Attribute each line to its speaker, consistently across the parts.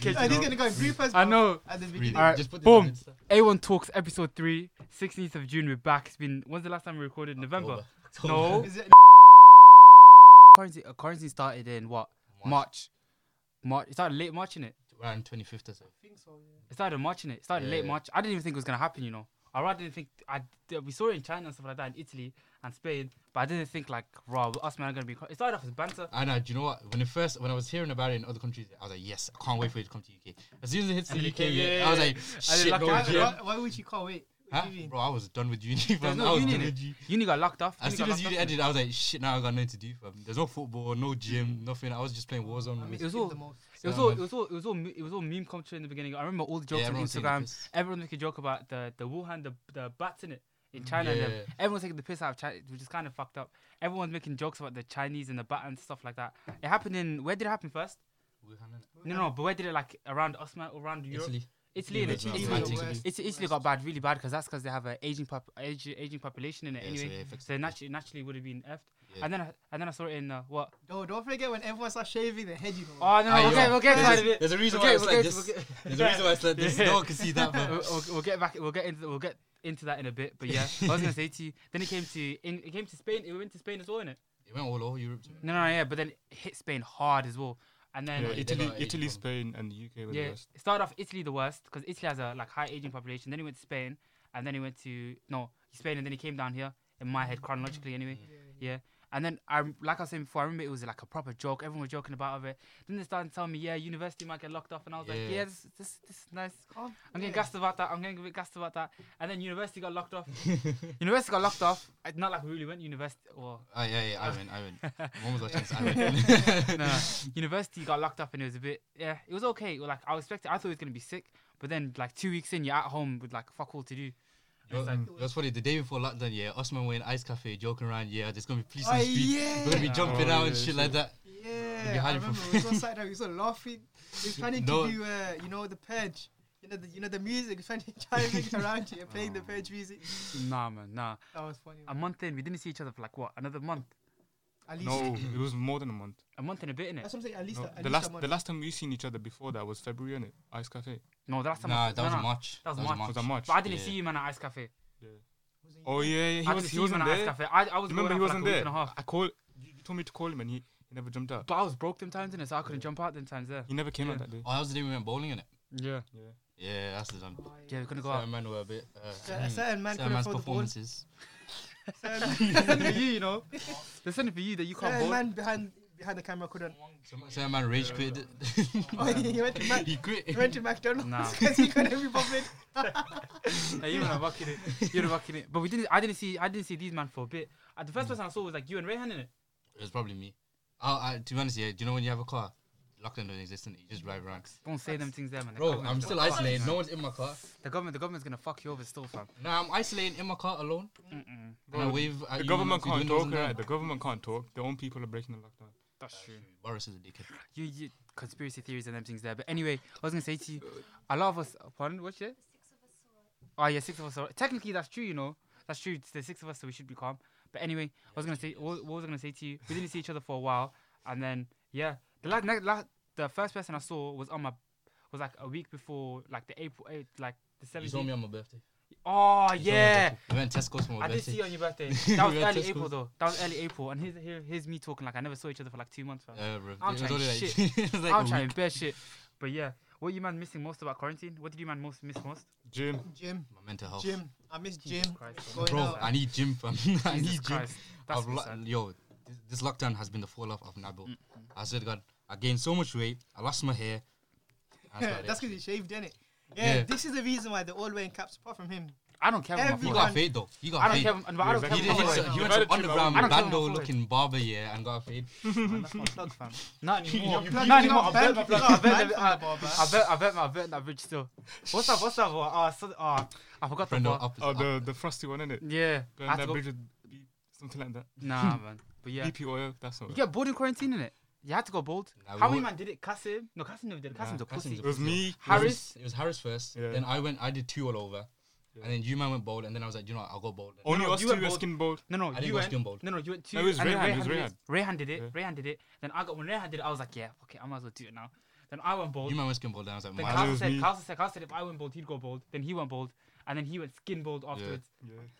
Speaker 1: kids.
Speaker 2: I
Speaker 1: you
Speaker 2: just
Speaker 1: know?
Speaker 2: gonna go in three first.
Speaker 1: I know.
Speaker 2: At the beginning.
Speaker 1: Alright,
Speaker 3: Just put this
Speaker 1: boom.
Speaker 3: on Insta.
Speaker 1: A1 Talks episode 3, 16th of June. We're back. It's been. When's the last time we recorded? November. No.
Speaker 2: Is it
Speaker 1: Currency, uh, currency started in what? March.
Speaker 3: March.
Speaker 1: March. It started late March, innit?
Speaker 3: Around 25th or so.
Speaker 1: It started in March, innit? It started late
Speaker 3: Yeah.
Speaker 1: March. I didn't even think it was going to happen, you know. I rather didn't think. I, th- we saw it in China and stuff like that, in Italy and Spain, but I didn't think, like, raw, us men are going to be. co- It started off as banter.
Speaker 3: I know. uh, Do you know what? When it first, when I was hearing about it in other countries, I was like, yes, I can't wait for it to come to UK. As soon as it hits
Speaker 1: And
Speaker 3: the
Speaker 1: it
Speaker 3: UK,
Speaker 1: came, yeah, yeah,
Speaker 3: I was like,
Speaker 1: yeah. And it
Speaker 3: shit,
Speaker 1: locked
Speaker 3: no
Speaker 1: down.
Speaker 2: why,
Speaker 3: gym.
Speaker 2: why, why would you call wait? What
Speaker 3: Huh?
Speaker 2: do you mean?
Speaker 3: Bro, I was done with uni.
Speaker 1: There's
Speaker 3: Fam.
Speaker 1: no
Speaker 3: I was
Speaker 1: uni
Speaker 3: done
Speaker 1: in it.
Speaker 3: with uni.
Speaker 1: Uni got locked off.
Speaker 3: As
Speaker 1: got
Speaker 3: soon as
Speaker 1: locked
Speaker 3: uni
Speaker 1: off, innit?
Speaker 3: ended, I was like, shit, now I got nothing to do. Fam. There's no football, no gym, nothing. I was just playing Warzone.
Speaker 2: I
Speaker 3: with
Speaker 2: miss
Speaker 1: It was
Speaker 2: him
Speaker 1: all-
Speaker 2: the most.
Speaker 1: It was
Speaker 3: Yeah,
Speaker 1: all, it
Speaker 3: man.
Speaker 1: was all, it was all, me- it was all meme culture in the beginning. I remember all the jokes
Speaker 3: Yeah,
Speaker 1: on
Speaker 3: everyone's taking the
Speaker 1: Instagram.
Speaker 3: piss.
Speaker 1: Everyone making a joke about the the Wuhan, the the bats in it in China. and them.
Speaker 3: Yeah.
Speaker 1: Everyone's taking the piss out of China, which is kind of fucked up. Everyone's making jokes about the Chinese and the bat and stuff like that. It happened in where did it happen first? No, no, but where did it like around us, man, around Europe?
Speaker 3: Italy.
Speaker 1: Italy,
Speaker 3: Italy
Speaker 1: Italy,
Speaker 3: was
Speaker 1: Italy,
Speaker 3: not
Speaker 1: Italy,
Speaker 3: bad,
Speaker 1: Italy,
Speaker 3: Italy.
Speaker 1: got bad really bad because that's because they have an aging pop, age, aging population in it
Speaker 3: Yeah, so
Speaker 1: anyway.
Speaker 3: it affects
Speaker 1: so
Speaker 3: the-
Speaker 1: naturally, naturally would have been effed.
Speaker 3: Yeah.
Speaker 1: And then I, and then I saw it in uh, what?
Speaker 2: Oh, don't forget when everyone starts shaving their head, you know.
Speaker 1: Oh no,
Speaker 3: Ah,
Speaker 1: no we'll
Speaker 3: yo.
Speaker 1: get we'll get
Speaker 3: There's
Speaker 1: inside
Speaker 3: a-
Speaker 1: of it.
Speaker 3: There's a reason
Speaker 1: We'll
Speaker 3: why
Speaker 1: get-
Speaker 3: it's
Speaker 1: we'll
Speaker 3: like
Speaker 1: get-
Speaker 3: this.
Speaker 1: we'll get-
Speaker 3: There's a reason why it's like this. No one can see that.
Speaker 1: we'll,
Speaker 3: Fam.
Speaker 1: we'll- we'll get back. We'll get into. We'll get into that in a bit. But yeah, I was gonna say to you. Then it came to. In, it came to Spain. It went to Spain as well, innit?
Speaker 3: It went all over Europe. too.
Speaker 1: No, no, yeah. But then it hit Spain hard as well. And then
Speaker 4: Yeah,
Speaker 3: they
Speaker 4: Italy,
Speaker 3: got eighty
Speaker 4: Italy,
Speaker 3: one.
Speaker 4: Spain, and the UK were
Speaker 1: yeah,
Speaker 4: the
Speaker 1: it
Speaker 4: worst.
Speaker 1: started off Italy the worst because Italy has a like high aging population. Then he went to Spain, and then he went to no Spain, and then he came down here. In my head, chronologically, anyway. Yeah. And then I, rem- like I was saying before, I remember it was like a proper joke. Everyone was joking about it. Then they started telling me, yeah, university might get locked off, and I was
Speaker 3: Yeah.
Speaker 1: like, yeah, this, this, this is nice.
Speaker 2: Oh,
Speaker 1: I'm getting
Speaker 2: yeah.
Speaker 1: gassed about that. I'm getting a bit gassed about that. And then university got locked off. university got locked off. It's Not like we really went university. Well,
Speaker 3: Ah, yeah, yeah, I went, I went. When was I chance? I
Speaker 1: no,
Speaker 3: went.
Speaker 1: university got locked up and it was a bit. Yeah, it was okay. Like I was expecting. I thought it was gonna be sick, but then like two weeks in, you're at home with like fuck all to do.
Speaker 3: Yo,
Speaker 1: It's like-
Speaker 3: That's funny. The day before lockdown, yeah, Osman were in Ice Cafe joking around. Yeah, there's gonna be police in
Speaker 2: Oh,
Speaker 3: the street.
Speaker 2: yeah.
Speaker 3: We're gonna be
Speaker 1: Yeah.
Speaker 3: jumping
Speaker 4: Oh,
Speaker 3: out and
Speaker 4: yeah,
Speaker 3: shit
Speaker 4: so-
Speaker 3: like that. They'd
Speaker 2: Yeah,
Speaker 3: be
Speaker 2: I
Speaker 3: hiding from-
Speaker 2: remember. We was all sat down. We was all laughing. We was trying to
Speaker 3: No.
Speaker 2: give you, uh, you know, the purge. You know, the, you know the music. we Trying to try and make it around you, playing the purge music.
Speaker 1: Nah, man, nah.
Speaker 2: That was funny.
Speaker 1: A month in, we didn't see each other for like what another month,
Speaker 2: At least
Speaker 4: No, it was more than a month.
Speaker 1: a month and a bit in it.
Speaker 2: that's what I'm saying. At least
Speaker 4: No,
Speaker 2: at
Speaker 4: the
Speaker 2: least
Speaker 4: last,
Speaker 2: a month.
Speaker 4: the last time we seen each other before that was February, and it Ice Cafe.
Speaker 1: No, the last time. I-
Speaker 3: Nah, that
Speaker 1: no,
Speaker 3: was
Speaker 1: no.
Speaker 3: March.
Speaker 1: That was March.
Speaker 4: Was that March?
Speaker 1: But I didn't
Speaker 3: Yeah.
Speaker 1: see you man at Ice Cafe.
Speaker 2: Wasn't
Speaker 4: Oh
Speaker 2: it?
Speaker 4: yeah, yeah he
Speaker 1: I
Speaker 4: was.
Speaker 1: didn't see
Speaker 4: He
Speaker 1: you man
Speaker 4: wasn't
Speaker 1: at Ice
Speaker 4: there.
Speaker 1: Cafe. I, I was
Speaker 4: Remember, he
Speaker 1: going out for, like, a
Speaker 4: wasn't
Speaker 1: week
Speaker 4: there.
Speaker 1: and a
Speaker 4: I
Speaker 1: half.
Speaker 4: I called. You you told me to call him, and he, he never jumped out.
Speaker 1: But I was broke them times in it, so I couldn't jump out them times there.
Speaker 4: He never came
Speaker 1: Yeah.
Speaker 4: out that day.
Speaker 3: Oh, that was the day we went bowling in it.
Speaker 1: Yeah.
Speaker 4: Yeah.
Speaker 3: Yeah, that's the time.
Speaker 1: Yeah, we're gonna go
Speaker 3: Certain
Speaker 1: out.
Speaker 3: man were a bit. Uh,
Speaker 2: Cer-
Speaker 3: hmm,
Speaker 2: certain man couldn't
Speaker 3: certain
Speaker 2: afford the
Speaker 3: man's
Speaker 2: ball.
Speaker 3: performances.
Speaker 2: Certain
Speaker 1: They're sending for you, you know. They're sending for you that you can't
Speaker 2: certain
Speaker 1: bowl.
Speaker 2: uh, man behind behind the camera couldn't.
Speaker 3: Some- Certain man rage quit.
Speaker 2: Oh, he went to Mac.
Speaker 3: he quit.
Speaker 2: He went to McDonald's
Speaker 1: Nah.
Speaker 2: because he couldn't be bothered.
Speaker 1: Hey, you were not rocking it. You were rocking it. But we didn't. I didn't see. I didn't see these man for a bit. Uh, the first
Speaker 3: Mm.
Speaker 1: person I saw was like you and Rayhan in it.
Speaker 3: It was probably me. Oh, I, to be honest, yeah. Do you know when you have a car, lockdown doesn't exist, and you just drive around.
Speaker 1: Don't say them things there, man. The
Speaker 3: Bro,
Speaker 1: government's
Speaker 3: I'm
Speaker 1: gonna
Speaker 3: still
Speaker 1: fuck
Speaker 3: isolated.
Speaker 1: you,
Speaker 3: No
Speaker 1: man.
Speaker 3: one's in my car.
Speaker 1: The government. The government's gonna fuck you over still, fam.
Speaker 3: Nah, I'm isolated in my car alone.
Speaker 1: Mm-mm.
Speaker 3: And I
Speaker 4: Bro,
Speaker 3: wave at
Speaker 4: The
Speaker 3: you
Speaker 4: government
Speaker 3: through
Speaker 4: can't
Speaker 3: windows
Speaker 4: talk.
Speaker 3: and
Speaker 4: Right?
Speaker 3: that.
Speaker 4: The government can't talk. Their own people are breaking the lockdown.
Speaker 1: That's true.
Speaker 3: Boris is a dickhead.
Speaker 1: You, you conspiracy theories and them things there. But anyway, I was gonna say to you, a lot of us. Pardon? What's it? Oh yeah, six of us. Are, technically, that's true. You know, that's true. It's the six of us, so we should be calm. But anyway, I was gonna say. What, what was I gonna say to you? We didn't see each other for a while, and then yeah, the la- ne- la- the first person I saw was on my was like a week before, like the April, eighth, like the
Speaker 3: You saw me
Speaker 1: seventeenth.
Speaker 3: on my birthday.
Speaker 1: Oh
Speaker 3: You saw me on my
Speaker 1: yeah. Ah,
Speaker 3: birthday. We went to Tesco's for my
Speaker 1: I
Speaker 3: birthday.
Speaker 1: did see you on your birthday. That was
Speaker 3: We went to
Speaker 1: early April
Speaker 3: school.
Speaker 1: though. That was early April, and here's here, here's me talking like I never saw each other for like two months. Fam.
Speaker 3: Uh, bro,
Speaker 1: I'm
Speaker 3: it was
Speaker 1: trying
Speaker 3: only
Speaker 1: shit.
Speaker 3: it was like oh,
Speaker 1: I'm
Speaker 3: a
Speaker 1: trying
Speaker 3: week.
Speaker 1: bare shit. But yeah, what you man missing most about quarantine? What did you man most miss most?
Speaker 4: Jim,
Speaker 2: Gym,
Speaker 3: My mental health.
Speaker 2: gym. I miss gym.
Speaker 1: Jesus Christ,
Speaker 2: Going
Speaker 3: Bro,
Speaker 2: out.
Speaker 3: I need gym, fam. I
Speaker 1: Jesus
Speaker 3: need gym.
Speaker 1: Christ. That's
Speaker 3: I've
Speaker 1: what's
Speaker 3: lo-
Speaker 1: sad.
Speaker 3: yo, this, this lockdown has been the fall off of Nabo. I said, God, I gained so much weight. I lost my hair. about it.
Speaker 2: That's because he shaved, didn't it? Yeah,
Speaker 3: Yeah.
Speaker 2: This is the reason why they're all wearing caps, apart from him.
Speaker 1: I don't care about
Speaker 2: Every-
Speaker 1: my
Speaker 3: He
Speaker 2: You
Speaker 3: got
Speaker 1: forehead.
Speaker 3: a fade, though. He
Speaker 1: I
Speaker 3: got a
Speaker 1: don't
Speaker 3: fade.
Speaker 1: care. But I don't care
Speaker 4: Exactly.
Speaker 1: about my
Speaker 3: He, did, he,
Speaker 4: Right.
Speaker 3: went
Speaker 1: forehead.
Speaker 3: to- he
Speaker 4: Right.
Speaker 3: went to
Speaker 4: Right.
Speaker 3: underground
Speaker 1: I don't care about
Speaker 3: bando
Speaker 1: my
Speaker 3: looking barber, yeah, and got a fade.
Speaker 1: Man, That's my plug, fam. Not anymore.
Speaker 3: you-
Speaker 1: Not anymore. I
Speaker 2: you-
Speaker 1: bet my
Speaker 2: you-
Speaker 1: plug.
Speaker 2: you-
Speaker 1: I bet
Speaker 2: you-
Speaker 1: them- I-
Speaker 2: you- you-
Speaker 1: I bet. I bet. my- I bet that bridge still. What's up? What's up? Oh, uh, so, uh, I forgot the
Speaker 3: Friend
Speaker 1: bar.
Speaker 3: of up,
Speaker 4: oh
Speaker 3: up.
Speaker 4: the the frosty one in it.
Speaker 1: Yeah. I had
Speaker 4: Burn
Speaker 1: to
Speaker 4: that
Speaker 1: go-
Speaker 4: bridge with B- something like that.
Speaker 1: Nah, man. But yeah,
Speaker 4: BP oil. That's not.
Speaker 1: you get bored in quarantine, innit? You had to go bold.
Speaker 3: Nah, we
Speaker 1: How many
Speaker 3: were-
Speaker 1: man did it? Kasim? No, Kasim never did it.
Speaker 3: Nah,
Speaker 1: Kasim's a
Speaker 3: Kasim's
Speaker 1: pussy.
Speaker 3: a
Speaker 4: It was me.
Speaker 1: Harris?
Speaker 3: It was Harris first.
Speaker 4: Yeah.
Speaker 3: Then I went. I did two all over,
Speaker 4: Yeah. Oh,
Speaker 3: and then you man went bold, and then I was like, you know, what, I'll go bold.
Speaker 4: Only
Speaker 1: no,
Speaker 4: us
Speaker 1: you
Speaker 4: two
Speaker 1: went
Speaker 4: were
Speaker 1: bold.
Speaker 4: skin bold.
Speaker 1: No, no,
Speaker 3: I didn't
Speaker 1: you
Speaker 3: go
Speaker 1: went.
Speaker 3: skin bold.
Speaker 1: No, no, you went two.
Speaker 4: No, it was
Speaker 1: and then
Speaker 4: Rehan, it was
Speaker 1: Rehan did it. Rehan did it.
Speaker 4: Yeah.
Speaker 1: Rehan did it. Then I got when Rehan did it, I was like, yeah, okay, I might as well do it now. Then I went bald.
Speaker 3: You man went skin bald, and I was like,
Speaker 1: Then
Speaker 3: "Mad."
Speaker 4: Carl-
Speaker 1: Carlson
Speaker 4: was
Speaker 1: said,
Speaker 4: me.
Speaker 1: Carlson said, Carlson said if I went bald, he'd go bald. Then he went bald, and then he went skin bald afterwards.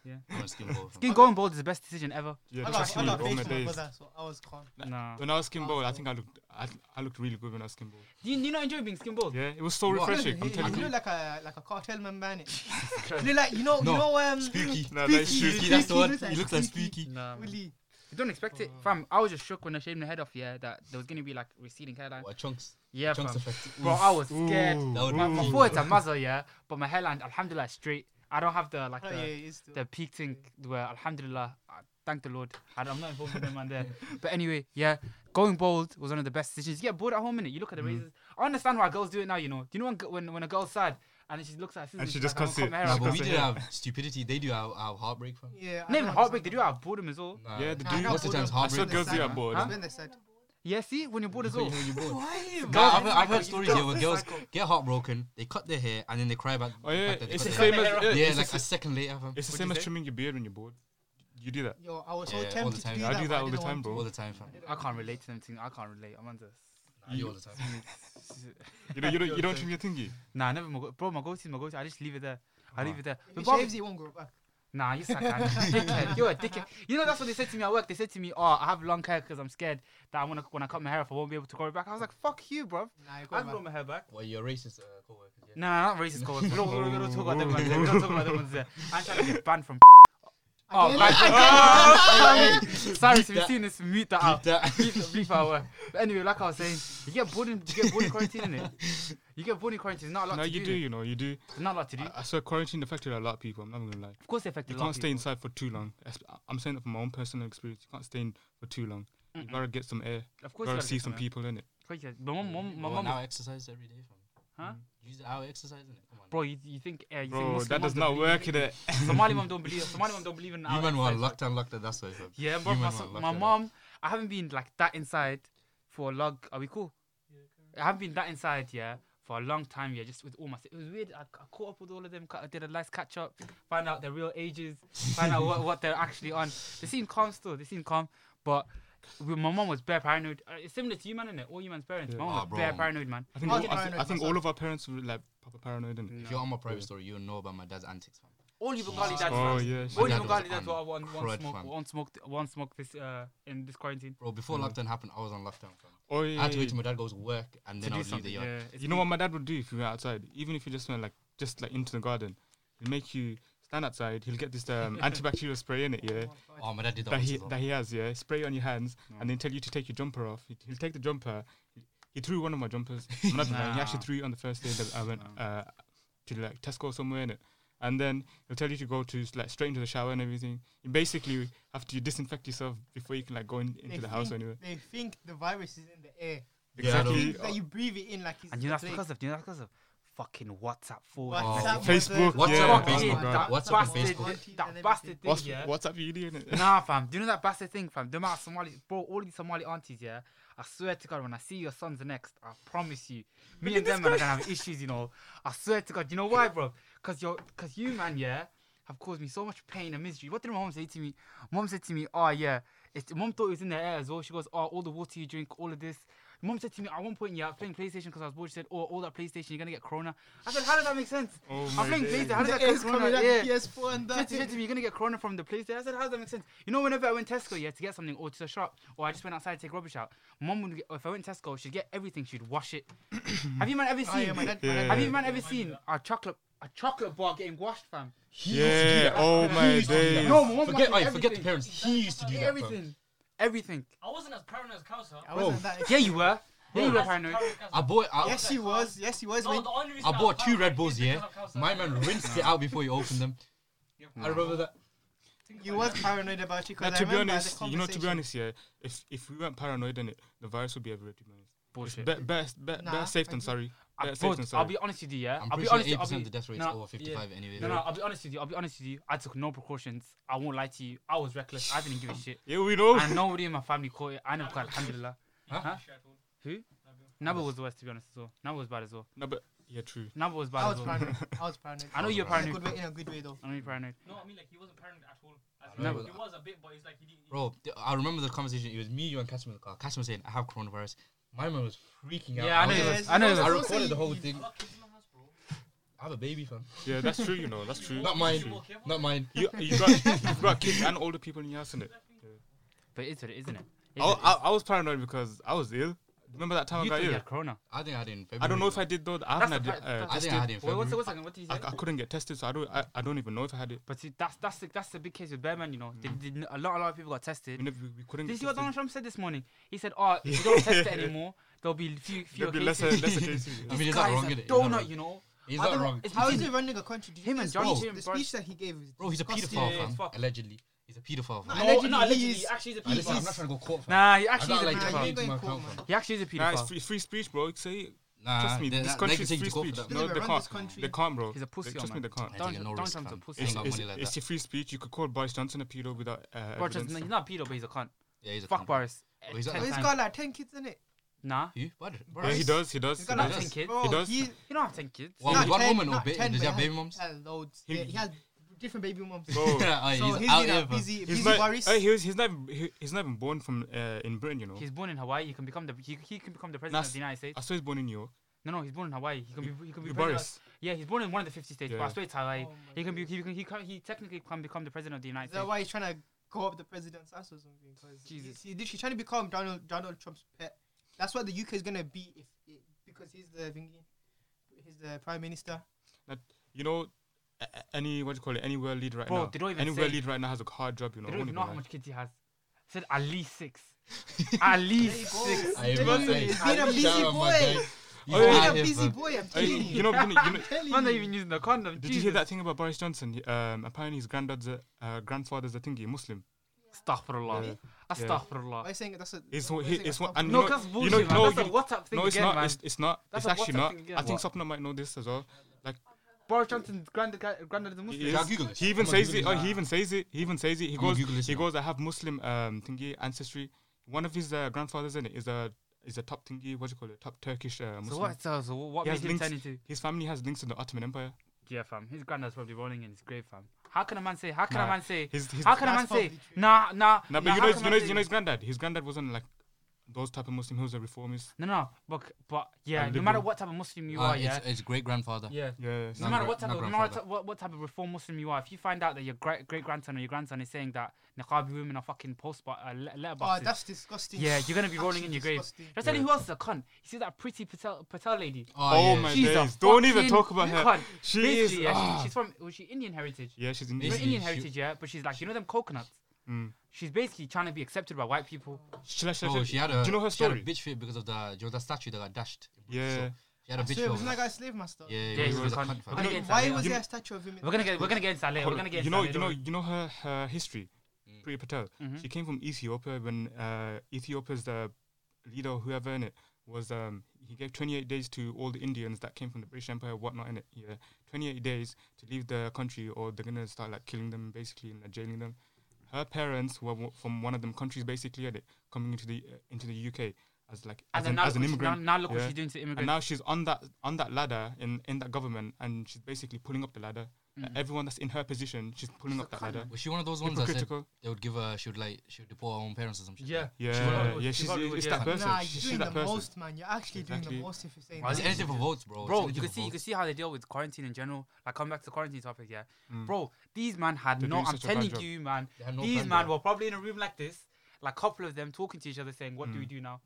Speaker 4: Yeah.
Speaker 3: I went skin bald.
Speaker 1: Skin going bald is the best decision ever.
Speaker 4: Yeah,
Speaker 2: I
Speaker 4: trust
Speaker 2: got, I
Speaker 4: me,
Speaker 2: got
Speaker 4: all my
Speaker 2: face from my
Speaker 4: days.
Speaker 2: brother, so I was calm.
Speaker 1: Nah.
Speaker 4: When I was skin bald, I think I looked, I, I looked really good when I was skin bald.
Speaker 1: Do you, do you not enjoy being skin bald?
Speaker 4: Yeah, it was so
Speaker 3: What?
Speaker 4: refreshing.
Speaker 2: You
Speaker 4: I'm telling
Speaker 2: look
Speaker 4: you.
Speaker 2: like a like a cartel member. innit? you look like you know
Speaker 3: No.
Speaker 2: you know um.
Speaker 3: Spooky.
Speaker 4: Nah, that's
Speaker 2: Spooky.
Speaker 4: true.
Speaker 3: Spooky, that's the one.
Speaker 2: Spooky.
Speaker 3: He looks like Spooky.
Speaker 1: Nah. man.
Speaker 2: Willy.
Speaker 1: You don't expect
Speaker 4: Oh.
Speaker 1: it, fam. I was just shook when I shaved my head off. Yeah, that there was gonna be like receding hairline.
Speaker 3: What, chunks?
Speaker 1: Yeah, fam.
Speaker 3: Chunks effect.
Speaker 1: Bro, I was scared.
Speaker 4: Ooh.
Speaker 3: That would
Speaker 1: My,
Speaker 3: be
Speaker 1: my
Speaker 3: Ooh.
Speaker 1: forehead's a mazza, yeah, but my hairline, alhamdulillah, is straight. I don't have the like
Speaker 2: Oh,
Speaker 1: the,
Speaker 2: yeah, it is still.
Speaker 1: the peak thing where alhamdulillah, uh, thank the Lord. I, I'm not involved with them and there. But anyway, yeah, going bald was one of the best decisions. You get bored at home, innit? You look at the
Speaker 4: Mm-hmm.
Speaker 1: razors. I understand why girls do it now. You know, do you know when g- when, when a girl's sad and then she looks at her scissors
Speaker 4: she
Speaker 1: she's
Speaker 4: just
Speaker 1: like, "Oh,
Speaker 4: cuts
Speaker 1: "I won't cut
Speaker 4: it.
Speaker 1: my hair
Speaker 4: Nah,
Speaker 1: off."
Speaker 3: No, but we
Speaker 4: Because,
Speaker 3: did
Speaker 4: yeah.
Speaker 3: have stupidity. They do our, our heartbreak from.
Speaker 2: Yeah. I
Speaker 1: Not even
Speaker 2: don't
Speaker 1: heartbreak. They
Speaker 2: understand.
Speaker 1: do it out of boredom as well.
Speaker 3: Nah,
Speaker 4: Yeah, they
Speaker 2: Nah, I
Speaker 4: do.
Speaker 2: got
Speaker 3: Most of
Speaker 2: bored
Speaker 3: the times
Speaker 4: I saw
Speaker 3: heartbreak.
Speaker 2: That's
Speaker 4: girls do it
Speaker 2: sad.
Speaker 4: at board.
Speaker 1: Huh?
Speaker 2: When they said
Speaker 1: Yeah, see, when you're bored as well.
Speaker 3: When you're bored.
Speaker 2: Why?
Speaker 3: Nah, I've,
Speaker 1: Girls-
Speaker 3: I've heard stories here where
Speaker 1: girls-
Speaker 3: girls get heartbroken, they cut their hair, and then they cry about
Speaker 4: Oh yeah,
Speaker 3: the fact that they
Speaker 4: it's the
Speaker 3: cut
Speaker 4: same
Speaker 3: their
Speaker 4: as yeah,
Speaker 3: hair. Yeah,
Speaker 4: it's
Speaker 3: like
Speaker 4: the
Speaker 3: a
Speaker 4: s-
Speaker 3: second later. fam.
Speaker 4: it's the
Speaker 1: What'd
Speaker 4: same
Speaker 1: you
Speaker 4: as
Speaker 1: say?
Speaker 4: trimming your beard when you're bored. You do that.
Speaker 2: Yo, I was
Speaker 3: Yeah,
Speaker 2: so
Speaker 3: all
Speaker 2: tempted
Speaker 3: the
Speaker 2: to
Speaker 3: time.
Speaker 2: do
Speaker 4: I
Speaker 2: that.
Speaker 4: do
Speaker 2: but
Speaker 4: that all the
Speaker 2: didn't
Speaker 4: time,
Speaker 2: want
Speaker 4: bro.
Speaker 3: All the time, fam.
Speaker 1: I can't relate to them things. I can't relate. I'm under. Ah,
Speaker 3: I do all the time.
Speaker 4: You know, you don't, you don't trim your thingy.
Speaker 1: Nah, never. My go- bro, my goatee, my goatee. I just leave it there. I leave it there.
Speaker 2: to.
Speaker 1: But
Speaker 2: If
Speaker 1: Bob-
Speaker 2: he shaves, he won't grow back.
Speaker 1: Nah, you suck. man. dickhead. You're a dickhead. You know that's what they said to me at work. They said to me, "Oh, I have long hair because I'm scared that I want to when I cut my hair off, I won't be able to grow it back." I was like, "Fuck you, bro.
Speaker 2: Nah, you
Speaker 1: I
Speaker 2: grow
Speaker 1: can grow
Speaker 2: back.
Speaker 1: my hair back."
Speaker 3: Well, you're racist, uh, co-workers. Yeah.
Speaker 1: Nah, not racist. Cause we, don't, we don't- we don't talk about them ones. there. We don't talk about them ones there. I'm trying to get banned from. Oh,
Speaker 2: Again?
Speaker 1: banned from-
Speaker 3: Again?
Speaker 1: sorry, sorry. If you've
Speaker 3: that.
Speaker 1: seen this, mute that
Speaker 3: Keep
Speaker 1: out.
Speaker 3: that.
Speaker 1: Bleep, bleep our word. But anyway, like I was saying, you get bored in you get bored in quarantine, innit? You get bored in quarantine. There's not a lot
Speaker 4: No,
Speaker 1: to
Speaker 4: you do.
Speaker 1: do.
Speaker 4: You know, you do.
Speaker 1: There's not a lot to do.
Speaker 4: I, I saw quarantine affected a lot of people. I'm not gonna lie.
Speaker 1: Of course, it affected a
Speaker 4: You
Speaker 1: lot.
Speaker 4: can't
Speaker 1: of
Speaker 4: stay
Speaker 1: people.
Speaker 4: inside for too long. As- I'm saying that from my own personal experience. You can't stay in for too long. You gotta get some air.
Speaker 1: Of
Speaker 4: You
Speaker 1: course, you
Speaker 4: gotta
Speaker 1: gotta
Speaker 4: see
Speaker 1: get
Speaker 4: some
Speaker 1: somewhere.
Speaker 4: people in it.
Speaker 1: Of course you gotta- My mum, my mum, my
Speaker 3: You
Speaker 1: mum
Speaker 3: want
Speaker 1: was-
Speaker 3: our exercise every day, fam. Mm.
Speaker 1: Huh?
Speaker 3: Use our exercise, innit? Come on.
Speaker 1: Bro, you, you think uh, you think
Speaker 4: Bro,
Speaker 1: Muslim mum
Speaker 4: that does
Speaker 1: don't
Speaker 4: not
Speaker 1: believe
Speaker 4: work
Speaker 1: in
Speaker 4: in it. uh,
Speaker 1: it? Somali mum don't believe. Somali mum don't believe in.
Speaker 3: You
Speaker 1: our
Speaker 3: man were
Speaker 1: exercise.
Speaker 3: locked and locked at that's why, fam.
Speaker 1: Yeah,
Speaker 3: You
Speaker 1: bro.
Speaker 3: man
Speaker 1: My,
Speaker 3: were
Speaker 1: so-
Speaker 3: locked
Speaker 1: my
Speaker 3: and locked.
Speaker 1: mom. I haven't been like that inside for a long. Are we cool? I haven't been that inside yeah for a long time yeah. Just with all my. It was weird. I, I caught up with all of them. ca- I did a nice catch up. Find out their real ages. Find out what, what they're actually on. They seem calm still. They seem calm, but. we- My mom was bare paranoid. Uh, it's similar to you, man, innit? All you man's parents. My mom
Speaker 3: Ah,
Speaker 1: was
Speaker 3: bro.
Speaker 1: bare paranoid, man.
Speaker 4: I think,
Speaker 2: I'll
Speaker 4: all,
Speaker 2: get
Speaker 4: I,
Speaker 2: paranoid
Speaker 4: think, I think
Speaker 2: myself.
Speaker 4: all of our parents were like proper paranoid. And
Speaker 3: If you're on my private story, you'll know about my dad's antics, fam.
Speaker 1: All you Bengali dads.
Speaker 4: Oh,
Speaker 1: fans.
Speaker 4: yeah,
Speaker 1: All
Speaker 3: my
Speaker 1: you
Speaker 3: dad was
Speaker 1: Bengali dads.
Speaker 3: on
Speaker 1: What one, one
Speaker 3: crud,
Speaker 1: smoke,
Speaker 3: fam.
Speaker 1: one smoke, one smoke this uh in this quarantine.
Speaker 3: Bro, before lockdown happened, I was on lockdown, fam.
Speaker 4: oh yeah,
Speaker 3: I had to
Speaker 4: yeah,
Speaker 3: wait till my dad goes to work and then
Speaker 1: to
Speaker 3: I
Speaker 1: do
Speaker 3: would leave the
Speaker 1: something.
Speaker 3: yard.
Speaker 1: Yeah, it's
Speaker 4: You know
Speaker 1: been-
Speaker 4: what my dad would do if you were outside, even if you just went like just like into the garden, he'd make you stand outside. He'll get this um, antibacterial spray in it, yeah,
Speaker 3: Oh, my dad did that.
Speaker 4: that
Speaker 3: once
Speaker 4: he
Speaker 3: as well.
Speaker 4: that he has, yeah. Spray it on your hands, and then tell you to take your jumper off. He'd- He'll take the jumper. He- He threw one of my jumpers. I'm not lying, He actually
Speaker 1: Nah.
Speaker 4: threw it on the first day that I went uh, to like Tesco or somewhere in it. And then he'll tell you to go to like straight into the shower and everything. You basically have to disinfect yourself before you can like go in,
Speaker 2: They
Speaker 4: into the house or
Speaker 2: think-
Speaker 4: anywhere.
Speaker 2: They think the virus is in the air.
Speaker 3: Yeah, I don't-
Speaker 4: Exactly.
Speaker 2: It's Like you breathe it in like it's.
Speaker 1: And you know that's
Speaker 2: the plague.
Speaker 1: because of you know that's because of fucking WhatsApp for
Speaker 3: Oh.
Speaker 2: WhatsApp,
Speaker 4: Oh, Facebook,
Speaker 2: mother-
Speaker 3: yeah.
Speaker 2: Fuck
Speaker 3: Facebook,
Speaker 2: it,
Speaker 3: God.
Speaker 2: that
Speaker 3: WhatsApp and
Speaker 1: bastard,
Speaker 3: Facebook.
Speaker 1: that bastard thing,
Speaker 4: What's
Speaker 1: yeah.
Speaker 4: what's up, you doing? it?
Speaker 1: Nah, fam. Do you know that bastard thing, fam? The amount of Somali, bro, all these Somali aunties, yeah. I swear to God, when I see your sons next, I promise you, me and them man, are gonna have issues, you know. I swear to God, you know why, bro? Cause you're, cause you, man, yeah, have caused me so much pain and misery. What did my mom say to me? Mom said to me, oh yeah, it's mom thought it was in the air as well. She goes, oh, all the water you drink, all of this. Mom said to me at one point, yeah, I was playing PlayStation because I was bored. She said, oh, all that PlayStation, you're gonna get corona. I said, how does that make sense?
Speaker 4: Oh
Speaker 1: I'm
Speaker 4: my
Speaker 1: playing
Speaker 4: days.
Speaker 1: PlayStation. How does
Speaker 2: The
Speaker 1: that
Speaker 2: air's
Speaker 1: get
Speaker 2: coming
Speaker 1: corona?
Speaker 2: out
Speaker 1: Yeah.
Speaker 2: the PS4
Speaker 1: Said
Speaker 2: and that.
Speaker 1: to, said to me, you're gonna get corona from the place. I said, how does that make sense? You know, whenever I went Tesco, yeah, to get something or to the shop, or I just went outside to take rubbish out. Mom would, get, if I went Tesco, she'd get everything. She'd wash it. have you man ever
Speaker 2: Oh,
Speaker 1: seen?
Speaker 2: yeah, my dad- my
Speaker 4: Yeah.
Speaker 2: dad-
Speaker 1: Have you man ever seen a chocolate a chocolate bar getting washed, fam?
Speaker 4: Yeah. Oh my days.
Speaker 1: No, my mom
Speaker 3: Forget,
Speaker 1: watching
Speaker 3: oh, yeah, forget the
Speaker 1: everything.
Speaker 3: parents. He used to do that. Bro.
Speaker 1: Everything, everything.
Speaker 5: I wasn't as paranoid as Kausa.
Speaker 2: I wasn't that.
Speaker 1: Yeah, you were. Yeah, you were
Speaker 5: As
Speaker 1: paranoid.
Speaker 5: paranoid as Kausa.
Speaker 3: I bought. I,
Speaker 2: Yes, he was. Yes, he was.
Speaker 5: No,
Speaker 2: when-
Speaker 5: the only reason
Speaker 3: I
Speaker 5: was
Speaker 3: bought two
Speaker 5: paranoid
Speaker 3: Red Bulls.
Speaker 5: is
Speaker 3: Yeah,
Speaker 5: because of Kausa.
Speaker 3: my man rinsed it out before he opened them. I remember that.
Speaker 2: You was paranoid about it. 'cause
Speaker 4: Now,
Speaker 2: I
Speaker 4: to be
Speaker 2: remember
Speaker 4: honest,
Speaker 2: the
Speaker 4: you know, to be
Speaker 2: conversation.
Speaker 4: honest, yeah, if if we weren't paranoid in it, the virus would be everywhere. To be honest,
Speaker 1: Bullshit.
Speaker 4: Be- best, be-
Speaker 2: Nah,
Speaker 4: better safe than
Speaker 2: I-
Speaker 4: sorry.
Speaker 1: I-
Speaker 4: Better
Speaker 1: bro,
Speaker 4: safe than sorry.
Speaker 1: I'll be honest with you, yeah.
Speaker 3: I'm
Speaker 1: will
Speaker 3: pretty
Speaker 1: be
Speaker 3: sure
Speaker 1: honest.
Speaker 3: 80
Speaker 1: I'll
Speaker 3: percent
Speaker 1: be,
Speaker 3: of the death rate
Speaker 1: no,
Speaker 3: is over 55 anyway.
Speaker 1: No, no, I'll be honest with you. I'll be honest with you. I took no precautions. I won't lie to you. I was reckless. I didn't give a shit.
Speaker 4: yeah, we know.
Speaker 1: and nobody in my family caught it. I never caught it, alhamdulillah. Huh? Who? Nabo was the worst, to be honest, as well. Nabo was bad as well.
Speaker 4: no, but yeah, true.
Speaker 1: Nabo was bad
Speaker 2: I
Speaker 1: as
Speaker 2: was
Speaker 1: well.
Speaker 2: paranoid. I was paranoid.
Speaker 1: I know you're
Speaker 2: In a
Speaker 1: paranoid.
Speaker 2: good way. In a good way though.
Speaker 1: I know you're paranoid.
Speaker 5: No, I mean like he wasn't paranoid at all. As
Speaker 3: No,
Speaker 5: in,
Speaker 3: but-
Speaker 5: he was a bit, but he's like he didn't.
Speaker 3: Bro, th- I remember the conversation. It was me, you, and Catchman in the car. Catchman saying, "I have coronavirus." My mum was freaking out.
Speaker 1: Yeah, I know.
Speaker 3: was
Speaker 1: it
Speaker 2: Yeah,
Speaker 1: was-
Speaker 2: it's
Speaker 1: I know. it
Speaker 2: also-
Speaker 3: I
Speaker 1: was-
Speaker 2: Don't say
Speaker 3: recorded the whole
Speaker 5: He's
Speaker 3: thing.
Speaker 5: got kids in the house, bro.
Speaker 3: I have a baby, fam.
Speaker 4: Yeah, that's true. You know, that's true.
Speaker 3: Not mine. Not mine.
Speaker 4: You you got you got kids and older people in your house, innit?
Speaker 1: But it's what it is, isn't it? It's
Speaker 4: I,
Speaker 1: what it
Speaker 4: I, I was paranoid because I was ill. Remember that time
Speaker 1: is.
Speaker 4: Oh, I
Speaker 1: You thought
Speaker 4: got
Speaker 1: you
Speaker 4: ill?
Speaker 1: had corona.
Speaker 3: I think I did in February.
Speaker 4: I don't know if I did though. I
Speaker 1: That's
Speaker 4: haven't
Speaker 1: the
Speaker 4: had
Speaker 1: pri-
Speaker 4: uh,
Speaker 1: that's-
Speaker 3: I
Speaker 4: tested.
Speaker 3: think I had it in
Speaker 1: Wait,
Speaker 3: February.
Speaker 1: what's the, what's the second? What did you
Speaker 4: I,
Speaker 1: say?
Speaker 4: I couldn't get tested, so I don't. I, I don't even know if I had it.
Speaker 1: But see, that's that's the, that's the big case with Bearman. You know, They did- a lot a lot of people got tested.
Speaker 4: We, never, we, we couldn't.
Speaker 1: Did you see
Speaker 4: get
Speaker 1: what
Speaker 4: tested.
Speaker 1: Donald Trump said this morning? He said, "Oh, if you don't test it anymore, there'll be few fewer
Speaker 4: There'd be
Speaker 1: cases."
Speaker 4: lesser lesser cases.
Speaker 3: I mean, he's not
Speaker 1: Guys,
Speaker 3: wrong.
Speaker 1: a
Speaker 3: innit? He's not
Speaker 1: donut,
Speaker 3: wrong.
Speaker 1: you know.
Speaker 3: He's
Speaker 1: I
Speaker 3: not
Speaker 1: don't-
Speaker 3: wrong.
Speaker 1: It's
Speaker 2: How is
Speaker 1: between
Speaker 2: he running a country? Did you
Speaker 1: him
Speaker 2: see
Speaker 1: and
Speaker 2: the
Speaker 1: John
Speaker 3: Bro,
Speaker 2: speech-
Speaker 1: Tim.
Speaker 2: The
Speaker 1: bro.
Speaker 2: speech that he gave was
Speaker 3: Bro, he's a
Speaker 2: disgusting.
Speaker 3: pedophile,
Speaker 1: Yeah,
Speaker 3: fam.
Speaker 1: fuck.
Speaker 3: Allegedly, he's a pedophile, fam.
Speaker 2: No,
Speaker 1: No,
Speaker 2: Allegedly,
Speaker 1: no, allegedly,
Speaker 2: he's-
Speaker 1: he actually is a
Speaker 3: Now, listen, I'm
Speaker 1: pedophile.
Speaker 3: not trying to go court, fam.
Speaker 1: Nah, he
Speaker 3: I'm
Speaker 1: actually
Speaker 3: not
Speaker 1: is a
Speaker 3: like
Speaker 2: pedophile.
Speaker 3: taking
Speaker 1: pedophile.
Speaker 3: into my
Speaker 2: Nah,
Speaker 3: account, fam.
Speaker 1: He actually is a
Speaker 4: Nah, it's
Speaker 1: pedophile.
Speaker 4: free, free speech, bro. Say it.
Speaker 3: Nah,
Speaker 4: Trust me,
Speaker 3: they- they-
Speaker 4: this
Speaker 3: they can
Speaker 4: country's
Speaker 3: take
Speaker 4: free
Speaker 3: to court for
Speaker 4: speech.
Speaker 3: that.
Speaker 2: Doesn't
Speaker 4: No,
Speaker 2: even
Speaker 4: they
Speaker 2: run this
Speaker 4: can't.
Speaker 2: country.
Speaker 4: They can't, bro.
Speaker 1: He's a pussy,
Speaker 4: They- Trust
Speaker 1: oh,
Speaker 4: me,
Speaker 1: man.
Speaker 4: they can't.
Speaker 3: I
Speaker 1: Donald-
Speaker 3: take a no
Speaker 1: Donald
Speaker 3: risk,
Speaker 1: Trump's a
Speaker 3: fam.
Speaker 1: pussy.
Speaker 3: I ain't
Speaker 4: It's,
Speaker 3: got
Speaker 4: it's,
Speaker 3: money like
Speaker 4: it's
Speaker 3: that.
Speaker 4: your free speech. You could call Boris Johnson a pedo without uh,
Speaker 1: Boris Johnson,
Speaker 4: evidence.
Speaker 1: he's not a pedo, but he's a cunt.
Speaker 3: Yeah, he's a
Speaker 1: Fuck
Speaker 3: cunt.
Speaker 1: Boris.
Speaker 3: But he's
Speaker 1: Ten
Speaker 2: Well, he's
Speaker 1: times.
Speaker 2: got like 10 kids in it.
Speaker 1: Nah,
Speaker 3: You? Boris.
Speaker 4: Yeah, he
Speaker 3: Boris.
Speaker 4: does. He
Speaker 2: He's
Speaker 4: does.
Speaker 2: got
Speaker 4: he
Speaker 2: like
Speaker 1: does.
Speaker 2: 10
Speaker 1: He
Speaker 2: kids.
Speaker 4: does.
Speaker 2: He's,
Speaker 1: you don't have ten kids.
Speaker 3: Well,
Speaker 2: not
Speaker 3: one
Speaker 2: 10,
Speaker 3: woman or
Speaker 2: not
Speaker 3: ba-
Speaker 2: 10,
Speaker 3: does he
Speaker 2: but
Speaker 3: have baby mums?
Speaker 2: He had loads.
Speaker 4: He-
Speaker 2: Yeah, He had different baby mums. So
Speaker 4: Bro,
Speaker 3: Yeah, aye,
Speaker 2: he's
Speaker 3: he's
Speaker 2: been
Speaker 3: out here,
Speaker 2: a
Speaker 3: fam.
Speaker 2: busy, busy
Speaker 4: he's not.
Speaker 2: Boris.
Speaker 4: hey, he was, he's not. even- He, he's not even born from uh, in Britain, you know.
Speaker 1: He's born in Hawaii. He can become the he, he can become the president
Speaker 4: Nas-
Speaker 1: of the United States.
Speaker 4: I saw he's born in New York.
Speaker 1: No, no, he's born in Hawaii. He can be he can be
Speaker 4: You're
Speaker 1: president.
Speaker 4: Boris.
Speaker 1: Yeah, he's born in one of the 50 states, but I
Speaker 4: Yeah.
Speaker 1: swear it's Hawaii.
Speaker 2: Oh my
Speaker 1: he can be he can, he can he technically can become the president of the
Speaker 2: Is
Speaker 1: United
Speaker 2: that
Speaker 1: States.
Speaker 2: why he's trying to go up the president's ass or something? Because
Speaker 1: Jesus.
Speaker 2: he's, he's literally trying to become Donald Donald Trump's pet. That's what the UK is gonna be if it, because he's the thingy, he's the prime minister.
Speaker 4: Oh, You know, a- a- any what do you call it? Any world leader right
Speaker 1: Bro,
Speaker 4: now.
Speaker 1: they don't even
Speaker 4: any world
Speaker 1: say.
Speaker 4: leader right now has a hard job, you know.
Speaker 1: They
Speaker 4: I
Speaker 1: don't
Speaker 4: won't
Speaker 1: even know how
Speaker 4: lie.
Speaker 1: much kids he has. said at least six. at least six.
Speaker 3: Aye,
Speaker 2: Dude,
Speaker 3: man, aye.
Speaker 2: he's been a
Speaker 3: Shout
Speaker 2: busy
Speaker 3: out, my
Speaker 2: boy.
Speaker 3: guy. He's
Speaker 4: Oh, yeah.
Speaker 2: He's
Speaker 3: out
Speaker 2: a
Speaker 3: here,
Speaker 2: busy
Speaker 3: fam.
Speaker 2: boy. I'm
Speaker 4: Hey,
Speaker 2: telling you.
Speaker 4: you know, you know, you know,
Speaker 2: Telling
Speaker 1: Man, not
Speaker 2: you.
Speaker 1: even using the condom.
Speaker 4: Did you hear
Speaker 1: Jesus.
Speaker 4: that thing about Boris Johnson? He- Um, apparently his granddad's a, uh, grandfather's a thingy, Muslim.
Speaker 1: Astaghfirullah. Astaghfirullah.
Speaker 2: Why you saying that's a?
Speaker 4: It's
Speaker 2: why
Speaker 4: what-
Speaker 2: you saying
Speaker 4: it's
Speaker 2: that's
Speaker 4: what-
Speaker 2: not-
Speaker 4: and
Speaker 1: No,
Speaker 4: know-
Speaker 1: that's
Speaker 4: you know-
Speaker 1: bullshit. man.
Speaker 4: no,
Speaker 1: That's a
Speaker 4: you-
Speaker 1: WhatsApp thing
Speaker 4: no, it's
Speaker 1: again,
Speaker 4: not.
Speaker 1: man.
Speaker 4: It's, it's not.
Speaker 1: That's a
Speaker 4: it's actually
Speaker 1: WhatsApp
Speaker 4: not.
Speaker 1: thing again.
Speaker 4: I think
Speaker 3: What?
Speaker 4: someone might know this as well.
Speaker 1: Boris Johnson's grand granddad is a Muslim.
Speaker 4: He is-
Speaker 3: I'll Google this.
Speaker 4: He even
Speaker 3: I'll
Speaker 4: says
Speaker 3: Google
Speaker 4: it.
Speaker 3: this.
Speaker 4: Oh, he even says it. He even says it. He
Speaker 3: I'm gonna
Speaker 4: goes.
Speaker 3: Google this
Speaker 4: He
Speaker 3: now.
Speaker 4: goes. I have Muslim um, thingy ancestry. One of his uh, grandfathers in it is a is a top thingy. What do you call it? Top Turkish uh, Muslim.
Speaker 1: So what? So, so what
Speaker 4: He
Speaker 1: made
Speaker 4: has
Speaker 1: him
Speaker 4: links-
Speaker 1: turn into?
Speaker 4: His family has links to the Ottoman Empire.
Speaker 1: Yeah, fam. His granddad's probably rolling in his grave, fam. How can a man say? How can a
Speaker 4: Nah,
Speaker 1: man say?
Speaker 4: His his.
Speaker 1: how can a man
Speaker 2: That's
Speaker 1: say?
Speaker 2: probably true.
Speaker 1: Nah, nah.
Speaker 4: Nah, but
Speaker 1: nah,
Speaker 4: you
Speaker 1: how
Speaker 4: know,
Speaker 1: can
Speaker 4: his, you
Speaker 1: a
Speaker 4: know,
Speaker 1: man
Speaker 4: his,
Speaker 1: say-
Speaker 4: you know, his granddad. His granddad wasn't like those type of Muslim. He was a reformist.
Speaker 1: No, no. But but yeah,
Speaker 4: And
Speaker 1: no matter
Speaker 4: liberal.
Speaker 1: what type of Muslim you
Speaker 3: Uh,
Speaker 1: are, yeah,
Speaker 3: it's, it's great grandfather.
Speaker 1: yeah.
Speaker 4: Yeah.
Speaker 1: No
Speaker 3: Not
Speaker 1: matter
Speaker 3: gra-
Speaker 1: what type
Speaker 3: not
Speaker 1: of no matter
Speaker 3: grandfather.
Speaker 1: what, what, what type of reform Muslim you are, if you find out that your great great grandson or your grandson is saying that niqabi women are fucking post but uh, le-
Speaker 4: Ah,
Speaker 2: Oh,
Speaker 1: letterboxes,
Speaker 2: that's disgusting.
Speaker 1: yeah, you're gonna be rolling
Speaker 2: Actually
Speaker 1: in your grave.
Speaker 2: disgusting.
Speaker 1: Just tell you who else is a cunt. You see that pretty Patel Patel lady?
Speaker 4: Oh
Speaker 3: yeah,
Speaker 4: my
Speaker 1: She's a
Speaker 4: days! Don't even
Speaker 1: fucking
Speaker 4: talk about her.
Speaker 1: cunt.
Speaker 4: She is.
Speaker 1: Basically, yeah, she-
Speaker 4: ah.
Speaker 1: she's from was she Indian heritage?
Speaker 4: Yeah, she's
Speaker 1: She's from
Speaker 4: in.
Speaker 3: Basically,
Speaker 1: Indian
Speaker 3: she-
Speaker 1: heritage, yeah, but she's like you know them coconuts.
Speaker 4: Mm.
Speaker 1: She's basically trying to be accepted by white people.
Speaker 4: Shall I- shall I-
Speaker 3: Bro, oh, she had a.
Speaker 4: Do you know her story?
Speaker 3: She had a bitch fit because of the. You know, that statue that got dashed. in British
Speaker 4: Yeah.
Speaker 3: Hill? She had a
Speaker 2: I
Speaker 3: bitch
Speaker 2: swear, wasn't
Speaker 3: fit. over
Speaker 2: that
Speaker 3: that.
Speaker 2: guy a slave master?
Speaker 3: Yeah,
Speaker 1: Yeah,
Speaker 3: he
Speaker 1: he
Speaker 3: was a
Speaker 1: was a
Speaker 3: cunt.
Speaker 1: cunt.
Speaker 3: fam.
Speaker 1: We're gonna
Speaker 2: Wait,
Speaker 1: get into
Speaker 2: Why
Speaker 1: that
Speaker 2: was
Speaker 1: later.
Speaker 2: there a statue of him? in-
Speaker 1: We're gonna get we're gonna get into that later. We're
Speaker 4: Hold
Speaker 1: gonna
Speaker 4: on.
Speaker 1: get into
Speaker 4: you know,
Speaker 1: that
Speaker 4: you know,
Speaker 1: later.
Speaker 4: you know her her history.
Speaker 3: Mm.
Speaker 4: Priya Patel.
Speaker 1: Mhm.
Speaker 4: She came from Ethiopia when uh, Ethiopia's the leader, or whoever in it was. Um, he gave 28 days to all the Indians that came from the British Empire, whatnot in it. Yeah, 28 days to leave the country, or they're gonna start like killing them, basically, and like, jailing them. Her parents were wa- from one of them countries, basically, at it coming into the uh, into the UK as like
Speaker 1: And
Speaker 4: as
Speaker 1: then
Speaker 4: an,
Speaker 1: now
Speaker 4: as
Speaker 1: look what
Speaker 4: an
Speaker 1: she-
Speaker 4: immigrant.
Speaker 1: now- now look what
Speaker 4: yeah.
Speaker 1: she's doing to
Speaker 4: And
Speaker 1: immigrants.
Speaker 4: now she's on that on that ladder in in that government, and she's basically pulling up the ladder. Uh, everyone that's in her position, she's pulling
Speaker 1: She's
Speaker 4: up
Speaker 1: a
Speaker 4: that
Speaker 1: cunt,
Speaker 4: ladder.
Speaker 1: man.
Speaker 3: Was she one of those ones that said
Speaker 4: Hypocritical.
Speaker 3: they would give her? She would like she would deport her own parents or some shit.
Speaker 1: Yeah.
Speaker 4: Yeah,
Speaker 1: would-
Speaker 4: yeah,
Speaker 1: she
Speaker 4: she's,
Speaker 1: probably would,
Speaker 4: it's
Speaker 1: yeah.
Speaker 4: that person.
Speaker 2: Nah,
Speaker 4: She-
Speaker 2: you're
Speaker 4: she's
Speaker 2: doing the
Speaker 4: that person.
Speaker 2: most, man. You're actually doing
Speaker 4: Exactly.
Speaker 2: the most if you're saying
Speaker 1: Why
Speaker 2: that.
Speaker 1: is
Speaker 3: It's anything for votes, bro. It's
Speaker 1: Bro,
Speaker 3: anything
Speaker 1: you can
Speaker 3: for
Speaker 1: see you
Speaker 3: votes.
Speaker 1: can see how they deal with quarantine in general. Like come back to quarantine topic, yeah.
Speaker 4: Mm.
Speaker 1: Bro, these man had
Speaker 4: They're
Speaker 1: no
Speaker 4: doing
Speaker 1: I'm
Speaker 4: such a bad
Speaker 1: telling
Speaker 4: job.
Speaker 1: you, man,
Speaker 3: They had no
Speaker 1: these
Speaker 3: plan,
Speaker 1: man
Speaker 3: bro.
Speaker 1: were probably in a room like this, like couple of them talking to each other saying, What do we
Speaker 4: Mm.
Speaker 1: do now?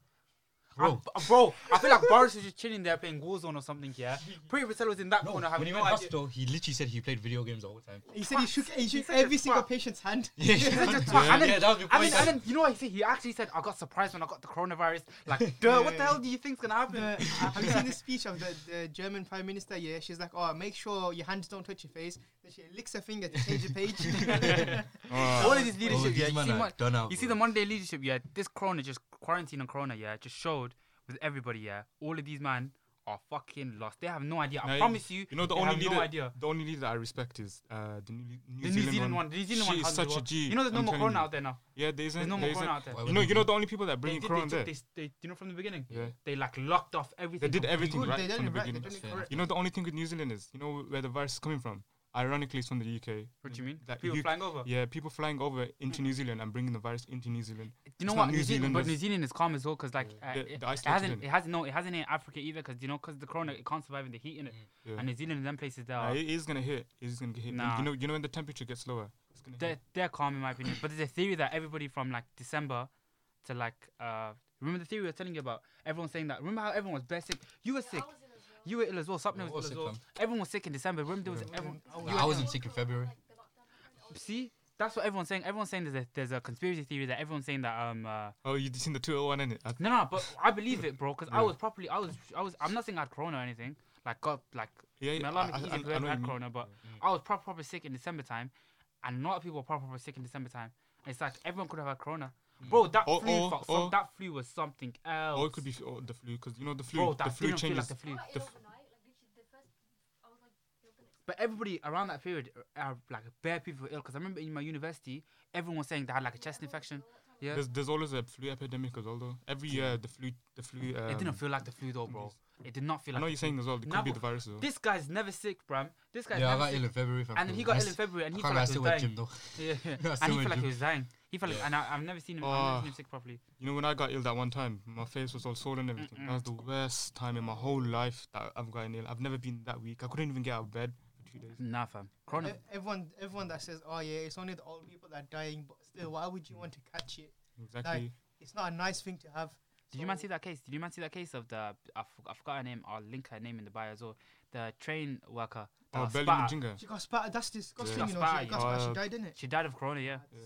Speaker 3: Bro.
Speaker 1: I, bro, I feel like Boris was just chilling there playing Warzone or something, yeah. Pretty Patel was in that corner
Speaker 3: when
Speaker 1: having
Speaker 3: he
Speaker 1: no
Speaker 3: went
Speaker 1: idea.
Speaker 3: hospital, he literally said he played video games the whole time.
Speaker 2: He said he shook, he shook
Speaker 1: such a
Speaker 2: every single
Speaker 1: twat.
Speaker 2: patient's hand.
Speaker 3: Yeah, yeah,
Speaker 1: Such a twat. And then-
Speaker 3: that was your
Speaker 1: And then,
Speaker 3: point.
Speaker 1: and then, you know what he said? He actually said, I got surprised when I got the coronavirus. Like, duh, what the hell do you think's gonna happen?
Speaker 2: The, have you seen the speech of the, the German prime minister? Yeah, she's like, oh, make sure your hands don't touch your face. Then she licks her finger to change the page.
Speaker 1: All of this
Speaker 3: Bro,
Speaker 1: leadership,
Speaker 3: these
Speaker 1: yeah. You
Speaker 3: man
Speaker 1: see,
Speaker 3: are
Speaker 1: mon-
Speaker 3: done out,
Speaker 1: you see
Speaker 3: bro.
Speaker 1: the Monday leadership, yeah. This corona, just quarantine and corona, yeah, just showed with everybody, yeah. All of these man are fucking lost. They have no idea. I
Speaker 4: Nah,
Speaker 1: promise you.
Speaker 4: You know the
Speaker 1: they
Speaker 4: only
Speaker 1: have
Speaker 4: leader,
Speaker 1: no idea.
Speaker 4: the only leader that I respect is uh, the New, New,
Speaker 1: The New Zealand, one, the New Zealand one,
Speaker 4: She is
Speaker 1: has
Speaker 4: such
Speaker 1: the-
Speaker 4: a G.
Speaker 1: You know, there's no
Speaker 4: I'm
Speaker 1: more
Speaker 4: telling
Speaker 1: corona
Speaker 4: you.
Speaker 1: out there now.
Speaker 4: Yeah, there isn't.
Speaker 1: There's no
Speaker 4: there
Speaker 1: more
Speaker 4: isn't.
Speaker 1: corona out there.
Speaker 3: Why
Speaker 4: You
Speaker 3: would
Speaker 4: know,
Speaker 3: they
Speaker 4: you
Speaker 3: do
Speaker 4: know the only people
Speaker 1: They
Speaker 4: that bring
Speaker 1: did,
Speaker 4: corona
Speaker 1: they,
Speaker 4: there.
Speaker 1: did, they, they, you know, from the beginning,
Speaker 4: Yeah.
Speaker 1: they like locked off
Speaker 4: They
Speaker 1: everything.
Speaker 4: did
Speaker 1: completely.
Speaker 4: everything
Speaker 2: Good,
Speaker 4: right
Speaker 2: they
Speaker 4: from
Speaker 2: done
Speaker 4: the
Speaker 2: it right. They
Speaker 4: beginning.
Speaker 2: done it
Speaker 3: Fair
Speaker 2: correct.
Speaker 4: You know, the only thing with New Zealand is you know where the virus is coming from. Ironically, it's from the UK.
Speaker 1: What do you mean?
Speaker 4: That
Speaker 1: People
Speaker 4: you-
Speaker 1: flying over.
Speaker 4: Yeah, people flying over into New Zealand and bringing the virus into New Zealand.
Speaker 1: Do you know
Speaker 4: It's not
Speaker 1: what?
Speaker 4: New
Speaker 1: New Zealand, but
Speaker 4: Zealanders.
Speaker 1: New Zealand is calm as well, cause like uh,
Speaker 4: The-
Speaker 1: it,
Speaker 4: the
Speaker 1: it
Speaker 4: isolated
Speaker 1: hasn't,
Speaker 4: island.
Speaker 1: it hasn't, no, it hasn't in Africa either, cause you know, cause the corona, it can't survive in the heat in it.
Speaker 4: Yeah.
Speaker 1: And New Zealand and them places there,
Speaker 4: Uh,
Speaker 1: are,
Speaker 4: it is gonna hit. It is gonna hit.
Speaker 1: Nah.
Speaker 4: You know, you know when the temperature gets lower, it's gonna
Speaker 1: they're,
Speaker 4: hit.
Speaker 1: they're calm in my opinion. But there's a theory that everybody from like December to like, uh, remember the theory we were telling you about? Everyone saying that. Remember how everyone was bare sick? You were sick. You were ill as well. Something
Speaker 3: Yeah, I
Speaker 1: was
Speaker 3: was
Speaker 1: ill as
Speaker 3: sick,
Speaker 1: well.
Speaker 3: fam.
Speaker 1: Everyone was sick in December. Remember there was
Speaker 4: Yeah.
Speaker 1: everyone.
Speaker 2: I
Speaker 3: Nah,
Speaker 1: you
Speaker 3: I
Speaker 1: were
Speaker 3: wasn't
Speaker 1: ill.
Speaker 3: sick in February.
Speaker 1: See, that's what everyone's saying. Everyone's saying there's a, there's a conspiracy theory that everyone's saying that um. Uh,
Speaker 4: Oh, you seen the 201 in it? I,
Speaker 1: No, no, but I believe it, bro. Because I
Speaker 4: Yeah.
Speaker 1: was properly, I was, I was. I'm not saying I had corona or anything. Like got like,
Speaker 4: yeah,
Speaker 1: I mean,
Speaker 4: yeah.
Speaker 1: a
Speaker 4: I,
Speaker 1: lot
Speaker 4: Eh, I,
Speaker 1: of easy
Speaker 4: I- I know
Speaker 1: people
Speaker 4: what you
Speaker 1: had
Speaker 4: mean. Mm,
Speaker 1: corona, but I was proper, proper sick in December time, and a lot of people were proper, proper sick in December time. And it's like everyone could have had corona, bro. That
Speaker 4: Mm. Or-
Speaker 1: flu,
Speaker 4: or-
Speaker 1: fuck,
Speaker 4: or-
Speaker 1: some, that flu was something else.
Speaker 4: Or Oh, it could be f- or the flu, because you know the flu,
Speaker 1: bro,
Speaker 4: the
Speaker 1: that
Speaker 4: flu
Speaker 1: didn't feel
Speaker 4: changes.
Speaker 1: like the flu.
Speaker 4: the f-
Speaker 1: But everybody around that period, uh, uh, like bare people were ill. Because I remember in my university, everyone was saying they had like a chest infection. Yeah,
Speaker 4: There's, there's always a flu epidemic as well, though. Every year the flu, the flu. Um,
Speaker 1: it didn't feel like the flu though, bro. It did not feel like.
Speaker 4: I know
Speaker 1: the
Speaker 4: you're
Speaker 1: flu.
Speaker 4: saying as well. It
Speaker 1: Nah,
Speaker 4: could be
Speaker 1: but
Speaker 4: the virus. Though.
Speaker 1: This guy's never sick, bruv. This guy's
Speaker 3: Yeah, I
Speaker 1: never
Speaker 3: got
Speaker 1: sick.
Speaker 3: ill in February. fam,
Speaker 1: And then he
Speaker 3: cause
Speaker 1: got
Speaker 3: I
Speaker 1: ill in
Speaker 3: s-
Speaker 1: February, and
Speaker 3: I
Speaker 1: he felt
Speaker 3: can't lie,
Speaker 1: like
Speaker 3: I
Speaker 1: he
Speaker 3: still
Speaker 1: was
Speaker 3: went
Speaker 1: dying.
Speaker 3: gym though.
Speaker 1: Yeah, yeah.
Speaker 3: I still
Speaker 1: and he
Speaker 3: went
Speaker 1: felt like he
Speaker 3: gym.
Speaker 1: was dying. He felt like,
Speaker 3: Yeah.
Speaker 1: and I, I've never seen him. I've never
Speaker 4: Oh.
Speaker 1: seen him sick properly.
Speaker 4: You know when I got ill that one time, my face was all swollen and everything. That was the worst time in my whole life that I've gotten ill. I've never been that weak. I couldn't even get out of bed for two days.
Speaker 1: Nah, fam. Corona.
Speaker 2: E- everyone, everyone that says, "Oh yeah, it's only the old people that are dying," but still, why would you want to catch it?
Speaker 4: Exactly.
Speaker 2: It's not a nice thing to have.
Speaker 1: Did you man see that case? Did you man see that case of the I, f- I forgot her name. I'll link her name in the bio as well. The train worker. that
Speaker 4: oh,
Speaker 1: was
Speaker 4: Berlin
Speaker 1: spat at.
Speaker 4: Jinga.
Speaker 2: She got spat. That's disgusting.
Speaker 1: Got
Speaker 2: You know,
Speaker 1: spat,
Speaker 2: she got
Speaker 4: yeah.
Speaker 2: spat. She
Speaker 4: Uh,
Speaker 2: died, didn't it?
Speaker 1: She died of corona. Yeah.
Speaker 4: Yeah.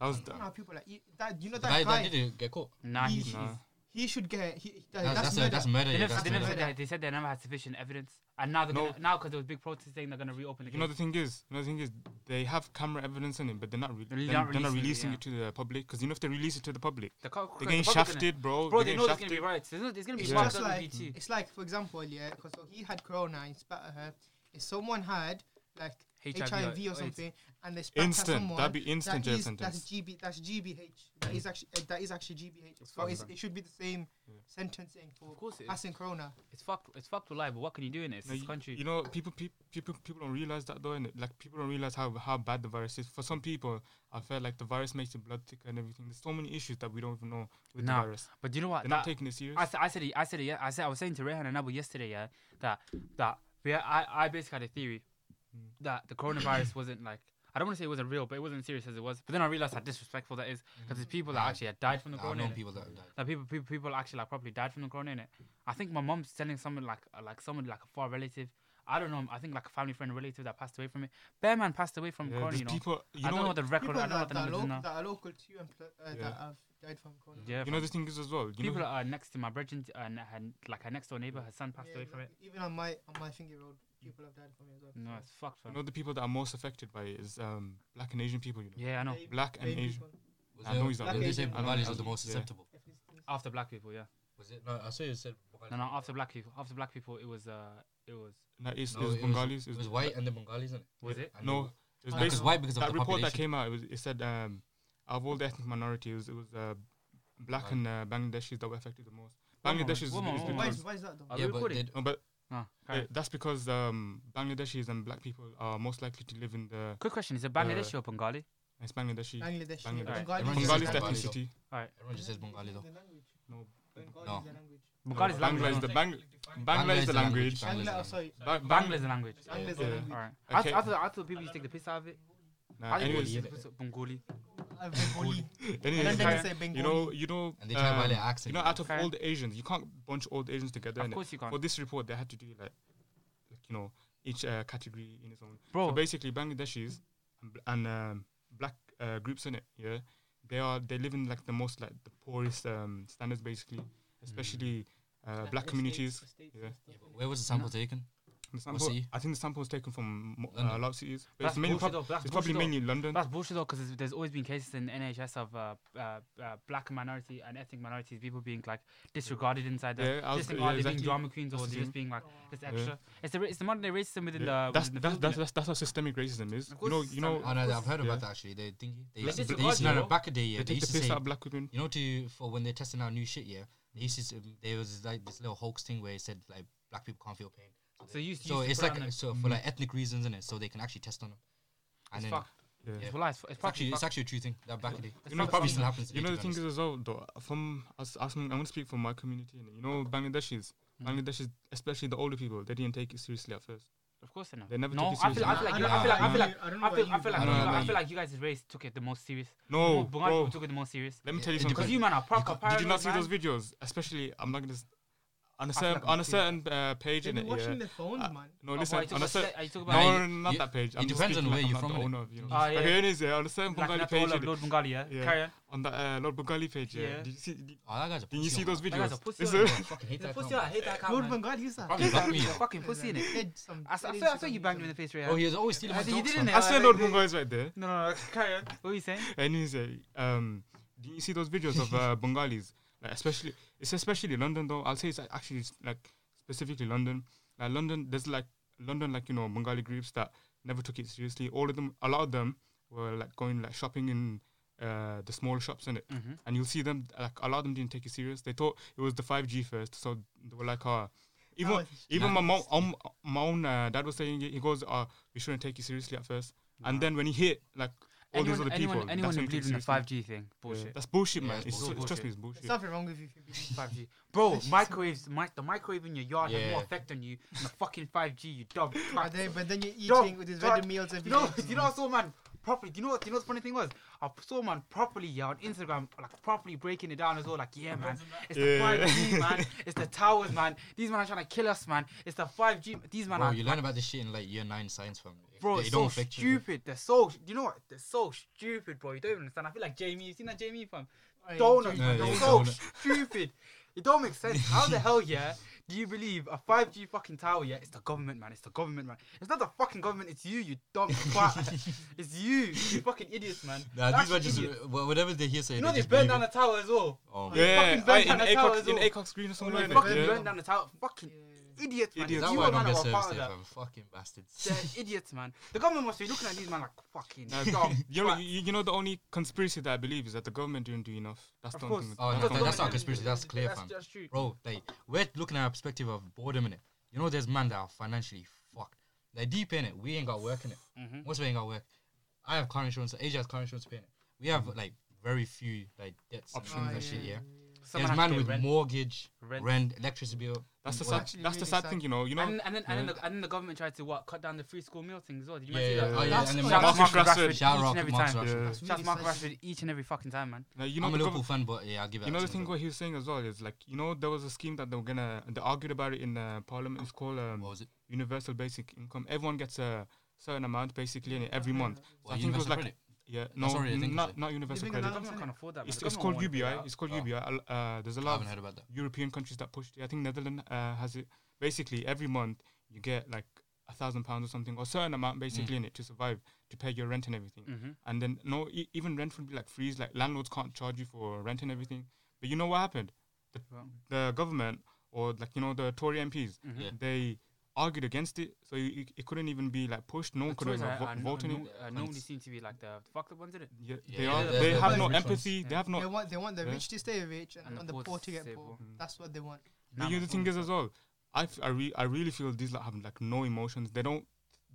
Speaker 4: That was.
Speaker 2: You know how people like you- that. You know
Speaker 3: The
Speaker 2: that
Speaker 3: guy
Speaker 2: guy.
Speaker 3: that did it get caught.
Speaker 1: Nah,
Speaker 2: He-
Speaker 1: he's.
Speaker 4: Nah.
Speaker 2: He should get. He, he- that-
Speaker 3: That's,
Speaker 2: that's
Speaker 3: that's,
Speaker 2: murder.
Speaker 3: a, that's murder.
Speaker 1: They,
Speaker 3: Yeah,
Speaker 1: never,
Speaker 3: that's
Speaker 1: they, never
Speaker 3: murder.
Speaker 1: said that. they said they never had sufficient evidence, and now they're
Speaker 4: No.
Speaker 1: gonna, now because there was big protests saying they're gonna reopen
Speaker 4: You
Speaker 1: again.
Speaker 4: know the thing is, you know the thing is, they have camera evidence in it, but they're not, re-
Speaker 1: They're
Speaker 4: they're,
Speaker 1: not
Speaker 4: they're not
Speaker 1: releasing
Speaker 4: releasing
Speaker 1: it,
Speaker 4: it, to the public because you know if they release it to the public,
Speaker 1: the co-
Speaker 4: they're
Speaker 1: the
Speaker 4: getting
Speaker 1: public gonna-
Speaker 4: shafted, bro.
Speaker 1: Bro, they
Speaker 4: they're getting
Speaker 1: know there's
Speaker 4: shafted.
Speaker 1: gonna be riots. There's, no- there's gonna be
Speaker 4: It's
Speaker 1: yeah.
Speaker 2: just like-
Speaker 1: BT.
Speaker 2: It's like, for example, yeah, because so he had corona and spat at her. If someone had like
Speaker 1: HIV
Speaker 2: HIV,
Speaker 1: or
Speaker 2: or,
Speaker 1: AIDS.
Speaker 2: something and they spat
Speaker 4: Instant.
Speaker 2: at
Speaker 4: That'd
Speaker 2: someone,
Speaker 4: be instant
Speaker 2: that
Speaker 4: jail
Speaker 2: is-
Speaker 4: sentence.
Speaker 2: That's GB. That's GBH. That is actually uh, that is actually GBH. So
Speaker 4: fucked,
Speaker 2: it's,
Speaker 4: man.
Speaker 2: it should be the same
Speaker 4: Yeah.
Speaker 2: sentencing for
Speaker 1: Of course it is.
Speaker 2: passing corona.
Speaker 1: It's fucked. It's fucked with life. But what can you do in it? It's
Speaker 4: No,
Speaker 1: this
Speaker 4: you-
Speaker 1: country.
Speaker 4: You know, people, peop people, people don't realize that though, and like people don't realize how how bad the virus is. For some people, I felt like the virus makes your blood thicker and everything. There's so many issues that we don't even know with
Speaker 1: Nah,
Speaker 4: the virus.
Speaker 1: but you know what?
Speaker 4: They're not
Speaker 1: That-
Speaker 4: taking it serious.
Speaker 1: I said, I said, it- I said, it, yeah, I said, I was saying to Rehan and Abu yesterday, yeah, that that we, I, I basically had a theory that the coronavirus wasn't like, I don't want to say it wasn't real, but it wasn't serious as it was. But then I realized how disrespectful that is because there's people
Speaker 4: Mm.
Speaker 1: that
Speaker 3: Yeah.
Speaker 1: actually had died from the
Speaker 3: I've
Speaker 1: corona.
Speaker 3: known
Speaker 1: innit?
Speaker 3: people that have died.
Speaker 1: Like people, people, people actually like probably died from the corona. Innit? I think my mom's telling someone like, uh, like someone like a far relative. I don't know. I think like a family friend, relative that passed away from it. Bearman passed away from
Speaker 4: Yeah,
Speaker 1: corona.
Speaker 4: there's
Speaker 1: You know,
Speaker 4: people. You
Speaker 1: I
Speaker 4: know,
Speaker 1: don't know
Speaker 4: what-
Speaker 1: the record.
Speaker 2: People
Speaker 1: I don't know
Speaker 2: that,
Speaker 1: what the
Speaker 2: that,
Speaker 1: numbers
Speaker 2: lo-
Speaker 1: are now.
Speaker 2: that are local to you and pl- uh,
Speaker 4: Yeah.
Speaker 2: that have died from corona.
Speaker 1: Yeah,
Speaker 4: you know the thing is as well. You
Speaker 1: people
Speaker 4: know,
Speaker 1: that are next to my brethren uh, and her, like her next door neighbor, her son passed
Speaker 2: Yeah,
Speaker 1: away from it.
Speaker 2: exactly. Even on my on my finger road, people have died from it as well.
Speaker 1: No,
Speaker 2: So
Speaker 1: it's fucked.
Speaker 4: you
Speaker 1: fam.
Speaker 4: know the people that are most affected by it is um black and Asian people. You know,
Speaker 1: Yeah, I know.
Speaker 2: they-
Speaker 4: black and
Speaker 2: they
Speaker 4: Asian.
Speaker 2: people-
Speaker 3: Was
Speaker 4: I know he's
Speaker 3: it-
Speaker 4: not
Speaker 3: Did they say
Speaker 2: dead.
Speaker 3: Bugalis was the
Speaker 4: Yeah.
Speaker 3: most susceptible?
Speaker 2: ethnicities.
Speaker 1: After black people, yeah.
Speaker 3: Was it? No, I saw you said Bugalis.
Speaker 1: No, no. After black people, after black people, it was, uh, it was,
Speaker 4: No, it's,
Speaker 3: No,
Speaker 4: it was
Speaker 3: it was-
Speaker 4: Bengalis.
Speaker 3: It was white and the Bengalis, isn't it?
Speaker 1: was it?
Speaker 3: And
Speaker 4: No, it was
Speaker 2: Ah,
Speaker 3: Nah, 'cause
Speaker 4: based,
Speaker 2: no.
Speaker 3: white because of
Speaker 4: that
Speaker 3: the
Speaker 4: report that
Speaker 3: population.
Speaker 4: came out. It, was, it said um, out of all the ethnic minorities, it was uh, black
Speaker 3: Right.
Speaker 4: and uh, Bangladeshis that were affected the most.
Speaker 1: One moment,
Speaker 4: Bangladeshis is,
Speaker 1: one
Speaker 4: is
Speaker 1: moment, one
Speaker 2: Why
Speaker 4: because
Speaker 2: is why is that though?
Speaker 1: Are
Speaker 3: Yeah,
Speaker 1: we
Speaker 3: but
Speaker 1: recording?
Speaker 3: they-
Speaker 4: no, but
Speaker 1: No,
Speaker 4: uh,
Speaker 1: carry on.
Speaker 4: that's because um, Bangladeshis and black people are most likely to live in the
Speaker 1: Quick question: Is it Bangladeshi or Bengali?
Speaker 4: it's Bangladeshi.
Speaker 2: Bangladesh.
Speaker 4: Bangladesh.
Speaker 2: Bengali.
Speaker 3: Everyone
Speaker 2: is
Speaker 3: just
Speaker 4: Bengali
Speaker 2: the
Speaker 3: says
Speaker 4: is the
Speaker 3: Bengali, though.
Speaker 4: ethnicity.
Speaker 3: Everyone just says Bengali though.
Speaker 2: language.
Speaker 4: No,
Speaker 2: Bengali
Speaker 3: No.
Speaker 2: is the language.
Speaker 1: Bengali's
Speaker 4: Bangla
Speaker 1: language.
Speaker 4: is
Speaker 1: no?
Speaker 4: the Bang- Bangla is the
Speaker 3: Bangla is
Speaker 4: language.
Speaker 2: Bangla,
Speaker 3: the
Speaker 2: oh, sorry.
Speaker 4: Ba-
Speaker 1: Bangla's the language.
Speaker 4: Yeah,
Speaker 2: Bangla is
Speaker 4: yeah.
Speaker 2: the language.
Speaker 1: Alright. I, th-
Speaker 4: Okay. Uh,
Speaker 1: I, thought, I thought people used to take the piss out of it.
Speaker 4: Nah,
Speaker 1: I didn't
Speaker 4: anyways,
Speaker 1: really
Speaker 3: yeah.
Speaker 1: take the piss out- Bengali.
Speaker 2: Uh, Bengali. And then
Speaker 4: anyways,
Speaker 1: Yeah.
Speaker 2: they say Bengali.
Speaker 4: you know, you know,
Speaker 3: And they try to buy
Speaker 4: um,
Speaker 3: their accent.
Speaker 4: you know, out of
Speaker 1: Okay.
Speaker 4: all the Asians, you can't bunch all the Asians together.
Speaker 1: Of
Speaker 4: innit?
Speaker 1: course you can't.
Speaker 4: For this report, they had to do like, like you know, each uh, category in its own.
Speaker 1: Bro,
Speaker 4: So basically, Bangladeshis and, bl- and um, black uh, groups in it, yeah, they are they live in like the most like the poorest um, standards basically, especially uh, black communities. Yeah.
Speaker 3: Yeah, but where was the sample taken?
Speaker 4: The sample,
Speaker 3: see.
Speaker 4: I think the sample is taken from mo- uh,
Speaker 3: London.
Speaker 4: a lot of cities, but
Speaker 1: that's
Speaker 4: it's, mainly
Speaker 1: bullshit.
Speaker 4: prob-
Speaker 1: though, that's
Speaker 4: it's probably
Speaker 1: bullshit though.
Speaker 4: mainly London.
Speaker 1: That's bullshit though, because there's always been cases in NHS of uh, uh, uh, black minority and ethnic minorities, people being like disregarded inside there.
Speaker 4: Yeah, I was-
Speaker 1: just think,
Speaker 4: yeah,
Speaker 1: oh, they're being
Speaker 4: exactly.
Speaker 1: drama queens
Speaker 4: That's
Speaker 1: or
Speaker 4: the
Speaker 1: they're just
Speaker 4: thing.
Speaker 1: being like just
Speaker 4: Yeah.
Speaker 1: extra. It's the ra- it's the modern day racism within
Speaker 4: Yeah.
Speaker 1: the. within the
Speaker 4: that's that's
Speaker 1: field,
Speaker 4: that's,
Speaker 1: innit?
Speaker 4: that's that's how systemic racism is.
Speaker 1: Of
Speaker 4: You know,
Speaker 1: course,
Speaker 4: you know,
Speaker 1: Sam.
Speaker 3: Oh no, I've heard
Speaker 4: Yeah.
Speaker 3: about that actually. They think they
Speaker 4: Let's
Speaker 3: used to, they
Speaker 1: disregard
Speaker 3: used to
Speaker 1: you,
Speaker 3: no,
Speaker 1: bro.
Speaker 3: no, back a day. Yeah,
Speaker 4: they
Speaker 3: they
Speaker 4: take
Speaker 3: used
Speaker 4: the
Speaker 3: to
Speaker 4: piss
Speaker 3: say
Speaker 4: out of black women.
Speaker 3: you know to for when they're testing out new shit. Yeah, they used to s- there was like this little hoax thing where it said like black people can't feel pain. So
Speaker 1: So you used to
Speaker 3: So
Speaker 1: use
Speaker 3: it's
Speaker 1: Quran
Speaker 3: like
Speaker 1: and-
Speaker 3: so for
Speaker 4: Mm.
Speaker 3: like ethnic reasons and so they can actually test on them.
Speaker 1: it's
Speaker 3: And then
Speaker 1: fucked.
Speaker 4: Yeah.
Speaker 1: It's well, it's, fu- it's
Speaker 3: it's actually
Speaker 1: probably
Speaker 3: it's
Speaker 1: fucked.
Speaker 3: actually a true thing that back in the day.
Speaker 1: It's
Speaker 4: You know,
Speaker 1: fucked
Speaker 3: Probably
Speaker 1: up.
Speaker 3: still happens.
Speaker 4: You know the thing is
Speaker 3: is
Speaker 4: as well though. From us, us, I'm gonna speak for my community. You know, Bangladeshis, Bangladeshis, especially the older people, they didn't take it seriously at first.
Speaker 1: Of course, I know.
Speaker 4: They never
Speaker 1: no,
Speaker 4: took it
Speaker 1: I feel, I feel
Speaker 3: seriously.
Speaker 1: like,
Speaker 3: No,
Speaker 1: I feel like, I feel
Speaker 3: no,
Speaker 1: like,
Speaker 2: I don't know
Speaker 1: I
Speaker 2: about
Speaker 1: feel,
Speaker 2: you,
Speaker 1: I feel
Speaker 2: but
Speaker 1: like,
Speaker 3: No, no,
Speaker 1: I
Speaker 3: no.
Speaker 1: feel like you guys' race took it the most serious.
Speaker 4: No,
Speaker 1: More Bugatti
Speaker 4: bro.
Speaker 1: people took it the most serious.
Speaker 4: Let me
Speaker 3: Yeah,
Speaker 4: tell you
Speaker 3: it
Speaker 4: something.
Speaker 1: Because you man are proper
Speaker 4: Did
Speaker 1: paranoid.
Speaker 4: you not see
Speaker 1: man.
Speaker 4: those videos? Especially, I'm not gonna. s- On a
Speaker 1: feel
Speaker 4: certain
Speaker 1: like
Speaker 4: on
Speaker 1: I'm
Speaker 4: a certain uh, page
Speaker 2: They've
Speaker 4: in
Speaker 2: been
Speaker 4: it,
Speaker 2: watching
Speaker 4: yeah.
Speaker 2: their phones,
Speaker 4: Uh,
Speaker 2: man.
Speaker 4: No,
Speaker 1: Oh,
Speaker 4: listen.
Speaker 1: boy, I took
Speaker 4: on a
Speaker 1: a
Speaker 4: certain,
Speaker 1: sec- I took
Speaker 4: no,
Speaker 1: about-
Speaker 3: Nah,
Speaker 4: no, not
Speaker 3: you-
Speaker 4: that page.
Speaker 3: it
Speaker 4: I'm just
Speaker 3: depends on
Speaker 4: speaking
Speaker 3: where
Speaker 4: like
Speaker 3: you're
Speaker 4: I'm
Speaker 3: from,
Speaker 4: not
Speaker 3: innit?
Speaker 4: the owner of, you know.
Speaker 1: Ah, yeah.
Speaker 4: Okay, anyways, yeah, on a certain
Speaker 1: Like
Speaker 4: Bengali
Speaker 1: that's all
Speaker 4: page,
Speaker 1: of
Speaker 4: innit?
Speaker 1: Lord Bengali, yeah?
Speaker 4: Yeah.
Speaker 1: Carry on.
Speaker 4: on the uh, Lord Bengali page, yeah.
Speaker 1: Yeah.
Speaker 4: Did you see? Did,
Speaker 3: Oh, that guy's a
Speaker 4: did you
Speaker 3: pussy,
Speaker 4: see
Speaker 3: man.
Speaker 4: those
Speaker 1: That guy's a
Speaker 4: videos?
Speaker 1: pussy.
Speaker 4: Listen.
Speaker 1: innit?
Speaker 3: I fucking hate
Speaker 1: He's a
Speaker 3: that
Speaker 1: pussy,
Speaker 3: guy,
Speaker 1: I
Speaker 3: man.
Speaker 1: hate that guy,
Speaker 2: Lord
Speaker 1: man.
Speaker 2: Bengali, who's that?
Speaker 3: Probably blocked me.
Speaker 1: He's a fucking pussy, innit?
Speaker 2: Did some
Speaker 1: I, s- I
Speaker 2: did
Speaker 1: swear, I
Speaker 2: some
Speaker 1: swear you
Speaker 2: videos.
Speaker 1: banged him in the face, Ray.
Speaker 3: Oh, he was always stealing
Speaker 1: no,
Speaker 3: my
Speaker 1: you
Speaker 3: jokes,
Speaker 1: didn't.
Speaker 3: man.
Speaker 1: eh?
Speaker 4: I swear,
Speaker 1: Like,
Speaker 4: Lord
Speaker 1: they-
Speaker 4: Bengali is right there.
Speaker 1: No, no, no. Carry on. What were you saying?
Speaker 4: Anyways, uh, um, do you see those videos of uh, Bengalis? Like especially, it's especially London though. I'll say it's actually s- like specifically London. Like London, there's like London, like you know, Bengali groups that never took it seriously. All of them, a lot of them were like going like shopping in uh, the small shops in it,
Speaker 1: Mhm.
Speaker 4: and you'll see them like a lot of them didn't take it serious. They thought it was the five G first, so they were like, uh, even
Speaker 2: was-
Speaker 4: even my mom,
Speaker 3: Nice.
Speaker 4: um, my own uh, dad was saying it. He goes, uh, we shouldn't take it seriously at first, and then when he hit like. All
Speaker 1: Anyone,
Speaker 4: these other
Speaker 1: anyone,
Speaker 4: people.
Speaker 1: anyone
Speaker 4: that's
Speaker 1: who
Speaker 4: when he took
Speaker 1: believes
Speaker 4: it
Speaker 1: in the
Speaker 4: seriously.
Speaker 1: 5G thing, bullshit.
Speaker 4: That's bullshit,
Speaker 3: Yeah,
Speaker 4: man.
Speaker 3: it's
Speaker 4: It's,
Speaker 3: bull-
Speaker 4: trust
Speaker 3: bullshit.
Speaker 4: me, it's bullshit.
Speaker 2: There's nothing wrong with you if you believe.
Speaker 1: 5G. Bro, microwaves, mi- the microwave in your yard has more
Speaker 3: Yeah.
Speaker 1: effect on you than the fucking 5G, you dumb.
Speaker 2: But then, but then you're eating
Speaker 1: Yo,
Speaker 2: with these
Speaker 1: God,
Speaker 2: red meals every
Speaker 1: You
Speaker 2: day.
Speaker 1: know, you know, I saw man properly. Do you know what? Do you know what the funny thing was? I saw man properly yeah, on Instagram, like properly breaking it down as well. Like, yeah, man, it's the
Speaker 4: Yeah.
Speaker 1: five G, man. It's the towers, man. These men are trying to kill us, man. It's the five G. These men
Speaker 3: Bro,
Speaker 1: are,
Speaker 3: you learn about this shit in like year nine science, fam. If
Speaker 1: bro,
Speaker 3: they
Speaker 1: it's
Speaker 3: don't
Speaker 1: so
Speaker 3: affect you.
Speaker 1: stupid. They're so, do you know what? They're so stupid, bro. You don't even understand. I feel like Jamie. You seen that Jamie from
Speaker 2: Hey,
Speaker 1: Donuts?
Speaker 3: Yeah,
Speaker 1: man. They're
Speaker 3: yeah,
Speaker 1: so
Speaker 3: donut.
Speaker 1: stupid. It don't make sense. How the hell, yeah? Do you believe a 5G fucking tower? Yeah, it's the government, man. It's the government, man. It's not the fucking government. It's you, you dumb twat. it's you, you fucking idiots, man.
Speaker 3: Nah,
Speaker 1: They're
Speaker 3: these were
Speaker 1: actually
Speaker 3: just
Speaker 1: idiots.
Speaker 3: wh- whatever they hear say.
Speaker 1: You know they
Speaker 3: just
Speaker 1: burned down
Speaker 3: believe
Speaker 1: the tower as well.
Speaker 3: it. Oh,
Speaker 1: Yeah.
Speaker 3: man.
Speaker 1: fucking
Speaker 4: I-
Speaker 1: burned down
Speaker 4: in
Speaker 1: the tower
Speaker 4: Acox,
Speaker 1: as
Speaker 4: in
Speaker 1: well.
Speaker 4: Acox Green or
Speaker 1: They
Speaker 4: something like
Speaker 1: fucking
Speaker 4: that.
Speaker 1: burned down the tower.
Speaker 2: Oh,
Speaker 1: Fucking idiots, man.
Speaker 4: Idiots.
Speaker 1: Idiots.
Speaker 3: That's
Speaker 1: You
Speaker 3: why I
Speaker 1: were
Speaker 3: don't
Speaker 1: man
Speaker 3: get
Speaker 1: that were
Speaker 3: service
Speaker 1: part of
Speaker 3: there,
Speaker 1: that.
Speaker 3: fam. Fucking bastards.
Speaker 1: They're idiots, man. The government must be looking at these man like fucking
Speaker 4: Nah,
Speaker 1: dumb.
Speaker 4: You know,
Speaker 1: twat.
Speaker 4: you, you know the only conspiracy that I believe is that the government didn't do enough. That's
Speaker 1: Of
Speaker 4: the
Speaker 1: course.
Speaker 4: only thing.
Speaker 3: Oh,
Speaker 1: Because
Speaker 3: no,
Speaker 1: the
Speaker 3: that's not
Speaker 1: government-
Speaker 3: conspiracy. That's clear,
Speaker 1: That's
Speaker 3: fam.
Speaker 1: just true.
Speaker 3: Bro, like we're looking at a perspective of boredom in it. You know, there's man that are financially fucked. They're deep in it. We ain't got work in it.
Speaker 4: Mm-hmm.
Speaker 1: Mhm.
Speaker 3: What's we ain't got work? I have car insurance. Asia has car insurance paying it. We have like very few like debts and
Speaker 4: Options. Oh,
Speaker 3: things and shit. Yeah.
Speaker 1: Someone
Speaker 3: there's
Speaker 1: has to
Speaker 3: man
Speaker 1: pay
Speaker 3: with
Speaker 1: rent.
Speaker 3: mortgage,
Speaker 1: Rent.
Speaker 3: rent, electricity bill.
Speaker 4: That's the
Speaker 3: all that
Speaker 4: sad.
Speaker 2: actually
Speaker 4: That's the
Speaker 2: really
Speaker 4: sad
Speaker 2: sad.
Speaker 4: thing, you know. You know.
Speaker 1: And, and then and then, the, and then the government tried to what cut down the free school meal thing as well. Did you
Speaker 3: Yeah,
Speaker 1: see
Speaker 3: yeah,
Speaker 1: that?
Speaker 3: yeah. Oh, yeah,
Speaker 1: That's-
Speaker 3: and then
Speaker 1: shout out
Speaker 4: Marcus
Speaker 1: Marcus Rashford,
Speaker 4: Rashford.
Speaker 1: each
Speaker 3: Shout out
Speaker 1: and every time.
Speaker 4: Yeah.
Speaker 3: Rashford.
Speaker 2: That's
Speaker 1: Shout out
Speaker 2: really
Speaker 1: Mark
Speaker 2: sad.
Speaker 1: Rashford each and every fucking time, man.
Speaker 4: Now, you know
Speaker 3: I'm a
Speaker 4: the
Speaker 3: Liverpool
Speaker 4: government.
Speaker 3: fan, but yeah, I'll give it. to
Speaker 4: You know the
Speaker 3: him,
Speaker 4: thing
Speaker 3: bro.
Speaker 4: what he was saying as well is like you know there was a scheme that they were gonna they argued about it in uh, Parliament. It's called um,
Speaker 3: What was it?
Speaker 4: universal basic income. Everyone gets a certain amount basically in it every month. So
Speaker 3: Well,
Speaker 4: I think it was
Speaker 3: Uh-huh. universal
Speaker 4: like
Speaker 3: credit?
Speaker 4: yeah, no,
Speaker 3: already, I
Speaker 4: n-
Speaker 3: think it's
Speaker 4: not
Speaker 3: like-
Speaker 4: not universal
Speaker 2: Living
Speaker 1: The
Speaker 4: credit.
Speaker 2: allowance.
Speaker 1: government can't afford that. Man.
Speaker 4: It's,
Speaker 1: The
Speaker 4: it's
Speaker 1: government
Speaker 4: called
Speaker 1: won't
Speaker 4: UBI.
Speaker 1: pay that.
Speaker 4: It's called
Speaker 3: Oh.
Speaker 4: UBI. I'll- Uh, there's a
Speaker 3: I
Speaker 4: lot
Speaker 3: haven't
Speaker 4: of
Speaker 3: heard about that.
Speaker 4: European countries that pushed it. I think Netherlands uh, has it. Basically, every month you get like a thousand pounds or something, or a certain amount basically
Speaker 3: Hmm.
Speaker 4: in it to survive, to pay your rent and everything.
Speaker 1: Mhm.
Speaker 4: And then no, e- even rent would be like freeze. Like landlords can't charge you for rent and everything. But you know what happened? The,
Speaker 1: Well.
Speaker 4: the government or like you know the Tory MPs,
Speaker 1: Mm-hmm.
Speaker 3: Yeah.
Speaker 4: they argued against it, so you, you- it couldn't even be like pushed. No one
Speaker 1: The
Speaker 4: could
Speaker 1: Tories
Speaker 4: even
Speaker 1: are,
Speaker 4: vo-
Speaker 1: are,
Speaker 4: vote on it.
Speaker 1: no- uh, normally seem to be like the fucked up ones, isn't it?
Speaker 4: Yeah,
Speaker 3: Yeah,
Speaker 4: they
Speaker 3: yeah,
Speaker 4: are.
Speaker 3: they're-
Speaker 4: They
Speaker 3: they're
Speaker 4: have
Speaker 3: the
Speaker 4: no
Speaker 3: rich ones.
Speaker 4: empathy. They
Speaker 1: Yeah.
Speaker 4: have no
Speaker 2: They want, they want the
Speaker 4: Yeah.
Speaker 2: rich to stay rich and,
Speaker 1: And the
Speaker 2: and the
Speaker 1: poor
Speaker 2: poor
Speaker 1: to
Speaker 2: to get
Speaker 1: stay
Speaker 2: poor.
Speaker 1: poor.
Speaker 2: That's what they want.
Speaker 4: The other thing is as well, I, f- I, re- I really feel these like have like no emotions. They don't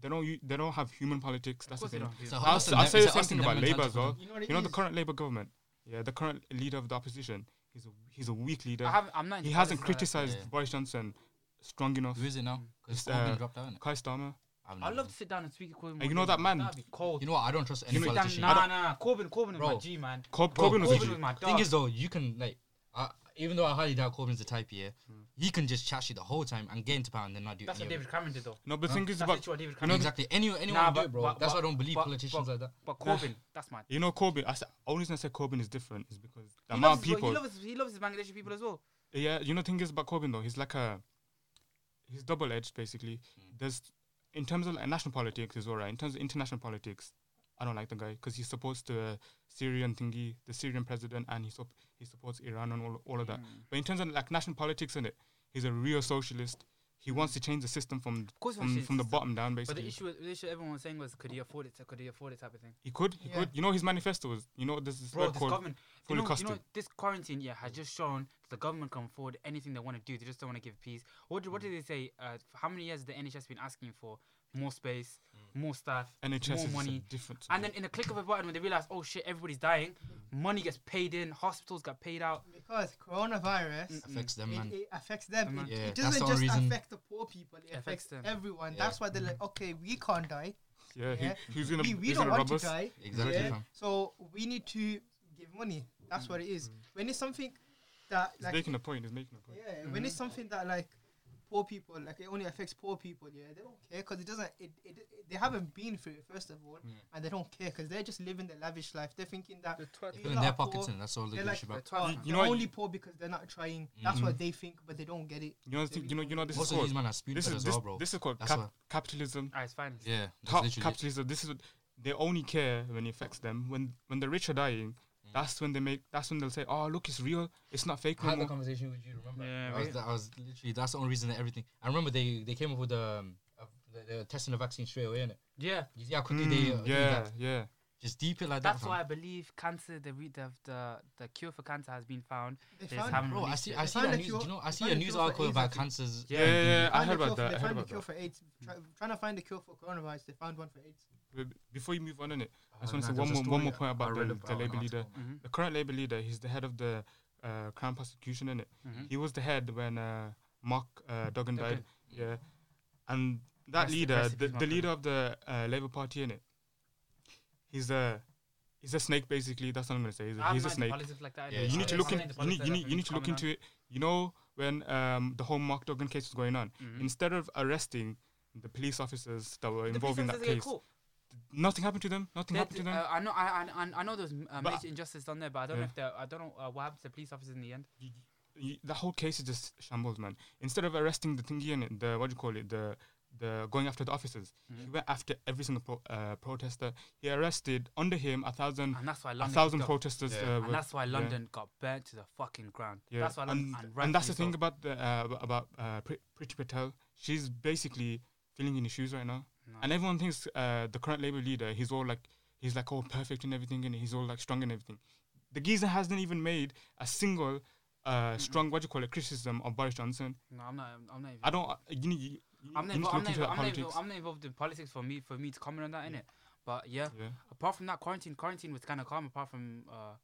Speaker 4: they don't u- they don't have human politics. That's the thing.
Speaker 3: So
Speaker 4: I'll,
Speaker 3: us
Speaker 4: s-
Speaker 3: and
Speaker 4: I'll
Speaker 3: them-
Speaker 4: say
Speaker 3: it's
Speaker 4: the same
Speaker 3: us
Speaker 4: thing
Speaker 3: and them
Speaker 4: about Labour
Speaker 3: mentality.
Speaker 4: as well.
Speaker 2: You know what it
Speaker 4: You know the
Speaker 2: is?
Speaker 4: current Labour government. Yeah, the current leader of the opposition. He's a he's a weak leader.
Speaker 1: I have, I'm not.
Speaker 4: he
Speaker 1: into
Speaker 4: hasn't
Speaker 1: politics,
Speaker 4: criticised
Speaker 3: Yeah.
Speaker 4: Boris Johnson strong enough.
Speaker 3: Who is it now? Because
Speaker 4: It's, uh,
Speaker 3: dropped out. innit?
Speaker 4: Kai Starmer.
Speaker 3: I haven't
Speaker 1: but I
Speaker 3: heard
Speaker 1: love
Speaker 3: of
Speaker 1: to sit down and speak to Corbyn.
Speaker 4: you know that man-
Speaker 1: That'd be cold.
Speaker 3: it. You know what? I don't trust any
Speaker 1: Sit down-
Speaker 3: politician.
Speaker 1: Nah, nah, Corbyn, Corbyn is my
Speaker 3: Bro.
Speaker 1: G, man.
Speaker 4: Cob-
Speaker 3: Bro,
Speaker 4: Corbyn was a
Speaker 1: Corbyn
Speaker 4: G.
Speaker 1: is my
Speaker 3: The thing
Speaker 1: dog.
Speaker 3: is though, you can like, uh, even though I highly doubt Corbyn's the type here,
Speaker 4: Mm.
Speaker 3: he can just chat shit the whole time and get into power and then not do
Speaker 1: That's what
Speaker 3: any of
Speaker 1: David
Speaker 3: it.
Speaker 1: Cameron did, though.
Speaker 4: No, but the
Speaker 3: Huh?
Speaker 4: thing is
Speaker 1: That's
Speaker 4: about
Speaker 1: literally what David
Speaker 4: know
Speaker 1: Cameron did.
Speaker 3: Exactly. Any anyone
Speaker 1: Nah,
Speaker 3: can do
Speaker 1: but-
Speaker 3: it, bro.
Speaker 1: but-
Speaker 3: That's why I
Speaker 1: but-
Speaker 3: don't believe
Speaker 1: but-
Speaker 3: politicians
Speaker 1: but-
Speaker 3: like
Speaker 4: mm.
Speaker 3: that.
Speaker 1: But Corbyn, that's my.
Speaker 4: you know Corbyn. I s- I only say Corbyn is different is because the
Speaker 1: He
Speaker 4: amount
Speaker 1: loves, his,
Speaker 4: of
Speaker 1: he
Speaker 4: people.
Speaker 1: loves he loves his Bangladeshi people as well.
Speaker 4: Yeah, you know, thing is about Corbyn though, he's like a, he's double edged basically. There's, in terms of like national politics, is alright. In terms of international politics, I don't like the guy because he supports the uh, Syrian thingy, the Syrian president, and he sup- he supports Iran and all all of that. But in terms of like national politics, in it, he's a real socialist. he wants to change the system from
Speaker 1: course he wants to
Speaker 4: from,
Speaker 1: change
Speaker 4: from
Speaker 1: the
Speaker 4: the
Speaker 1: system.
Speaker 4: bottom down,
Speaker 1: But
Speaker 4: basically.
Speaker 1: the issue, the issue everyone was saying was, could he afford it? Could he afford it? Type of thing.
Speaker 4: he could, he
Speaker 2: Yeah.
Speaker 4: could. You know, his manifesto was. You know, this is
Speaker 1: Bro,
Speaker 4: word
Speaker 1: this
Speaker 4: called
Speaker 1: government. You
Speaker 4: fully
Speaker 1: know, you
Speaker 4: custom.
Speaker 1: know, this quarantine year has just shown that the government can afford anything they want to do. They just don't want to give peace. What did, what did they say? Uh, f- how many years has the NHS been asking for more space,
Speaker 4: Mm.
Speaker 1: more staff,
Speaker 4: NHS
Speaker 1: more
Speaker 4: is
Speaker 1: money?
Speaker 4: different.
Speaker 1: And then in the click of a button, when they realize, oh shit, everybody's dying, money gets paid in, hospitals get paid out.
Speaker 2: because coronavirus
Speaker 3: affects them,
Speaker 2: it,
Speaker 3: man.
Speaker 2: it affects them.
Speaker 1: man.
Speaker 2: It,
Speaker 3: Yeah,
Speaker 2: it
Speaker 3: that's the
Speaker 2: doesn't just
Speaker 3: only reason.
Speaker 2: affect the poor people. It,
Speaker 1: affects
Speaker 2: affects,
Speaker 1: them.
Speaker 2: everyone.
Speaker 3: Yeah.
Speaker 2: That's why they're like, okay, we can't die.
Speaker 4: yeah,
Speaker 2: yeah.
Speaker 4: He, he's gonna
Speaker 2: We, we
Speaker 4: he's
Speaker 2: don't
Speaker 4: gonna
Speaker 2: want
Speaker 4: rob
Speaker 2: to
Speaker 4: us.
Speaker 2: die.
Speaker 3: Exactly,
Speaker 2: Yeah.
Speaker 3: fam.
Speaker 2: So we need to give money. That's what it is.
Speaker 3: Mm-hmm.
Speaker 2: When it's something that
Speaker 4: He's
Speaker 2: like
Speaker 4: making a point. He's making a point.
Speaker 2: yeah, when
Speaker 3: Mm-hmm.
Speaker 2: it's something that like poor people like it only affects poor people. Yeah, they don't care because it doesn't. It, it, it- they haven't been through it first of all, and they don't care because they're just living their lavish life. They're thinking that
Speaker 3: They
Speaker 2: you
Speaker 3: put in
Speaker 2: lot
Speaker 3: their
Speaker 2: are poor,
Speaker 3: pockets, and that's all they
Speaker 2: They're
Speaker 3: give a
Speaker 2: like
Speaker 3: shit
Speaker 1: the
Speaker 3: about.
Speaker 1: twat.
Speaker 4: You
Speaker 2: They're
Speaker 4: know what-
Speaker 2: only poor because they're not trying. That's what they think, but they don't get it.
Speaker 4: You know, you know, you know. This is
Speaker 3: Also, these
Speaker 4: called.
Speaker 3: man are stupid
Speaker 4: This is
Speaker 3: as
Speaker 4: this,
Speaker 3: well, bro.
Speaker 4: this is called
Speaker 3: That's
Speaker 4: cap-
Speaker 3: what-
Speaker 4: capitalism.
Speaker 1: Ah, it's fine.
Speaker 3: Yeah, that's
Speaker 4: Top
Speaker 3: literally. it.
Speaker 4: capitalism. This is what- they only care when it affects them. When when the rich are dying,
Speaker 3: Mm.
Speaker 4: that's when they make. That's when they'll say, "Oh, look, it's real. It's not fake
Speaker 3: I had
Speaker 4: no
Speaker 3: that
Speaker 4: more."
Speaker 3: conversation with you. Remember?
Speaker 1: Yeah,
Speaker 3: I was,
Speaker 1: we-
Speaker 3: I was literally. That's the only reason that everything. I remember they they came up with um, uh, they, they were testing the vaccine straight away, innit?
Speaker 1: Yeah,
Speaker 3: You see how quickly they uh,
Speaker 4: Mm,
Speaker 3: do
Speaker 4: yeah,
Speaker 3: that?
Speaker 4: yeah.
Speaker 3: just deep it like
Speaker 1: that's
Speaker 3: that. fam.
Speaker 1: why I believe cancer, the, re- the the the cure for cancer has been found.
Speaker 2: They
Speaker 1: They just
Speaker 2: found-
Speaker 1: haven't
Speaker 3: Bro, I
Speaker 1: released
Speaker 3: see.
Speaker 1: it.
Speaker 3: I see
Speaker 2: find
Speaker 3: that
Speaker 2: a
Speaker 3: news.
Speaker 2: cure-
Speaker 3: You know, I
Speaker 2: they
Speaker 3: see
Speaker 2: find
Speaker 3: a
Speaker 2: a
Speaker 3: news
Speaker 2: cure for
Speaker 3: article
Speaker 2: AIDS, I
Speaker 3: about
Speaker 2: think.
Speaker 3: cancers.
Speaker 4: Yeah, yeah,
Speaker 2: Find a
Speaker 4: yeah. I heard about
Speaker 2: cure for-
Speaker 4: that. I
Speaker 2: They
Speaker 4: heard
Speaker 2: found a
Speaker 4: about
Speaker 2: cure
Speaker 4: that.
Speaker 2: for AIDS. Try, trying to find a cure for coronavirus. They found one for AIDS.
Speaker 4: Wait, Before you move on, innit,
Speaker 3: Oh,
Speaker 4: I just want to
Speaker 3: no, there
Speaker 4: say
Speaker 3: was a
Speaker 4: one more one
Speaker 3: story
Speaker 4: more point
Speaker 3: I
Speaker 4: about
Speaker 3: read
Speaker 4: the,
Speaker 3: about
Speaker 4: the
Speaker 3: an
Speaker 4: Labour leader.
Speaker 3: article, man.
Speaker 1: Mhm.
Speaker 4: The current Labour leader, he's the head of the uh, Crown Prosecution, innit? He was the head when uh, Mark uh, Duggan
Speaker 1: Mm-hmm. Duggan.
Speaker 4: died. Yeah, and that
Speaker 1: Rest-
Speaker 4: leader,
Speaker 1: rest in
Speaker 4: the,
Speaker 1: peace,
Speaker 4: the
Speaker 1: Mark
Speaker 4: leader of the uh, Labour Party, innit? He's a he's a snake, basically. That's what I'm gonna say. He's a,
Speaker 1: I'm
Speaker 4: he's a
Speaker 1: not into
Speaker 4: snake.
Speaker 1: politics like that.
Speaker 3: Yeah,
Speaker 1: anyway.
Speaker 4: You
Speaker 3: I
Speaker 4: need
Speaker 3: don't
Speaker 4: to look in,
Speaker 1: understand the
Speaker 4: you need, you
Speaker 1: politics
Speaker 4: need, you
Speaker 1: that
Speaker 4: need to look
Speaker 1: comment on.
Speaker 4: into it. You know when um, the whole Mark Duggan case was going on,
Speaker 1: Mhm.
Speaker 4: instead of arresting the police officers that were
Speaker 1: The
Speaker 4: involved in
Speaker 1: police
Speaker 4: that
Speaker 1: officers get
Speaker 4: case,
Speaker 1: caught.
Speaker 4: nothing happened to them. Nothing
Speaker 1: They
Speaker 4: happened
Speaker 1: d-
Speaker 4: to them.
Speaker 1: uh, I know, I, I, I- I know there was uh,
Speaker 4: But-
Speaker 1: major injustice done there, but I don't know
Speaker 4: Yeah.
Speaker 1: if they're, I don't know uh, what happened to the police officers in the end.
Speaker 4: you, you, the whole case is just shambles, man. Instead of arresting the thingy in it, the what do you call it, the the going after the officers,
Speaker 1: Mm-hmm.
Speaker 4: he went after every single pro, uh, protester. He arrested under him a thousand,
Speaker 1: And that's why
Speaker 4: a
Speaker 1: London.
Speaker 4: thousand
Speaker 1: got-
Speaker 4: protesters.
Speaker 3: Yeah.
Speaker 4: Uh,
Speaker 1: And
Speaker 4: were-
Speaker 1: that's why
Speaker 4: yeah,
Speaker 1: London got burnt to the fucking ground.
Speaker 4: yeah.
Speaker 1: That's why London.
Speaker 4: and,
Speaker 1: And,
Speaker 4: and that's
Speaker 1: rightfully
Speaker 4: the thing
Speaker 1: so.
Speaker 4: about the uh, ab- about uh, Pri- Priti Patel. She's basically feeling in his shoes right now,
Speaker 1: No.
Speaker 4: and everyone thinks uh, the current Labour leader. He's all like, he's like all perfect and everything, and he's all like strong and everything. The geezer hasn't even made a single uh,
Speaker 1: Mm-hmm.
Speaker 4: strong what do you call it criticism of Boris Johnson.
Speaker 1: No, I'm not. I'm not. Even,
Speaker 4: I don't. uh, You need. You, you
Speaker 1: I'm not,
Speaker 4: need to
Speaker 1: invo-
Speaker 4: look
Speaker 1: I'm, not,
Speaker 4: into
Speaker 1: invo- I'm,
Speaker 4: that
Speaker 1: not
Speaker 4: politics.
Speaker 1: invo- I'm not involved in politics for me for me to comment on that innit. But yeah,
Speaker 4: yeah.
Speaker 1: apart from that quarantine, quarantine was kind of calm. Apart from uh,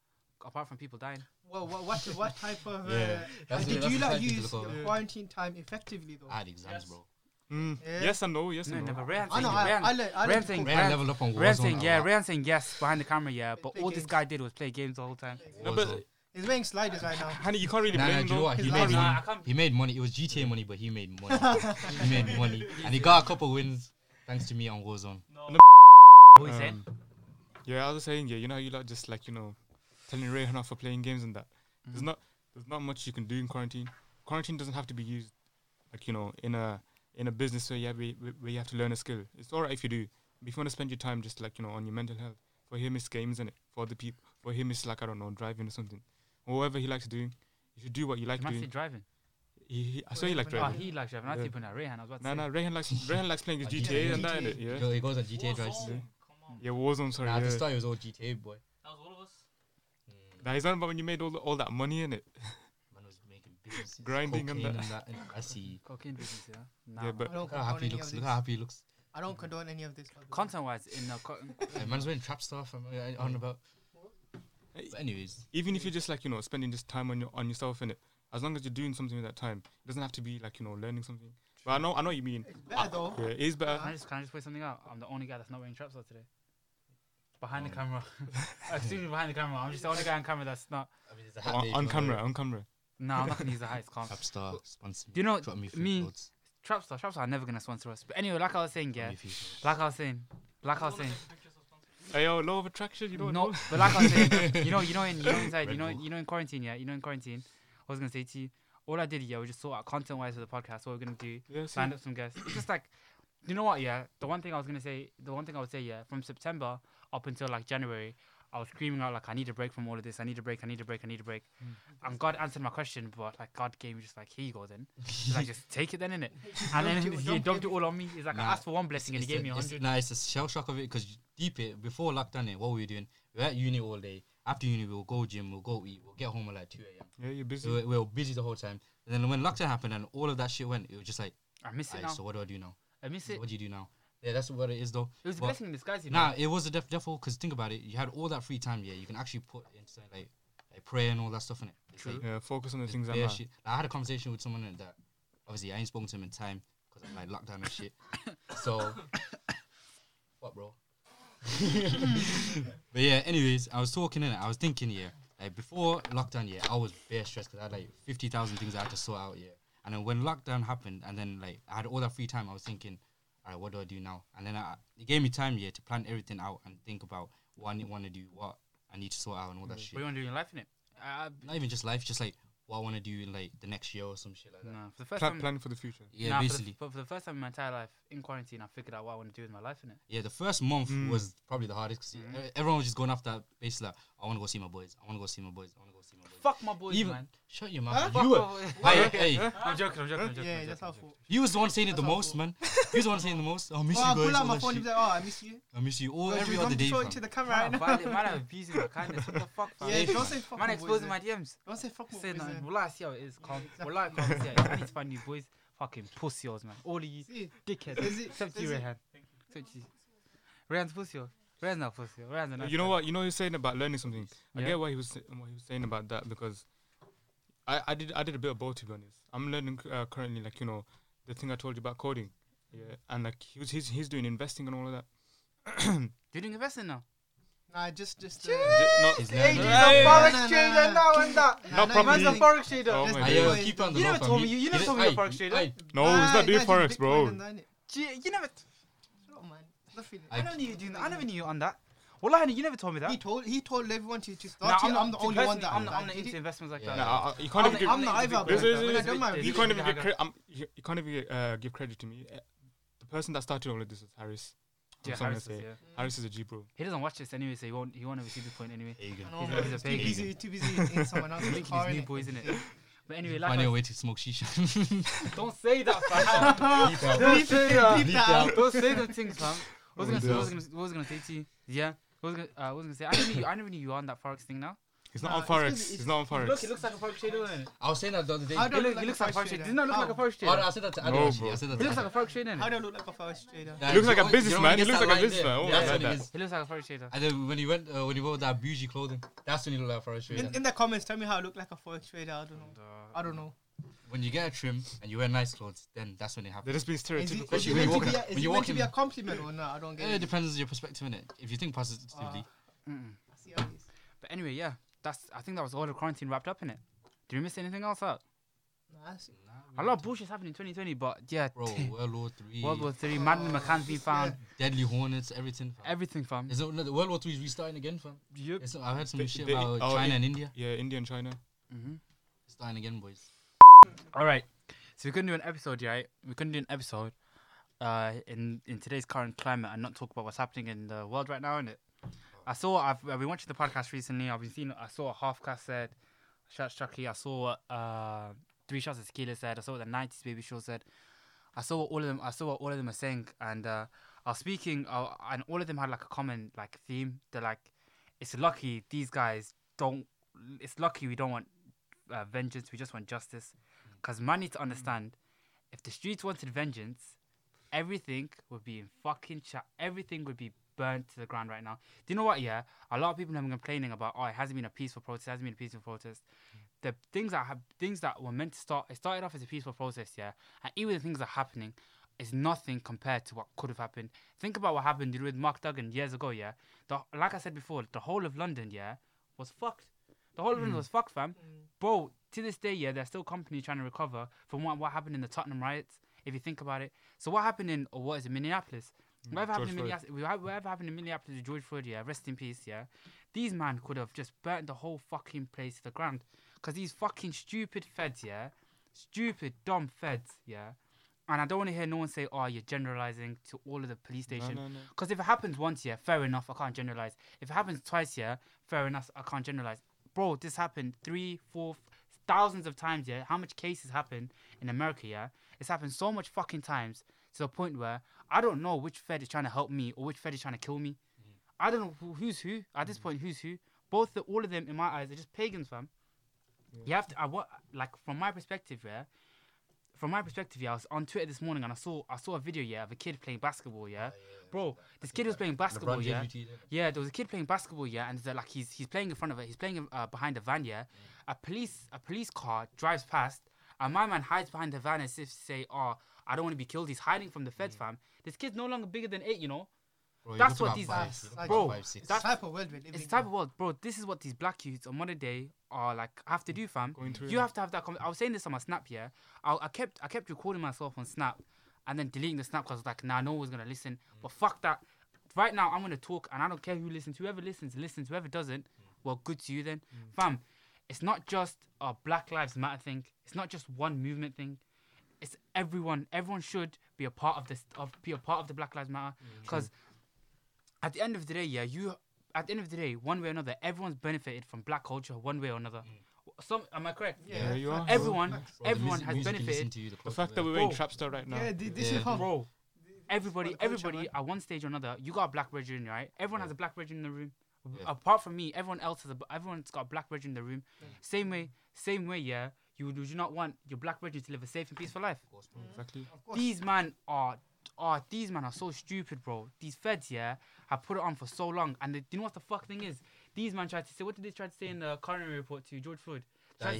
Speaker 1: apart from people dying.
Speaker 2: Well, what what, what type of uh,
Speaker 3: Yeah,
Speaker 2: uh,
Speaker 3: that's the-
Speaker 2: did
Speaker 3: that's
Speaker 2: you
Speaker 3: the
Speaker 2: like
Speaker 3: side you
Speaker 2: use
Speaker 3: look over.
Speaker 2: your
Speaker 4: Yeah.
Speaker 2: quarantine time effectively though?
Speaker 3: I had exams,
Speaker 5: Yes.
Speaker 3: bro.
Speaker 4: Mm.
Speaker 2: Yeah.
Speaker 4: Yes and no. Yes
Speaker 1: No,
Speaker 4: and no.
Speaker 1: never. Rayan
Speaker 2: I
Speaker 1: saying,
Speaker 2: know. I, I
Speaker 1: Rayan,
Speaker 2: learned. I
Speaker 1: Rayan
Speaker 2: learned
Speaker 1: saying-
Speaker 2: from-
Speaker 3: Ray
Speaker 1: Ran-
Speaker 3: leveled up on
Speaker 1: Rayan
Speaker 3: Warzone.
Speaker 1: saying
Speaker 3: a
Speaker 1: yeah,
Speaker 3: lot.
Speaker 1: Rayan saying yes behind the camera, yeah.
Speaker 2: Play
Speaker 1: But all this
Speaker 2: games.
Speaker 1: guy did was play games the whole time.
Speaker 4: No, but
Speaker 3: Warzone.
Speaker 2: He's wearing sliders right now.
Speaker 4: honey, you can't really
Speaker 3: Nah, nah,
Speaker 4: blame
Speaker 3: do you know
Speaker 4: him.
Speaker 3: what? He
Speaker 2: His
Speaker 3: made
Speaker 2: last-
Speaker 1: Nah, I
Speaker 3: money.
Speaker 1: can't-
Speaker 3: He made money. It was GTA money, but he made money. he made money, and he got a couple wins thanks to me on Warzone.
Speaker 1: What he
Speaker 4: though.
Speaker 1: said?
Speaker 4: Um, yeah, I was saying. Yeah, you know, how you lot just like you know, telling Ray off for playing games and that. There's
Speaker 1: Mm.
Speaker 4: not. There's not much you can do in quarantine. Quarantine doesn't have to be used, like you know, in a in a business where you have where where you have to learn a skill. It's alright if you do. But if you want to spend your time just like you know on your mental health. For him, it's games and it. For other people, for him, it's like I don't know, driving or something, or whatever he likes doing. You should do what you like
Speaker 1: Am I still
Speaker 4: doing.
Speaker 1: driving?
Speaker 4: He, he, I saw you like
Speaker 2: Oh,
Speaker 1: Oh,
Speaker 4: driving.
Speaker 1: he likes driving. I
Speaker 4: Yeah.
Speaker 1: keep on that Rayhan. I was about to
Speaker 4: No,
Speaker 1: say.
Speaker 4: no, Rehan likes Rehan likes playing his
Speaker 1: Oh,
Speaker 3: Uh,
Speaker 4: GTA and
Speaker 2: GTA.
Speaker 4: that, innit?
Speaker 3: He
Speaker 4: Yeah.
Speaker 3: go- He goes on GTA drives.
Speaker 5: Warzone, Come on.
Speaker 4: Yeah, Warzone, sorry.
Speaker 3: Nah,
Speaker 4: yeah.
Speaker 3: this time it was all GTA, boy.
Speaker 5: That was all of us.
Speaker 4: Nah, he's on about when you made all, the, all that money in it.
Speaker 3: Man was making business,
Speaker 4: Grinding and
Speaker 3: cocaine
Speaker 4: that.
Speaker 3: and that. I see.
Speaker 1: Cocaine business, yeah. Nah,
Speaker 4: yeah,
Speaker 1: man.
Speaker 4: but
Speaker 2: I don't
Speaker 3: Look how
Speaker 2: condone
Speaker 3: happy he
Speaker 2: any of
Speaker 3: looks. Look
Speaker 2: this.
Speaker 3: how happy he looks.
Speaker 2: I don't condone any of this. by the way.
Speaker 1: content-wise, in the co-
Speaker 3: Yeah, man's wearing trap stuff. I'm uh, on about. But anyways,
Speaker 4: even if you're just like you know spending just time on your on yourself in it, as long as you're doing something with that time, it doesn't have to be like you know learning something. But I know I know what you mean.
Speaker 2: It's better though.
Speaker 4: Yeah, it is better.
Speaker 1: Can I just can I just point something out? I'm the only guy that's not wearing trap socks today.
Speaker 3: Oh.
Speaker 1: Behind the camera, excuse me, behind the camera. I'm just the only guy on camera that's not.
Speaker 3: I mean, it's a hat
Speaker 4: On,
Speaker 3: day,
Speaker 4: on
Speaker 3: bro.
Speaker 4: camera, on camera.
Speaker 1: No, I'm not gonna use the highest calm.
Speaker 3: Trap star sponsor.
Speaker 1: You know,
Speaker 3: drop me, free
Speaker 1: me-
Speaker 3: clothes.
Speaker 1: Trap stars, trap stars are never gonna sponsor us. But anyway, like I was saying,
Speaker 3: Drop
Speaker 1: yeah,
Speaker 3: me free clothes.
Speaker 1: like I was saying, like I was saying,
Speaker 4: Hey, yo, law of attraction. You don't
Speaker 1: no,
Speaker 4: know.
Speaker 1: but like I was saying, you know, you know, in you know inside, you
Speaker 3: Red
Speaker 1: know,
Speaker 3: Bull.
Speaker 1: you know in quarantine, yeah, you know in quarantine, I was gonna say to you, all I did, yeah, was just sort out content-wise for the podcast. What we're gonna do,
Speaker 4: Yeah, see,
Speaker 1: signed up some guests. It's just like, you know what? Yeah, the one thing I was gonna say, the one thing I would say, yeah, from September up until like January, I was screaming out like, I need a break from all of this. I need a break. I need a break. I need a break.
Speaker 2: Mm.
Speaker 1: And God answered my question, but like God gave me just like, here you go then. He's like, just take it then, innit? And then
Speaker 2: Don't-
Speaker 1: he
Speaker 2: don't
Speaker 1: dumped it
Speaker 2: give-
Speaker 1: all on me. He's like,
Speaker 3: Nah,
Speaker 1: I asked for one blessing and he
Speaker 3: It's
Speaker 1: gave
Speaker 3: a-
Speaker 1: me a
Speaker 3: it's-
Speaker 1: hundred.
Speaker 3: Nah, it's the shell shock of it because deep it before lockdown, it what were we doing? We were at uni all day. After uni, we'll go gym, we'll go eat, we'll get home at like two a.m.
Speaker 4: Yeah, you're
Speaker 3: We
Speaker 4: busy.
Speaker 3: were, we were busy the whole time. And then when lockdown happened and all of that shit went, it was just like,
Speaker 1: I miss it
Speaker 3: "Aight,
Speaker 1: now.
Speaker 3: so what do I do now?
Speaker 1: I miss it.
Speaker 3: What do you do now? Yeah, that's what it is though.
Speaker 1: It was a
Speaker 3: But-
Speaker 1: blessing in disguise, you know.
Speaker 3: Nah, it was a def- definitely because think about it, you had all that free time. Yeah, you can actually put into something like, like prayer and all that stuff in it.
Speaker 1: True.
Speaker 4: Yeah, focus on the things that
Speaker 3: Yeah,
Speaker 4: matter.
Speaker 3: shit. Like, I had a conversation with someone that obviously I ain't spoken to him in time because I'm like lockdown and shit. so, what, bro? but yeah, anyways, I was talking and I was thinking, yeah, like before lockdown, yeah, I was bare stressed because I had like 50,000 things I had to sort out, yeah. And then when lockdown happened and then like I had all that free time, I was thinking, all right, what do I do now? And then I, it gave me time, yeah, to plan everything out and think about what I want to do, what I need to sort out and
Speaker 4: Mm.
Speaker 3: all that shit
Speaker 1: What do you want to do in life, innit? Uh,
Speaker 3: not even just life, just like what I want to do in like the next year or some shit like that.
Speaker 1: nah, for the first
Speaker 4: Plan,
Speaker 1: time.
Speaker 4: planning for the future.
Speaker 3: Yeah,
Speaker 1: nah, for the-
Speaker 3: basically.
Speaker 1: For, for the first time in my entire life, in quarantine, I figured out what I want to do with my life, innit?
Speaker 3: yeah, the first month
Speaker 4: Mm.
Speaker 3: was probably the hardest because everyone was just going off that basis like, I want to go see my boys. I want to go see my boys. I want to go see my boys.
Speaker 1: Fuck my boys,
Speaker 3: even
Speaker 1: man.
Speaker 3: shut your
Speaker 2: Huh?
Speaker 3: mouth.
Speaker 2: Fuck
Speaker 3: You were
Speaker 2: off.
Speaker 3: hey,
Speaker 1: Okay.
Speaker 3: hey,
Speaker 1: I'm joking, I'm joking, I'm joking.
Speaker 2: Yeah,
Speaker 1: I'm joking,
Speaker 2: that's how
Speaker 1: I'm
Speaker 2: I
Speaker 1: joking.
Speaker 2: feel.
Speaker 3: you was the one saying it the
Speaker 2: That's how
Speaker 3: most,
Speaker 2: cool.
Speaker 3: man. You was the one saying the most. I miss
Speaker 2: Oh, I
Speaker 3: you guys.
Speaker 2: pull out
Speaker 3: all
Speaker 2: my
Speaker 3: that
Speaker 2: phone and
Speaker 3: shit.
Speaker 2: be like, oh, I miss you.
Speaker 3: I miss you all
Speaker 2: Don't
Speaker 3: every
Speaker 2: you-
Speaker 3: other
Speaker 2: don't
Speaker 3: day.
Speaker 2: show it
Speaker 3: fam.
Speaker 2: to the camera
Speaker 1: Man,
Speaker 2: right
Speaker 1: I'm
Speaker 2: now.
Speaker 1: violent, man, I'm abusing my kindness. What the fuck, fam?
Speaker 2: Yeah, don't say
Speaker 3: Man,
Speaker 2: fuck
Speaker 1: Man,
Speaker 2: my
Speaker 1: exposing
Speaker 2: boys, eh.
Speaker 1: my
Speaker 2: man.
Speaker 1: DMs.
Speaker 2: Don't say fuck my
Speaker 1: Say
Speaker 2: boys,
Speaker 1: no.
Speaker 2: man.
Speaker 1: Will I see how it is? Calm.
Speaker 2: exactly.
Speaker 1: Will I calm? Yeah, I need to find you boys. Fucking pussy hoes, man. All of you
Speaker 2: See,
Speaker 1: dickheads.
Speaker 2: Is it-
Speaker 1: Except
Speaker 2: is
Speaker 1: you,
Speaker 2: it-
Speaker 1: Rehan. Except you. Rehan's pussy hole. Rehan's not pussy hole. Rehan's a nice
Speaker 4: you know
Speaker 1: guy.
Speaker 4: what? You know you're saying about learning something. I
Speaker 1: Yeah.
Speaker 4: get what he was sa- what he was saying about that because I, I did I did a bit of both to be honest. I'm learning c- uh, currently like you know the thing I told you about coding, yeah, and like he was he's he's doing investing and all of that.
Speaker 1: You're doing investing now.
Speaker 2: Nah, just, just.
Speaker 4: Ju- not-
Speaker 3: He's learning.
Speaker 2: Hey,
Speaker 4: Yeah, yeah,
Speaker 2: yeah.
Speaker 1: forex
Speaker 2: No, no,
Speaker 1: trader
Speaker 2: no, no.
Speaker 1: now and that.
Speaker 2: Nah,
Speaker 4: Not
Speaker 2: nah, you man's
Speaker 4: properly.
Speaker 2: a
Speaker 1: forex trader.
Speaker 4: Oh
Speaker 2: Just
Speaker 4: my
Speaker 3: Ah,
Speaker 2: do
Speaker 3: yeah,
Speaker 2: it.
Speaker 3: keep it on the
Speaker 1: You
Speaker 3: low,
Speaker 1: never
Speaker 3: fam.
Speaker 1: told me- you never
Speaker 3: did-
Speaker 1: told me you're
Speaker 3: hey,
Speaker 1: a forex trader.
Speaker 3: hey,
Speaker 4: No,
Speaker 2: Nah,
Speaker 4: he's not doing
Speaker 2: you guys
Speaker 4: forex,
Speaker 2: do
Speaker 4: bro.
Speaker 2: Ah, Bitcoin and that, innit?
Speaker 1: Gee, you never.
Speaker 2: Shut up, man. Nothing.
Speaker 1: I never knew you doing that. I never knew you on that. Well, I you never told me
Speaker 2: He
Speaker 1: that.
Speaker 2: told he told everyone to, to
Speaker 1: Nah,
Speaker 2: start it. I'm, the
Speaker 1: to
Speaker 2: only one
Speaker 1: personally,
Speaker 2: that
Speaker 1: I'm
Speaker 2: that
Speaker 1: not on the
Speaker 2: did it.
Speaker 1: into investments like
Speaker 3: Yeah.
Speaker 4: No,
Speaker 1: that.
Speaker 4: I- I- uh, you can't even
Speaker 1: the-
Speaker 4: give
Speaker 2: I'm
Speaker 1: the into
Speaker 2: not
Speaker 1: Bitcoin
Speaker 2: either,
Speaker 4: bro.
Speaker 1: like that.
Speaker 4: This is-
Speaker 1: When I done my
Speaker 2: this is-
Speaker 4: you
Speaker 1: research,
Speaker 4: can't
Speaker 1: I
Speaker 4: even give
Speaker 1: got-
Speaker 4: credit. Um, you, you can't even uh, give credit to me. Uh, The person that started all of this is Harris. I'm
Speaker 1: Yeah,
Speaker 4: sorry
Speaker 1: Harris
Speaker 4: to
Speaker 1: is,
Speaker 4: say.
Speaker 1: yeah.
Speaker 2: Mm.
Speaker 4: Harris is a G bro.
Speaker 1: He doesn't watch this anyway, so he won't. He won't ever see this point anyway.
Speaker 3: There you go.
Speaker 2: I know,
Speaker 1: He's
Speaker 2: bro.
Speaker 1: a- he's a
Speaker 2: too
Speaker 1: big
Speaker 2: busy, too busy in someone else's
Speaker 1: Linking
Speaker 2: car.
Speaker 1: his new
Speaker 2: innit?
Speaker 1: boys in it. But anyway, like
Speaker 3: Find
Speaker 1: I
Speaker 3: your way to smoke shisha.
Speaker 1: Don't say that, fam.
Speaker 3: Keep out.
Speaker 1: Don't say that.
Speaker 2: Bleep that.
Speaker 1: Don't say the things, fam. What was I gonna say?
Speaker 4: Yeah.
Speaker 1: What was I gonna- what was I gonna say to you? Yeah. What was I gonna, uh, what was I gonna say? I never knew. I never knew you were on that forex thing. Now.
Speaker 4: He's not
Speaker 2: Nah,
Speaker 4: on
Speaker 2: it's 'cause
Speaker 4: forex.
Speaker 2: it's-
Speaker 4: He's not on
Speaker 1: Look,
Speaker 4: forex.
Speaker 1: it looks like a forex trader, doesn't it?
Speaker 3: I was saying that the other day.
Speaker 2: How
Speaker 1: It
Speaker 2: do-
Speaker 1: look,
Speaker 2: look
Speaker 1: he
Speaker 2: like
Speaker 1: looks
Speaker 2: a
Speaker 1: like a
Speaker 2: forex
Speaker 1: forex trader.
Speaker 2: trader.
Speaker 1: Doesn't that look like a
Speaker 2: How?
Speaker 1: forex
Speaker 3: Oh, no, I
Speaker 1: trader?
Speaker 3: said that to
Speaker 4: No,
Speaker 3: Adam actually.
Speaker 4: bro.
Speaker 3: I said that
Speaker 1: He
Speaker 3: to
Speaker 1: looks
Speaker 3: Adam.
Speaker 1: like a forex trader.
Speaker 2: How
Speaker 1: innit?
Speaker 2: do I look like a forest trader?
Speaker 3: Nah,
Speaker 4: He looks
Speaker 3: you
Speaker 4: like a
Speaker 3: know when- you know when
Speaker 4: businessman,
Speaker 3: he
Speaker 4: he
Speaker 3: gets
Speaker 4: looks
Speaker 3: that line
Speaker 4: like a
Speaker 3: there,
Speaker 4: businessman, oh
Speaker 3: That's
Speaker 4: my
Speaker 3: what
Speaker 4: God.
Speaker 3: it is.
Speaker 1: He looks like a forex trader.
Speaker 3: And then when he went, uh, when he wore that bougie clothing, that's when he looked like a forest trader.
Speaker 2: In, in the comments, tell me how I look like a forest trader. I don't know. I don't know.
Speaker 3: When you get a trim and you wear nice clothes, then that's when it
Speaker 4: They're
Speaker 3: happens.
Speaker 4: just being
Speaker 2: Is it,
Speaker 4: stereotypical.
Speaker 2: is
Speaker 3: Especially
Speaker 2: it meant to
Speaker 3: when you walk
Speaker 2: be
Speaker 3: in-
Speaker 2: a,
Speaker 3: when
Speaker 2: is
Speaker 3: you
Speaker 2: it
Speaker 3: walk
Speaker 2: meant to be
Speaker 3: in-
Speaker 2: a compliment or not? I don't get
Speaker 3: Yeah, it
Speaker 2: it.
Speaker 3: depends on your perspective, innit? If you think
Speaker 1: Ah,
Speaker 3: positively,
Speaker 1: Mm-mm.
Speaker 2: I see how it is.
Speaker 1: But anyway, yeah. That's. I think that was all the quarantine wrapped up in it. Did we miss anything else out?
Speaker 2: Nah, that's-
Speaker 1: A lot of bullshit's happened in 2020, but yeah.
Speaker 3: bro, World War Three,
Speaker 1: World War Three, Madden McCann's been found,
Speaker 3: Deadly Hornets, everything. fam.
Speaker 1: everything, fam.
Speaker 3: Is it, no, the World War Three is restarting again, fam.
Speaker 1: Yep.
Speaker 3: It's, I heard some
Speaker 4: They-
Speaker 3: shit
Speaker 4: they-
Speaker 3: about
Speaker 4: oh,
Speaker 3: China
Speaker 4: it-
Speaker 3: and India
Speaker 4: Yeah, India and China.
Speaker 1: Mm-hmm.
Speaker 3: It's starting again, boys.
Speaker 1: All right. So we couldn't do an episode, yeah, right? We couldn't do an episode uh, in in today's current climate and not talk about what's happening in the world right now, innit? I saw I've, I've been watching the podcast recently. I've been seeing. I saw what Halfcast said, Shots Chucky. I saw what, uh, Three Shots at Tequila said. I saw what the '90s Baby Show said. I saw what all of them. I saw what all of them are saying, and uh, I was speaking, uh, and all of them had like a common like theme. They're like, "It's lucky these guys don't. It's lucky we don't want uh, vengeance. We just want justice." Because man needs to understand, if the streets wanted vengeance, everything would be in fucking chat. Everything would be burnt to the ground right now. Do you know what? Yeah, a lot of people have been complaining about, oh, it hasn't been a peaceful protest. It hasn't been a peaceful protest. The things that have things that were meant to start, it started off as a peaceful protest, yeah, and even the things that are happening is nothing compared to what could have happened. Think about what happened with Mark Duggan years ago, yeah. The, like I said before, the whole of London, yeah, was fucked. The whole of
Speaker 4: Mm.
Speaker 1: London was fucked, fam bro, to this day, yeah, there's still company trying to recover from what, what happened in the Tottenham riots. If you think about it, so what happened in or what is it, Minneapolis? Whatever happened in
Speaker 4: Mm, George
Speaker 1: Minneapolis, whatever happened in Minneapolis, with George Floyd, yeah, rest in peace, yeah. These man could have just burnt the whole fucking place to the ground, cause these fucking stupid feds, yeah, stupid dumb feds, yeah, And I don't want to hear no one say, "Oh, you're generalizing to all of the police
Speaker 4: No,
Speaker 1: stations."
Speaker 4: no, no.
Speaker 1: Because Mm. if it happens once, yeah, fair enough, I can't generalize. If it happens twice, yeah, fair enough, I can't generalize. Bro, this happened three, four, f- thousands of times, yeah. How much cases happen in America, yeah? It's happened so much fucking times to the point where I don't know which Fed is trying to help me or which Fed is trying to kill me. I don't know who, who's who at this point. Who's who? Both the, all of them in my eyes are just pagans, fam. You have to. I what like from my perspective, yeah. From my perspective, yeah. I was on Twitter this morning and I saw I saw a video, yeah, of a kid playing basketball, Oh, yeah. Bro, this kid was playing basketball,
Speaker 3: James
Speaker 1: yeah.
Speaker 3: you tweeted.
Speaker 1: Yeah, there was a kid playing basketball, yeah, and they're like he's he's playing in front of it. He's playing uh, behind a van, yeah. A police a police car drives past, and my man hides behind the van as if to say, "Oh, I don't want to be killed." He's hiding from the feds, fam. This kid's no longer bigger than eight, you know.
Speaker 3: Bro, you're
Speaker 1: That's
Speaker 3: looking
Speaker 1: what
Speaker 3: at
Speaker 1: these-
Speaker 3: bias, you're looking at
Speaker 1: Bro,
Speaker 3: five, six.
Speaker 1: That's-
Speaker 2: That's the type of world we live in.
Speaker 1: It's the type of world, bro. This is what these black youths on modern day are like have to do, fam.
Speaker 4: Mm, Going through
Speaker 1: You
Speaker 4: it.
Speaker 1: have to have that. Con- I was saying this on my Snap, yeah. I, I kept I kept recording myself on Snap, and then deleting the Snap because like, nah, no one's gonna listen.
Speaker 4: Mm.
Speaker 1: But fuck that. Right now, I'm gonna talk, and I don't care who listens. Whoever listens, listens. Whoever doesn't,
Speaker 4: Mm.
Speaker 1: well, good to you then, fam. It's not just a Black Lives Matter thing. It's not just one movement thing. It's everyone. Everyone should be a part of this. Of be a part of the Black Lives Matter because at the end of the day, yeah, you at the end of the day, one way or another, everyone's benefited from black culture one way or another. Some am I correct?
Speaker 4: Yeah, you are.
Speaker 1: Everyone
Speaker 3: Bro, the
Speaker 1: everyone
Speaker 3: music-
Speaker 1: has
Speaker 3: music you listen
Speaker 1: benefited.
Speaker 3: to, the
Speaker 4: The
Speaker 3: clothes
Speaker 4: fact
Speaker 3: you
Speaker 4: that
Speaker 3: wear.
Speaker 4: we're wearing
Speaker 1: Bro.
Speaker 4: trap star right now.
Speaker 2: Yeah, th- this
Speaker 3: Yeah,
Speaker 2: is how
Speaker 1: Bro, everybody
Speaker 2: Culture,
Speaker 1: everybody
Speaker 2: man.
Speaker 1: at one stage or another, you got a black regiment, right? Everyone has a black regiment in the room.
Speaker 3: Yeah.
Speaker 1: Apart from me, everyone else has a, b- everyone's got a black regiment in the room. Same way, same way, yeah. You would- you do not want your black regiment to live a safe and peaceful life.
Speaker 4: Exactly.
Speaker 2: Of course.
Speaker 1: These man are are these man are so stupid, bro. These feds, yeah, have put it on for so long, and they, you know what the fuck thing is? These man tried to say what did they try to say in the coronary report to George Floyd?
Speaker 3: That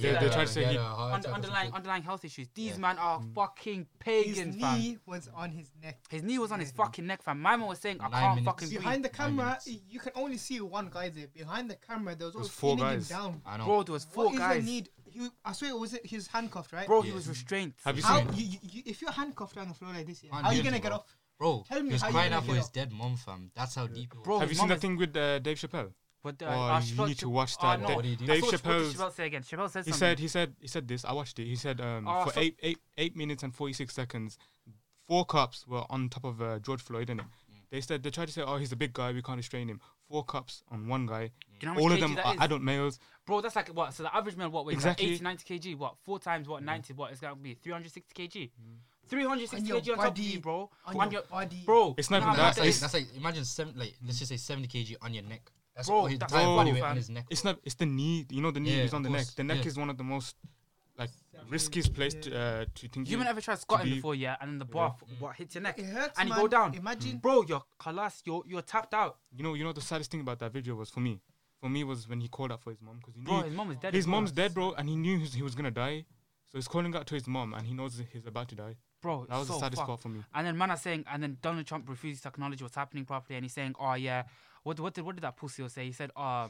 Speaker 1: Tried
Speaker 3: he
Speaker 1: to say
Speaker 4: Yeah,
Speaker 1: that
Speaker 3: had
Speaker 4: they
Speaker 3: a-
Speaker 4: tried to say
Speaker 3: had
Speaker 4: he-
Speaker 3: a heart
Speaker 1: under,
Speaker 3: attack or
Speaker 1: underlying
Speaker 3: something.
Speaker 1: underlying health issues. These
Speaker 3: Yeah.
Speaker 1: man are fucking
Speaker 2: Mm. His
Speaker 1: pagans, fam.
Speaker 2: knee was on his neck.
Speaker 1: His knee was on his
Speaker 2: Yeah.
Speaker 1: fucking neck, fam. My man was saying, I
Speaker 3: Nine
Speaker 1: can't
Speaker 3: minutes.
Speaker 1: fucking breathe.
Speaker 2: Behind the
Speaker 3: Nine
Speaker 2: camera,
Speaker 3: minutes.
Speaker 2: y- you can only see one guy there. Behind the camera, there was,
Speaker 4: There's
Speaker 2: all
Speaker 4: four
Speaker 2: pinning
Speaker 4: guys.
Speaker 2: him down.
Speaker 3: I know.
Speaker 1: Bro, there was four
Speaker 2: what is
Speaker 1: guys.
Speaker 2: the need? He, I swear, it was it he's handcuffed, right?
Speaker 1: Bro, he
Speaker 3: Yeah.
Speaker 1: was restrained.
Speaker 4: Have you
Speaker 2: how
Speaker 4: seen
Speaker 2: you,
Speaker 4: it?
Speaker 2: you, you, if you're handcuffed on the floor like this, yeah,
Speaker 3: Can't
Speaker 2: how are you
Speaker 3: do
Speaker 2: gonna
Speaker 3: anything,
Speaker 2: get
Speaker 3: bro.
Speaker 2: off?
Speaker 3: Bro,
Speaker 2: Tell me
Speaker 3: he was
Speaker 2: how you
Speaker 3: crying
Speaker 2: gonna
Speaker 3: out for
Speaker 2: get
Speaker 3: his
Speaker 2: up.
Speaker 3: dead mom, fam. That's how deep it was.
Speaker 1: Bro,
Speaker 4: Have you
Speaker 1: his
Speaker 4: seen
Speaker 1: mom
Speaker 4: that
Speaker 1: is-
Speaker 4: thing with uh, Dave Chappelle?
Speaker 1: What the-
Speaker 4: Oh,
Speaker 1: uh,
Speaker 4: you
Speaker 1: Chappelle-
Speaker 4: need to watch
Speaker 1: Oh,
Speaker 4: that.
Speaker 1: no.
Speaker 3: What did he
Speaker 4: Dave,
Speaker 3: do?
Speaker 1: I
Speaker 4: Dave
Speaker 1: saw- what did
Speaker 4: Chappelle's.
Speaker 1: Chappelle say again. Chappelle said
Speaker 4: He
Speaker 1: something.
Speaker 4: said. He said. He said this. I watched it. He said um,
Speaker 1: Oh,
Speaker 4: for
Speaker 1: so-
Speaker 4: eight, eight, eight minutes and forty six seconds, four cops were on top of uh, George Floyd, innit?
Speaker 1: Mm.
Speaker 4: They said they tried to say, "Oh, he's a big guy. We can't restrain him." Four cops on one guy.
Speaker 1: You know how much
Speaker 4: All of
Speaker 1: kg
Speaker 4: them
Speaker 1: that
Speaker 4: are
Speaker 1: is?
Speaker 4: adult males.
Speaker 1: Bro, that's like what? So the average male what weighs
Speaker 4: Exactly.
Speaker 1: like 80, 90 kg. What four times what 90? What it's gonna be 360 kg. 360
Speaker 2: On
Speaker 1: kg
Speaker 2: your
Speaker 1: on top of
Speaker 2: body,
Speaker 1: you, bro.
Speaker 2: on your body.
Speaker 1: bro.
Speaker 4: It's
Speaker 1: you
Speaker 4: not
Speaker 1: know
Speaker 4: even
Speaker 1: how much
Speaker 4: that,
Speaker 1: that
Speaker 4: it's-
Speaker 1: is?
Speaker 3: that's like imagine seven, like let's just say seventy kg on your neck. That's
Speaker 1: Bro,
Speaker 3: all his
Speaker 1: that's
Speaker 3: entire
Speaker 4: like
Speaker 3: body
Speaker 4: four,
Speaker 3: weight on
Speaker 1: fam.
Speaker 3: his neck.
Speaker 4: It's not. It's the knee. You know, the knee
Speaker 3: Yeah,
Speaker 4: is on
Speaker 3: of
Speaker 4: the neck.
Speaker 3: course,
Speaker 4: The neck
Speaker 3: yeah.
Speaker 4: is one of the most, like, riskiest place to, uh, to think.
Speaker 1: You
Speaker 4: you-
Speaker 1: even ever tried squatting
Speaker 4: be-
Speaker 1: before, yeah? And then the bar f- what hits your neck,
Speaker 2: It hurts,
Speaker 1: and you
Speaker 2: man.
Speaker 1: go down. Mm.
Speaker 2: Imagine.
Speaker 1: bro, you're class. You're you're tapped out.
Speaker 4: You know, you know the saddest thing about that video was for me. For me was when he called out for his mom because he knew
Speaker 1: Bro, his mom is dead.
Speaker 4: his
Speaker 1: as well.
Speaker 4: mom's dead, bro, and he knew his, he was gonna die. So he's calling out to his mom, and he knows he's about to die.
Speaker 1: Bro,
Speaker 4: That was
Speaker 1: so
Speaker 4: the saddest
Speaker 1: fucked.
Speaker 4: part for me. Oh,
Speaker 1: And then man are saying, and then Donald Trump refuses to acknowledge what's happening properly, and he's saying, oh yeah, what what did what did that pussy say? He said, uh,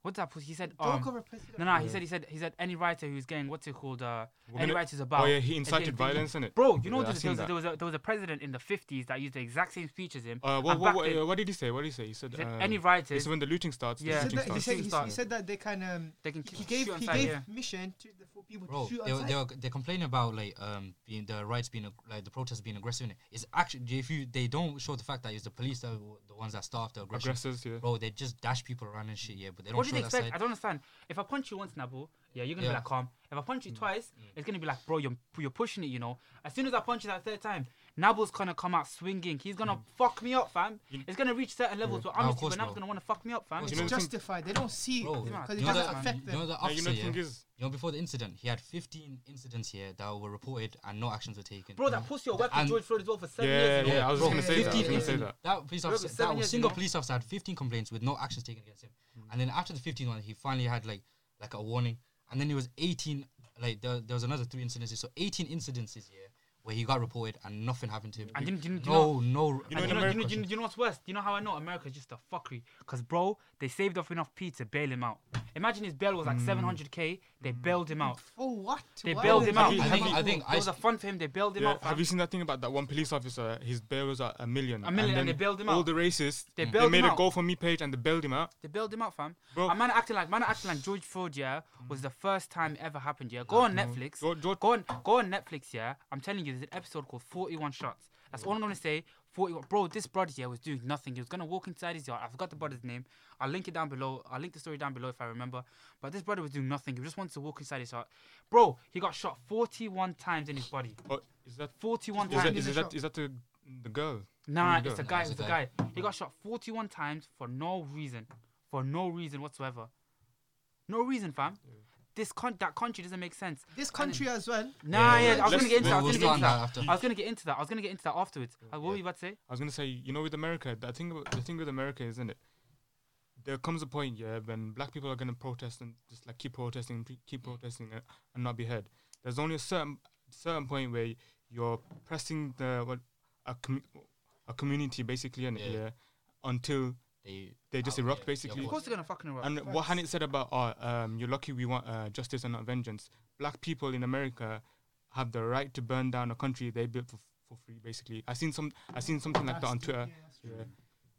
Speaker 1: what did that pussy? He said,
Speaker 2: Don't
Speaker 1: um,
Speaker 2: cover president.
Speaker 1: No, no, he said he said he said any writer who's getting what's it called? Uh,
Speaker 4: We're
Speaker 1: any
Speaker 4: gonna-
Speaker 1: writers about.
Speaker 4: oh yeah, he
Speaker 1: is
Speaker 4: incited
Speaker 1: getting-
Speaker 4: violence in it.
Speaker 1: Bro, you know there
Speaker 4: Yeah,
Speaker 1: was,
Speaker 4: I've
Speaker 1: there,
Speaker 4: seen
Speaker 1: was,
Speaker 4: that.
Speaker 1: there was a there was a president in the fifties that used the exact same speech as him.
Speaker 4: Uh, what,
Speaker 1: and
Speaker 4: what,
Speaker 1: back
Speaker 4: what,
Speaker 1: then-
Speaker 4: uh, what did he say? What did he say? He said,
Speaker 1: he said
Speaker 4: um,
Speaker 1: any
Speaker 4: he
Speaker 1: writers
Speaker 4: said when the looting starts,
Speaker 1: Yeah.
Speaker 2: He
Speaker 4: the shooting
Speaker 2: said, that, he,
Speaker 4: starts.
Speaker 2: said, he
Speaker 1: Shooting
Speaker 2: he said that they can. Um,
Speaker 1: they can
Speaker 2: he-
Speaker 1: keep
Speaker 2: he
Speaker 1: shoot
Speaker 2: gave he
Speaker 1: on sight,
Speaker 2: gave
Speaker 1: yeah.
Speaker 2: mission to the for people
Speaker 3: Bro,
Speaker 2: to shoot
Speaker 3: they were,
Speaker 2: outside.
Speaker 3: they were they're complaining about like um being the rights being ag- like the protests being aggressive. innit? It's actually if you they don't show the fact that it's the police that were the ones that start the aggression.
Speaker 4: aggressors, yeah.
Speaker 3: Bro, they just dash people around and shit. Yeah, but they don't
Speaker 1: What
Speaker 3: show
Speaker 1: do you
Speaker 3: that
Speaker 1: expect? I
Speaker 3: side.
Speaker 1: don't understand. If I punch you once, Nabu, yeah, you're gonna be
Speaker 3: Yeah.
Speaker 1: like calm. If I
Speaker 4: Mm.
Speaker 1: punch you twice, it's gonna be like, bro, you're you're pushing it, you know. As soon as I punch you that third time, Nabu's gonna come out swinging. He's gonna
Speaker 4: Mm.
Speaker 1: fuck me up, fam. It's gonna reach certain levels, but
Speaker 3: of
Speaker 1: I'm
Speaker 3: course,
Speaker 1: but Nabu's
Speaker 3: bro.
Speaker 1: gonna wanna fuck me up, fam.
Speaker 3: Of
Speaker 2: It's
Speaker 4: You know the thing-
Speaker 2: justified. They don't see
Speaker 3: Bro,
Speaker 1: Yeah.
Speaker 2: because
Speaker 3: you
Speaker 2: it
Speaker 3: know
Speaker 2: doesn't
Speaker 3: that-
Speaker 2: affect
Speaker 3: you know
Speaker 2: them.
Speaker 3: the
Speaker 4: Now, you know
Speaker 3: officer,
Speaker 4: the thing
Speaker 3: yeah?
Speaker 4: is,
Speaker 3: You know, before the incident, he had 15 incidents here that were reported and no actions were taken.
Speaker 1: Bro, that pussy or weapon
Speaker 3: And-
Speaker 1: George Floyd as well for
Speaker 4: yeah,
Speaker 1: seven years. you
Speaker 4: yeah,
Speaker 1: know?
Speaker 4: I was
Speaker 3: Bro,
Speaker 4: gonna say that. I was
Speaker 3: 15
Speaker 4: gonna say
Speaker 3: incident-
Speaker 4: that.
Speaker 3: That police
Speaker 1: Bro,
Speaker 3: officer,
Speaker 1: seven
Speaker 3: that was
Speaker 1: years, Hmm. you
Speaker 3: single
Speaker 1: know?
Speaker 3: police officer had 15 complaints with no actions taken against him. And then after the 15 one, he finally had like like a warning. And then it was 18, like there, there was another three incidences. So 18 incidences here where he got reported and nothing happened to him.
Speaker 1: And you- you- you
Speaker 3: no, no.
Speaker 4: know,
Speaker 1: And
Speaker 4: in
Speaker 1: you, know, you, know,
Speaker 4: America-
Speaker 1: you, know, you know what's worse? You know how I know America's just a fuckery? Because, bro, they saved off enough P to bail him out. Imagine his bail was
Speaker 4: Hmm.
Speaker 1: like 700k, they bailed him out.
Speaker 2: For what?
Speaker 1: They
Speaker 2: Why
Speaker 1: bailed
Speaker 2: would
Speaker 1: him
Speaker 2: you
Speaker 1: out.
Speaker 4: you-
Speaker 1: I
Speaker 4: have
Speaker 1: think,
Speaker 4: you-
Speaker 1: I think
Speaker 3: I
Speaker 1: it was a
Speaker 3: s-
Speaker 1: fun for him. They bailed him
Speaker 4: Yeah,
Speaker 1: out.
Speaker 4: have
Speaker 1: Fam.
Speaker 4: you seen that thing about that one police officer? His bail was at a million.
Speaker 1: million, and
Speaker 4: then
Speaker 1: they bailed him
Speaker 4: All
Speaker 1: out.
Speaker 4: the racists.
Speaker 1: They
Speaker 4: They,
Speaker 1: bailed him
Speaker 4: made a
Speaker 1: out.
Speaker 4: go for me page and they bailed him out.
Speaker 1: They bailed him out, fam.
Speaker 4: Bro.
Speaker 1: A man acting like man acting like George Floyd, yeah, was the first time it ever happened, yeah. Go on Netflix.
Speaker 4: George- George-
Speaker 1: Go on go on Netflix, yeah. I'm telling you, there's there's an episode called 41 Shots. That's all I'm gonna say. 41, bro. This brother here was doing nothing. He was gonna walk inside his yard. I forgot the brother's name. I'll link it down below. I'll link the story down below if I remember. But this brother was doing nothing. He just wanted to walk inside his yard. Bro, he got shot 41 times in his body.
Speaker 4: Oh, is that
Speaker 1: 41
Speaker 4: is
Speaker 1: times.
Speaker 4: that
Speaker 2: in
Speaker 4: is,
Speaker 2: the shop.
Speaker 4: that is that the the girl?
Speaker 1: Nah,
Speaker 3: you
Speaker 1: it's
Speaker 3: go.
Speaker 1: a
Speaker 3: Nah,
Speaker 1: guy.
Speaker 3: it's
Speaker 1: It's
Speaker 3: a
Speaker 1: a guy. He got shot 41 times for no reason, for no reason whatsoever. No reason, fam. This con- that country doesn't make sense.
Speaker 2: This country as well.
Speaker 1: Nah, yeah,
Speaker 3: yeah,
Speaker 1: I was
Speaker 4: let's-
Speaker 1: gonna get into that. I
Speaker 3: we'll
Speaker 1: was
Speaker 3: start
Speaker 1: gonna get into
Speaker 3: on that
Speaker 1: that.
Speaker 3: after.
Speaker 1: I was gonna get into that. I was gonna get into that afterwards. Uh, what were you about to say?
Speaker 4: I was gonna say, you know, with America, I think about- the thing with America is, isn't it? There comes a point, yeah, when black people are gonna protest and just like keep protesting, pre- keep protesting, uh, and not be heard. There's only a certain certain point where you're pressing the what a com- a community basically, and yeah.
Speaker 3: Yeah.
Speaker 4: until
Speaker 3: They,
Speaker 4: they just
Speaker 3: out,
Speaker 4: erupt
Speaker 3: yeah,
Speaker 4: basically.
Speaker 3: yeah,
Speaker 1: Of
Speaker 3: what-
Speaker 1: course they're gonna fucking erupt.
Speaker 4: And what Hanit said about, oh, um, you're lucky we want uh, justice and not vengeance. Black people in America have the right to burn down a country they built for, for free, basically. I seen some, I seen something like that on Twitter. Yeah.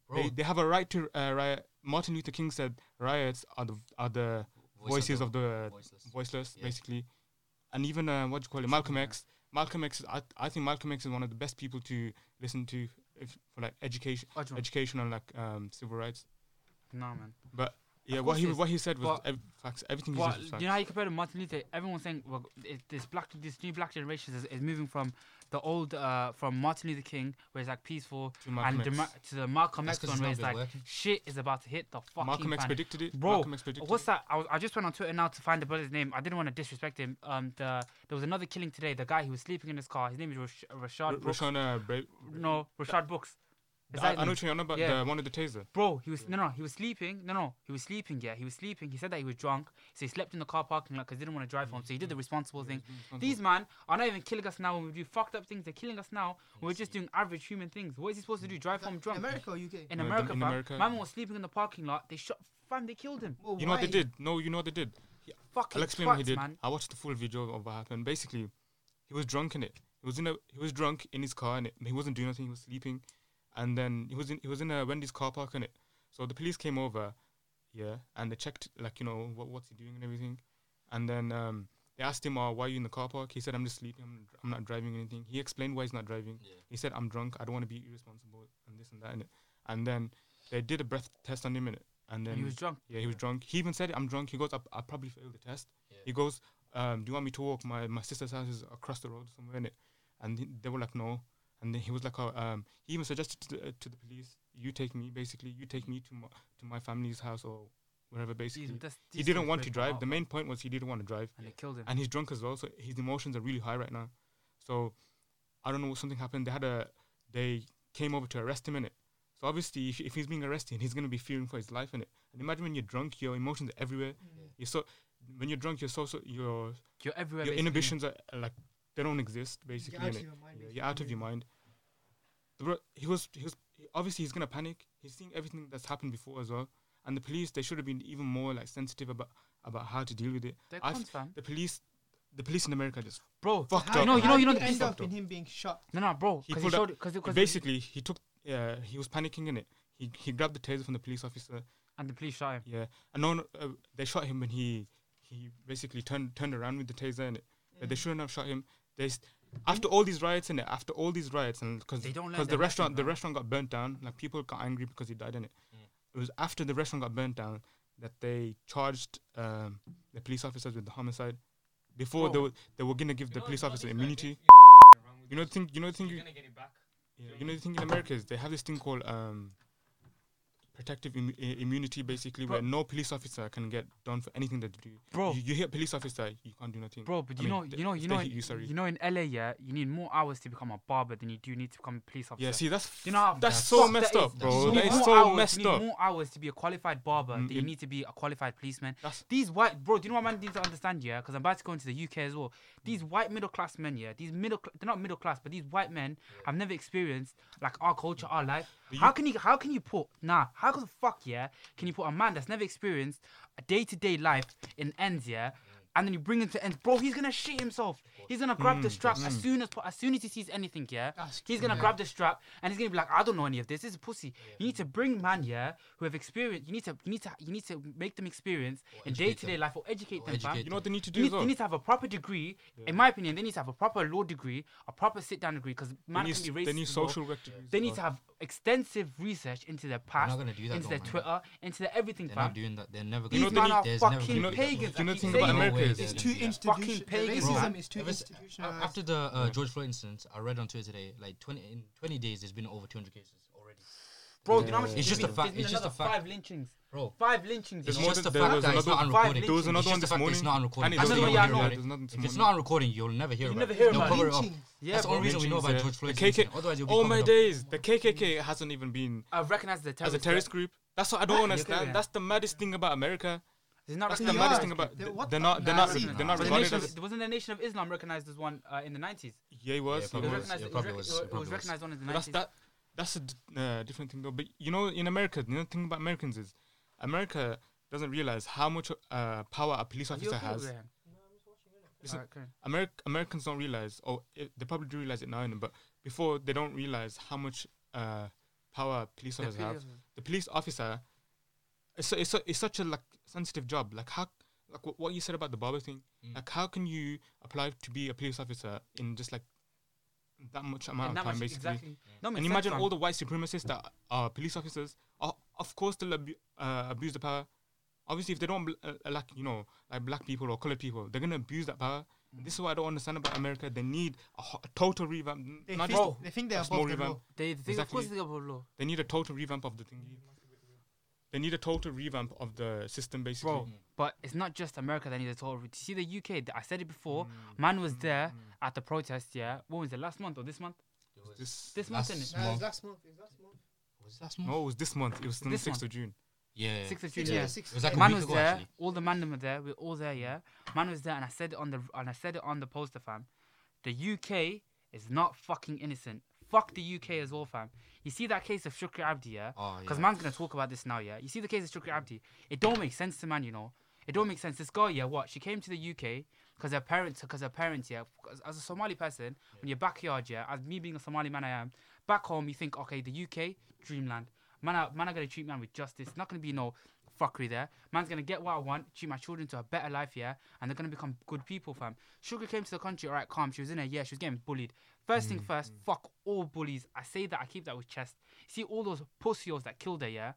Speaker 3: Bro,
Speaker 4: They, they have a right to uh, riot. Martin Luther King said riots are the are the voices of the
Speaker 3: voiceless.
Speaker 4: voiceless,
Speaker 3: Yeah.
Speaker 4: basically. And even uh, what do you call it, Malcolm X. Malcolm X. is- I, I think Malcolm X is one of the best people to listen to if, for like education,
Speaker 1: Ajum.
Speaker 4: education on like um, civil rights.
Speaker 1: Nah, man.
Speaker 4: But yeah,
Speaker 1: Of
Speaker 4: what
Speaker 1: course
Speaker 4: he
Speaker 1: it is.
Speaker 4: what he said was
Speaker 1: But-
Speaker 4: ev- facts. Everything he
Speaker 1: Well,
Speaker 4: said was facts.
Speaker 1: you know how you compare to Martin Luther? Everyone's saying well, it, this black, this new black generation is, is moving from the old, uh, from Martin Luther King, where it's like peaceful,
Speaker 4: To Malcolm
Speaker 1: and
Speaker 4: X.
Speaker 1: to the Malcolm
Speaker 3: That's
Speaker 1: X
Speaker 3: 'cause
Speaker 1: one,
Speaker 3: it's
Speaker 1: where it's
Speaker 3: not been
Speaker 1: like
Speaker 3: working.
Speaker 1: shit is about to hit the fucking
Speaker 4: Malcolm X
Speaker 1: fan.
Speaker 4: predicted it.
Speaker 1: Bro,
Speaker 4: Malcolm X predicted
Speaker 1: What's
Speaker 4: it.
Speaker 1: that? I, was, I just went on Twitter now to find the brother's name. I didn't want to disrespect him. Um, the there was another killing today. The guy who was sleeping in his car. His name is Rash- Rashad.
Speaker 4: R-
Speaker 1: Brooks.
Speaker 4: Roshana Bra-
Speaker 1: No, Rashad Brooks. Is that
Speaker 4: I, I know
Speaker 1: him?
Speaker 4: what you're on about.
Speaker 1: Yeah.
Speaker 4: The one with the taser.
Speaker 1: Bro, he was no, no. He was sleeping. No, no. He was sleeping. Yeah, he was sleeping. He said that he was drunk, so he slept in the car parking lot because he didn't want to
Speaker 4: Mm-hmm.
Speaker 1: drive home. So he did the responsible thing. These man are not even killing us now when we do fucked up things. They're killing us now. when We're just doing average human things. What is he supposed to do? Drive home drunk?
Speaker 2: America or UK?
Speaker 1: In
Speaker 4: No, Mm. in
Speaker 1: America, fam.
Speaker 4: America.
Speaker 1: My man was sleeping in the parking lot. They shot. Fam, they killed him.
Speaker 2: Well,
Speaker 4: You know what they
Speaker 2: why?
Speaker 4: did? No, you know what they did.
Speaker 1: Fucking
Speaker 4: I'll explain what he
Speaker 1: twats,
Speaker 4: did.
Speaker 1: man.
Speaker 4: I watched the full video of what happened. Basically, he was drunk in it. He was in a he was drunk in his car and it, he wasn't doing nothing. He was sleeping, and then he was in he was in a Wendy's car park in it. So the police came over, yeah, and they checked like you know what what's he doing and everything, and then um, they asked him, "Oh, why are you in the car park?" He said, "I'm just sleeping. I'm, I'm not driving anything." He explained why he's not driving.
Speaker 3: Yeah.
Speaker 4: He said, "I'm drunk. I don't want to be irresponsible and this and that." And, and then they did a breath test on him in it, and then
Speaker 1: And he was drunk.
Speaker 4: yeah, he was drunk. He even said, "I'm drunk." He goes, "I, I probably failed the test."
Speaker 3: Yeah.
Speaker 4: He goes, um, "Do you want me to walk? My my sister's house is across the road somewhere in it," and he- they were like, "No." And then he was like, oh, um, he even suggested to the, uh, to the police, "You take me, basically. You take me to my to my family's house or wherever,
Speaker 1: These-
Speaker 4: basically."
Speaker 1: that's-
Speaker 4: He
Speaker 1: these
Speaker 4: didn't
Speaker 1: things
Speaker 4: want
Speaker 1: break
Speaker 4: to
Speaker 1: my
Speaker 4: drive.
Speaker 1: heart,
Speaker 4: The main point was he didn't want to drive,
Speaker 1: and they killed him.
Speaker 4: and he's drunk as well, so his emotions are really high right now. So I don't know what something happened. They had a they came over to arrest him in it. So obviously, if, if he's being arrested, he's gonna be fearing for his life in it. And imagine when you're drunk, your emotions are everywhere.
Speaker 1: Mm.
Speaker 4: You're so when you're drunk, you're so, so your
Speaker 1: You're everywhere.
Speaker 4: your
Speaker 1: basically.
Speaker 4: inhibitions are uh, like they don't exist basically.
Speaker 2: out
Speaker 4: innit?
Speaker 2: of your mind,
Speaker 4: Yeah, you're out of your mind. The bro- he was he was he- obviously he's gonna panic. He's seeing everything that's happened before as well. And the police they should have been even more like sensitive about about how to deal with it.
Speaker 1: They're
Speaker 4: I
Speaker 1: cons, fam.
Speaker 4: the police the police in America just
Speaker 1: bro.
Speaker 4: fucked
Speaker 2: How
Speaker 4: up.
Speaker 1: No, you
Speaker 2: did-
Speaker 1: know-
Speaker 2: how
Speaker 1: you know
Speaker 2: did
Speaker 1: the
Speaker 2: it
Speaker 1: police
Speaker 2: end up
Speaker 4: doctor.
Speaker 2: in him being shot.
Speaker 1: No, no, bro.
Speaker 4: He
Speaker 1: Because he,
Speaker 4: pulled up-
Speaker 1: showed because because
Speaker 4: basically he took uh, he was panicking in it. He he grabbed the taser from the police officer.
Speaker 1: and the police shot him.
Speaker 4: Yeah, and no, one, uh, they shot him when he he basically turned turned around with the taser in it. But They shouldn't have shot him. They s- after all these riots in it, after all these riots, and because
Speaker 1: They don't learn
Speaker 4: the
Speaker 1: their lesson,
Speaker 4: restaurant the
Speaker 1: bro.
Speaker 4: restaurant got burnt down. Like people got angry because he died in it.
Speaker 1: Mm.
Speaker 4: It was after the restaurant got burnt down that they charged um, the police officers with the homicide. Before they
Speaker 1: Bro.
Speaker 4: were they were gonna give the police officer immunity. You know the thing. You know the thing.
Speaker 5: You're
Speaker 4: you-
Speaker 5: gonna get it back.
Speaker 4: yeah, you know the thing in America is they have this thing called um, protective immu- i- immunity, basically,
Speaker 1: Bro-
Speaker 4: where no police officer can get done for anything that they do.
Speaker 1: Bro.
Speaker 4: you, you hit a police officer, you can't do nothing.
Speaker 1: Bro, but
Speaker 4: I
Speaker 1: you
Speaker 4: mean,
Speaker 1: know,
Speaker 4: th-
Speaker 1: you know,
Speaker 4: if
Speaker 1: you
Speaker 4: they
Speaker 1: know,
Speaker 4: hit
Speaker 1: you,
Speaker 4: you, sorry.
Speaker 1: know, in LA, yeah, you need more hours to become a barber than you do need to become a police officer.
Speaker 4: yeah, see, that's
Speaker 1: you know how
Speaker 4: that's
Speaker 1: fucked
Speaker 4: so
Speaker 1: that
Speaker 4: messed
Speaker 1: is?
Speaker 4: up,
Speaker 1: You
Speaker 4: bro. That
Speaker 1: need
Speaker 4: is
Speaker 1: more
Speaker 4: so
Speaker 1: hours-
Speaker 4: messed
Speaker 1: you need
Speaker 4: up. Mm,
Speaker 1: More hours to be a qualified barber than you
Speaker 4: it-
Speaker 1: need to be a qualified policeman.
Speaker 4: That's-
Speaker 1: These white bro, do you know what man needs to understand? Yeah, because I'm about to go into the UK as well.
Speaker 4: Mm.
Speaker 1: These white middle class men, yeah, these middle cl- they're not middle class, but these white men have never experienced like our culture, our life. how can you how can you put nah? How the fuck yeah? Can you put a man that's never experienced a day to day life in ends yeah? and then you bring him to end. Bro, he's gonna shit himself. He's gonna grab the strap as soon as po- as soon as he sees anything. Yeah,
Speaker 2: That's
Speaker 1: he's gonna
Speaker 3: Mm. Yeah.
Speaker 1: grab the strap and he's gonna be like, I don't know any of this. This is pussy. You need to bring man, yeah, who have experience. You need to you need to you need to make them experience in
Speaker 3: educate
Speaker 1: day to day life or educate
Speaker 3: Or
Speaker 1: them. fam.
Speaker 3: educate
Speaker 4: You know what they need to do
Speaker 1: You
Speaker 4: as
Speaker 1: need,
Speaker 4: well?
Speaker 1: you need to have a proper degree. In my opinion, they need to have a proper law degree, a proper sit down degree, because
Speaker 4: They
Speaker 1: man
Speaker 4: need,
Speaker 1: can be
Speaker 4: s-
Speaker 1: racist.
Speaker 4: they need
Speaker 1: as well.
Speaker 4: social work degrees
Speaker 1: They
Speaker 4: as
Speaker 1: need
Speaker 4: well.
Speaker 1: to have extensive research into their past,
Speaker 3: gonna do that
Speaker 1: into
Speaker 3: though,
Speaker 1: their
Speaker 3: man.
Speaker 1: Twitter, into their everything,
Speaker 3: They're
Speaker 1: fam.
Speaker 3: not doing that. They're never
Speaker 1: These
Speaker 3: gonna.
Speaker 4: men
Speaker 3: do
Speaker 1: are
Speaker 3: it. There's never
Speaker 1: fucking
Speaker 3: gonna be that.
Speaker 1: pagans.
Speaker 4: Do you know the thing
Speaker 1: They
Speaker 4: about
Speaker 1: know
Speaker 3: where
Speaker 4: America
Speaker 3: they're
Speaker 4: is
Speaker 2: It's
Speaker 3: Yeah.
Speaker 2: too
Speaker 3: Yeah.
Speaker 1: Fucking
Speaker 2: institutional.
Speaker 1: pagans,
Speaker 3: bro.
Speaker 2: Racism is too
Speaker 3: Ever s-
Speaker 2: institutionalized.
Speaker 3: After the uh, George Floyd incident, I read on Twitter today, like 20 in 20 days, there's been over 200 cases already.
Speaker 1: Bro, do you know how much? there's
Speaker 3: It's just a
Speaker 1: been-
Speaker 3: fact-
Speaker 1: there's been
Speaker 3: it's just a
Speaker 1: another
Speaker 3: fact.
Speaker 1: Five lynchings.
Speaker 3: Bro,
Speaker 1: Five lynchings.
Speaker 3: it's
Speaker 1: you know?
Speaker 3: just
Speaker 4: more
Speaker 3: the
Speaker 4: than- there
Speaker 3: fact
Speaker 4: was
Speaker 3: that it's not
Speaker 4: another-
Speaker 3: on
Speaker 1: five
Speaker 3: recording.
Speaker 1: links. There
Speaker 4: was another
Speaker 3: It's
Speaker 4: one
Speaker 3: just
Speaker 4: this
Speaker 3: the fact that It's
Speaker 4: morning.
Speaker 3: not on recording.
Speaker 4: And it
Speaker 1: was
Speaker 3: That's the
Speaker 1: another
Speaker 3: only
Speaker 1: one this
Speaker 3: reason why-
Speaker 4: morning.
Speaker 3: If it's not on recording, you'll never hear
Speaker 1: You'll
Speaker 3: about
Speaker 1: never
Speaker 3: it.
Speaker 1: hear
Speaker 3: They'll
Speaker 1: about
Speaker 3: cover
Speaker 1: it.
Speaker 3: it up.
Speaker 1: Yeah,
Speaker 3: That's the
Speaker 1: bro.
Speaker 3: only reason we know
Speaker 4: Lynchings,
Speaker 3: about
Speaker 4: uh,
Speaker 3: George Floyd.
Speaker 4: the KK
Speaker 3: incident. Otherwise, you'll be
Speaker 4: Oh
Speaker 3: covered
Speaker 4: my
Speaker 3: up.
Speaker 4: days, the KKK hasn't even been
Speaker 1: I've recognized the
Speaker 4: as
Speaker 1: terrorist.
Speaker 4: a terrorist group. That's what I don't
Speaker 1: Yeah, yeah.
Speaker 4: understand. That's the maddest thing about America.
Speaker 1: It's not
Speaker 4: That's
Speaker 2: They
Speaker 4: the
Speaker 1: recognized.
Speaker 2: mad-
Speaker 4: maddest
Speaker 2: are.
Speaker 4: thing about.
Speaker 2: They- what
Speaker 4: They're
Speaker 2: the-
Speaker 4: not. They're not.
Speaker 2: Nah,
Speaker 4: re-
Speaker 2: see,
Speaker 4: They're
Speaker 1: Was
Speaker 4: not
Speaker 1: the
Speaker 4: regarded
Speaker 1: nation
Speaker 4: as.
Speaker 1: of, wasn't the Nation of Islam recognized as one uh, in the 90s?
Speaker 4: Yeah, he
Speaker 3: Yeah,
Speaker 4: was. he
Speaker 1: It was
Speaker 3: probably
Speaker 4: was.
Speaker 3: was,
Speaker 1: recognized, it
Speaker 3: it
Speaker 1: was,
Speaker 3: probably
Speaker 1: rec-
Speaker 3: was,
Speaker 1: it
Speaker 3: it
Speaker 1: was
Speaker 3: probably was.
Speaker 1: recognized one in the
Speaker 4: But that's
Speaker 1: 90s.
Speaker 4: that. That's a d- uh, different thing though. But you know, in America, the other thing about Americans is, America doesn't realize how much uh, power a police
Speaker 1: Are you
Speaker 4: officer
Speaker 1: okay with
Speaker 4: has.
Speaker 1: that?
Speaker 4: Listen,
Speaker 1: Alright, okay.
Speaker 4: Ameri- Americans don't realize, or it, they probably do realize it now, innit, but before they don't realize how much uh, power police
Speaker 1: The
Speaker 4: officers
Speaker 1: police
Speaker 4: have.
Speaker 1: officer.
Speaker 4: The police officer, it's, su- it's, su- it's such a like sensitive job. Like how, like what, what you said about the barber thing.
Speaker 3: Mm.
Speaker 4: Like how can you apply to be a police officer in just like that much amount
Speaker 1: And
Speaker 4: of
Speaker 1: that
Speaker 4: time,
Speaker 1: much-
Speaker 4: basically?
Speaker 1: Exactly. No, um,
Speaker 4: And imagine all the white supremacists that are police officers. o- Of course, they'll abu- uh, abuse the power. Obviously, if they don't bl- uh, uh, like you know like black people or colored people, they're gonna abuse that power.
Speaker 2: Mm.
Speaker 4: And This is what I don't understand about America. They need a, ho- a total revamp. n-
Speaker 2: They
Speaker 4: not
Speaker 2: think,
Speaker 4: just-
Speaker 1: Bro,
Speaker 2: they think they're
Speaker 4: a small
Speaker 2: above the
Speaker 4: revamp.
Speaker 2: law.
Speaker 1: They, they, Of
Speaker 4: Exactly.
Speaker 1: course, they got law.
Speaker 4: They need a total revamp of the thing. They need a total revamp of the system, basically.
Speaker 1: Bro, but it's not just America that needs a total. re- You see the UK. th- I said it before.
Speaker 4: Mm.
Speaker 1: Man was there at the protest. Yeah, when was it? Last month or this month?
Speaker 3: It was
Speaker 4: This,
Speaker 1: This month,
Speaker 3: last
Speaker 1: isn't
Speaker 2: Nah, it was
Speaker 3: month.
Speaker 2: last month. It was last month.
Speaker 3: Was it last month?
Speaker 4: no, it was this month. It was on the
Speaker 1: This
Speaker 4: sixth
Speaker 1: one.
Speaker 4: of June.
Speaker 3: Yeah.
Speaker 1: it? Sixth of June.
Speaker 2: Six,
Speaker 1: yeah.
Speaker 2: yeah,
Speaker 3: It
Speaker 2: six.
Speaker 3: was like a
Speaker 1: Man
Speaker 3: week
Speaker 1: was
Speaker 3: ago,
Speaker 1: there.
Speaker 3: actually.
Speaker 1: All the man were there. We are all there. Yeah, man was there, and I said it on the and I said it on the poster, fam. The UK is not fucking innocent. Fuck the UK as well, fam. You see that case of Shukri Abdi, yeah?
Speaker 3: Oh,
Speaker 1: Because
Speaker 3: yeah.
Speaker 1: man's gonna talk about this now, yeah. You see the case of Shukri Abdi. It don't make sense to man, you know. It don't make sense. This girl, yeah, what? She came to the UK because her parents, because her parents, yeah. 'cause as a Somali person, when your backyard, yeah, as me being a Somali man, I am. Back home, you think, okay, the UK, dreamland. Man, are, man, are gonna treat man with justice. Not gonna be no fuckery there. Man's gonna get what I want, treat my children to a better life, yeah, and they're gonna become good people, fam. Sugar came to the country, all right, calm. She was in her, yeah, she was getting bullied. First thing first, fuck all bullies. I say that, I keep that with chest. See all those pussies that killed her, yeah,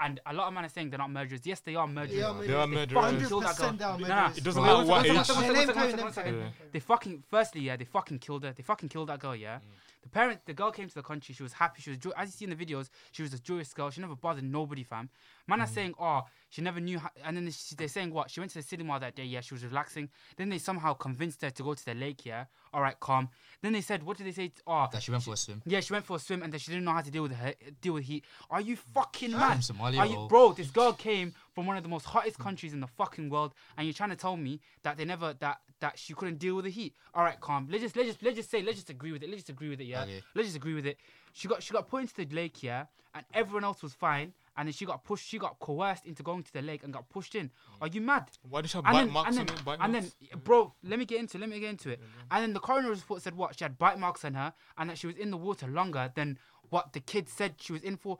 Speaker 1: and a lot of men are saying they're not murderers. Yes, they are murderers.
Speaker 2: They are
Speaker 4: They are
Speaker 2: murderers.
Speaker 4: murderers.
Speaker 1: killed that girl.
Speaker 2: 100% down
Speaker 1: No,
Speaker 2: murderers.
Speaker 1: no.
Speaker 4: It doesn't
Speaker 3: Wow.
Speaker 4: matter what
Speaker 1: One
Speaker 4: age.
Speaker 1: second, one
Speaker 2: Yeah,
Speaker 1: second, one second,
Speaker 2: name
Speaker 1: one
Speaker 2: tag,
Speaker 1: second.
Speaker 2: name
Speaker 1: They fucking firstly, yeah, they fucking killed her. They fucking killed that girl, yeah. The parent, the girl came to the country. She was happy. She was, jo- as you see in the videos, she was a joyous girl. She never bothered nobody, fam. Man are saying, oh, she never knew. How, and then she, they're saying what? She went to the cinema that day. Yeah, she was relaxing. Then they somehow convinced her to go to the lake. Yeah, all right, calm. Then they said, what did they say? Oh,
Speaker 3: That she went for a swim.
Speaker 1: yeah, she went for a swim and then she didn't know how to deal with her, deal with heat. Are you fucking mad?
Speaker 3: from Somalia, oh.
Speaker 1: Are you,
Speaker 3: bro.
Speaker 1: bro? This girl came from one of the most hottest countries in the fucking world, and you're trying to tell me that they never that that she couldn't deal with the heat. All right, calm. Let's just let's just let's just say let's just agree with it. Let's just agree with it. Yeah.
Speaker 3: Okay.
Speaker 1: Let's just agree with it. She got she got put into the lake yeah, and everyone else was fine, and then she got pushed. She got coerced into going to the lake and got pushed
Speaker 3: Mm.
Speaker 1: in. Are you mad?
Speaker 4: Why did she have
Speaker 1: And
Speaker 4: bite
Speaker 1: then,
Speaker 4: marks
Speaker 1: and
Speaker 4: on
Speaker 1: then,
Speaker 4: her? Bite
Speaker 1: and
Speaker 4: marks?
Speaker 1: then, bro, let me get into, let me get into it. And then the coroner's report said what she had bite marks on her, and that she was in the water longer than what the kid said she was in for.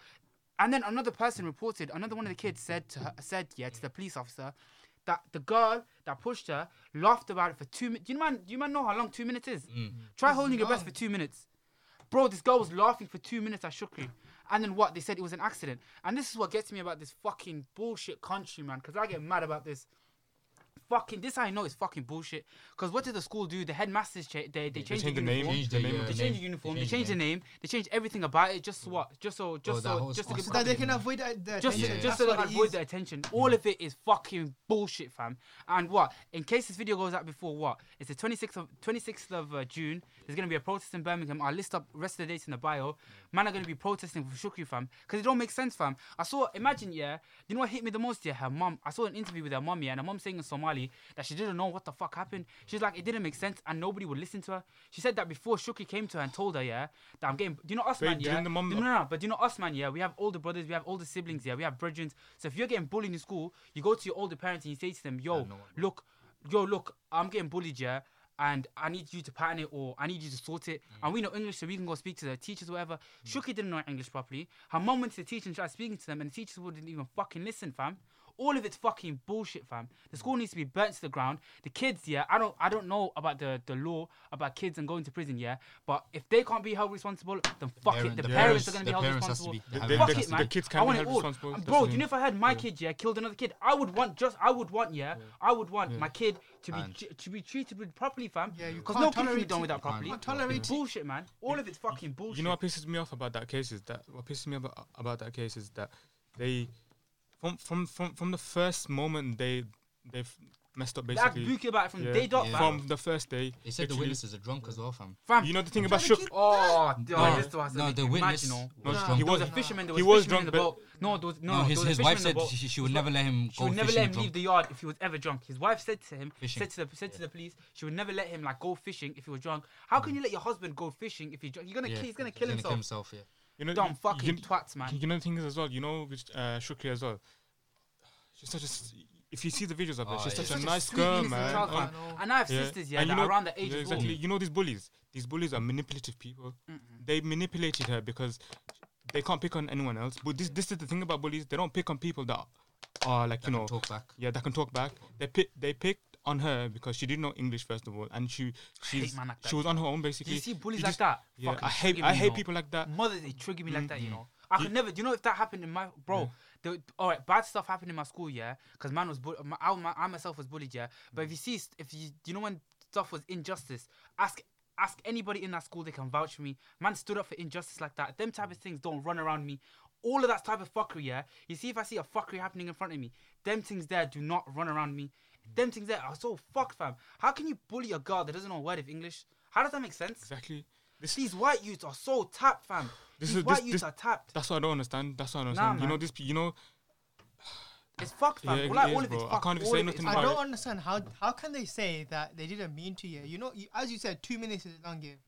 Speaker 1: And then another person reported, another one of the kids said to her, said yeah to the police officer, that the girl that pushed her laughed about it for two minutes. Do you man, do you man know how long two minutes is?
Speaker 4: Mm.
Speaker 1: Try holding your breath for two minutes. Bro, this girl was laughing for two minutes at Shukri. And then what? They said it was an accident. And this is what gets me about this fucking bullshit country, man. Because I get mad about this fucking this I know is fucking bullshit. Because what did the school do? The headmasters cha- they they changed
Speaker 4: changed
Speaker 1: the
Speaker 4: the name.
Speaker 1: uniform.
Speaker 4: Changed
Speaker 1: they
Speaker 4: the name.
Speaker 1: changed
Speaker 3: name.
Speaker 1: the uniform.
Speaker 3: They
Speaker 1: They changed
Speaker 3: changed the
Speaker 1: the name. They changed everything about it. Just so what? Just so just
Speaker 3: that
Speaker 1: so
Speaker 3: whole
Speaker 1: just to get
Speaker 3: sponsor-
Speaker 2: So that they can avoid that. that
Speaker 1: just,
Speaker 2: attention.
Speaker 1: to,
Speaker 3: Yeah.
Speaker 1: just
Speaker 2: That's
Speaker 1: so
Speaker 2: what
Speaker 1: that I
Speaker 2: it
Speaker 1: avoid
Speaker 2: is.
Speaker 1: the attention. All of it is fucking bullshit, fam. And what? In case this video goes out before what? It's the 26th of 26th of uh, June. There's gonna be a protest in Birmingham. I'll list up rest of the dates in the bio. Man are gonna be protesting for Shukri, fam. Cause it don't make sense, fam. I saw. Imagine, yeah. You know what hit me the most? Yeah, her mom. I saw an interview with her mom, yeah, and her mom saying in Somali that she didn't know what the fuck happened. She's like, it didn't make sense, and nobody would listen to her. She said that before Shukri came to her and told her, yeah, that I'm getting. Do you know us,
Speaker 4: Wait,
Speaker 1: man? Yeah.
Speaker 4: didn't the mom
Speaker 1: Do you know no, no, but you know us, man. Yeah, we have older brothers, we have older siblings. Yeah, we have brethren. So if you're getting bullied in school, you go to your older parents and you say to them, "Yo,
Speaker 3: no one-
Speaker 1: look, yo, look, I'm getting bullied, yeah, and I need you to pattern it or I need you to sort it. And we know English, so we can go speak to the teachers, whatever. Shuki didn't know English properly. Her mum went to the teacher and tried speaking to them, and the teachers wouldn't even fucking listen, fam. All of it's fucking bullshit, fam. The school needs to be burnt to the ground. The kids, yeah, I don't, I don't know about the, the law about kids and going to prison, yeah. But if they can't be held responsible, then fuck it.
Speaker 3: parent-
Speaker 1: The,
Speaker 3: the
Speaker 1: parents,
Speaker 3: parents-
Speaker 1: are gonna be
Speaker 3: the
Speaker 1: held
Speaker 3: parents has to
Speaker 1: responsible.
Speaker 3: be- they have
Speaker 1: fuck
Speaker 3: the-
Speaker 1: it,
Speaker 3: the
Speaker 1: man.
Speaker 4: kids
Speaker 1: I
Speaker 4: can be
Speaker 1: want it
Speaker 4: held
Speaker 1: all,
Speaker 4: responsible.
Speaker 1: And
Speaker 4: That's
Speaker 1: bro.
Speaker 4: the
Speaker 1: Do you know if I had my kid, yeah, killed another kid, I would want just, I would want, yeah, I would want my kid to be
Speaker 3: And-
Speaker 1: t- to be treated with properly, fam.
Speaker 2: Yeah, you
Speaker 1: because
Speaker 2: can't
Speaker 1: no kid can be
Speaker 2: tolerate
Speaker 1: done
Speaker 2: it.
Speaker 1: without
Speaker 3: You can't.
Speaker 1: properly.
Speaker 3: You can't
Speaker 2: tolerate
Speaker 1: It's
Speaker 2: it.
Speaker 1: bullshit, man. All of it's fucking bullshit.
Speaker 4: You know what pisses me off about that case is that what pisses me about, about that case is that they from from from from the first moment they they've messed up
Speaker 1: they act
Speaker 4: basically.
Speaker 1: bookie about it from
Speaker 4: Yeah.
Speaker 1: day dot,
Speaker 3: Yeah.
Speaker 1: fam.
Speaker 4: From the first day,
Speaker 3: They said the
Speaker 4: literally-
Speaker 3: witnesses are drunk as well, fam.
Speaker 1: Fam.
Speaker 4: You know the thing about Shook.
Speaker 1: oh, dude,
Speaker 3: No,
Speaker 1: this was
Speaker 3: no, the
Speaker 1: imagine,
Speaker 3: witness
Speaker 1: no.
Speaker 3: was
Speaker 2: No.
Speaker 3: drunk.
Speaker 4: He
Speaker 1: There was
Speaker 4: was-
Speaker 1: a fisherman. There was
Speaker 4: he
Speaker 1: a
Speaker 4: was
Speaker 1: fisherman in
Speaker 4: drunk,
Speaker 1: the
Speaker 4: but-
Speaker 1: boat. No, there was no.
Speaker 3: No,
Speaker 1: there
Speaker 3: his,
Speaker 1: was a
Speaker 3: his
Speaker 1: fisherman
Speaker 3: wife
Speaker 1: in
Speaker 3: said
Speaker 1: the boat.
Speaker 3: she, she would never let him
Speaker 1: She
Speaker 3: go
Speaker 1: would never
Speaker 3: fishing
Speaker 1: let him
Speaker 3: drunk.
Speaker 1: leave the yard if he was ever drunk. His wife said to him,
Speaker 3: Fishing.
Speaker 1: said to the said to the police, she would never let him like go fishing if he was drunk. How
Speaker 4: Mm.
Speaker 1: can you let your husband go fishing if he's drunk? You're gonna
Speaker 3: Yeah,
Speaker 1: kill, he's gonna kill himself.
Speaker 3: yeah.
Speaker 4: You know,
Speaker 1: Dumb
Speaker 4: you-
Speaker 1: fucking
Speaker 4: you,
Speaker 1: twats, man.
Speaker 4: You know the thing is as well. You know with uh, Shukri as well. She's such a. s- If you see the videos of her,
Speaker 3: Oh,
Speaker 4: she's
Speaker 3: yeah.
Speaker 4: such
Speaker 1: Such
Speaker 4: a
Speaker 1: a
Speaker 4: nice
Speaker 1: sweet,
Speaker 4: girl,
Speaker 1: innocent
Speaker 4: man.
Speaker 1: child,
Speaker 4: Oh,
Speaker 1: man. And I have
Speaker 4: Yeah.
Speaker 1: sisters, yeah,
Speaker 4: And
Speaker 1: that
Speaker 4: you know-
Speaker 1: are around that
Speaker 4: yeah,
Speaker 1: age as well.
Speaker 4: exactly. You know these bullies. These bullies are manipulative people. They manipulated her because they can't pick on anyone else. But this this is the thing about bullies. They don't pick on people that are like
Speaker 3: That
Speaker 4: you
Speaker 3: can
Speaker 4: know
Speaker 3: talk back.
Speaker 4: Yeah, that can talk back. They pick they picked on her because she didn't know English first of all, and she she's,
Speaker 1: man like that.
Speaker 4: she was on her own basically.
Speaker 1: Do you see bullies
Speaker 4: just-
Speaker 1: like that?
Speaker 4: Yeah,
Speaker 1: Fucking
Speaker 4: I hate
Speaker 1: trigger
Speaker 4: I
Speaker 1: me,
Speaker 4: hate
Speaker 1: no.
Speaker 4: people like that.
Speaker 1: Mother, they trigger me like that, you know. I
Speaker 4: You-
Speaker 1: could never. Do you know if that happened in my bro? The, all right, bad stuff happened in my school, yeah. Because man was bull- my, I, my, I myself was bullied, yeah. But if you see, st- if you you know when stuff was injustice, ask ask anybody in that school. They can vouch for me. Man stood up for injustice like that. Them type of things don't run around me. All of that type of fuckery, yeah. You see, if I see a fuckery happening in front of me, them things there do not run around me. Them things there are so fucked, fam. How can you bully a girl that doesn't know a word of English? How does that make sense?
Speaker 4: Exactly. This
Speaker 1: These white youths are so tapped, fam.
Speaker 4: This
Speaker 1: These
Speaker 4: is-
Speaker 1: white
Speaker 4: this-
Speaker 1: youths
Speaker 4: this-
Speaker 1: are tapped.
Speaker 4: that's what I don't understand. That's what I don't
Speaker 1: Nah,
Speaker 4: understand. you know
Speaker 1: man.
Speaker 4: this. You know
Speaker 1: It's fucked, fam.
Speaker 4: Yeah, it
Speaker 1: like,
Speaker 4: is,
Speaker 1: all of it's
Speaker 4: bro. I
Speaker 1: fucked.
Speaker 4: can't even
Speaker 1: all
Speaker 4: say
Speaker 1: of it's
Speaker 4: nothing
Speaker 1: fucked.
Speaker 2: I
Speaker 4: Why-
Speaker 2: don't understand how how can they say that they didn't mean to. Yeah, you know, you, as you said, two minutes is a long game.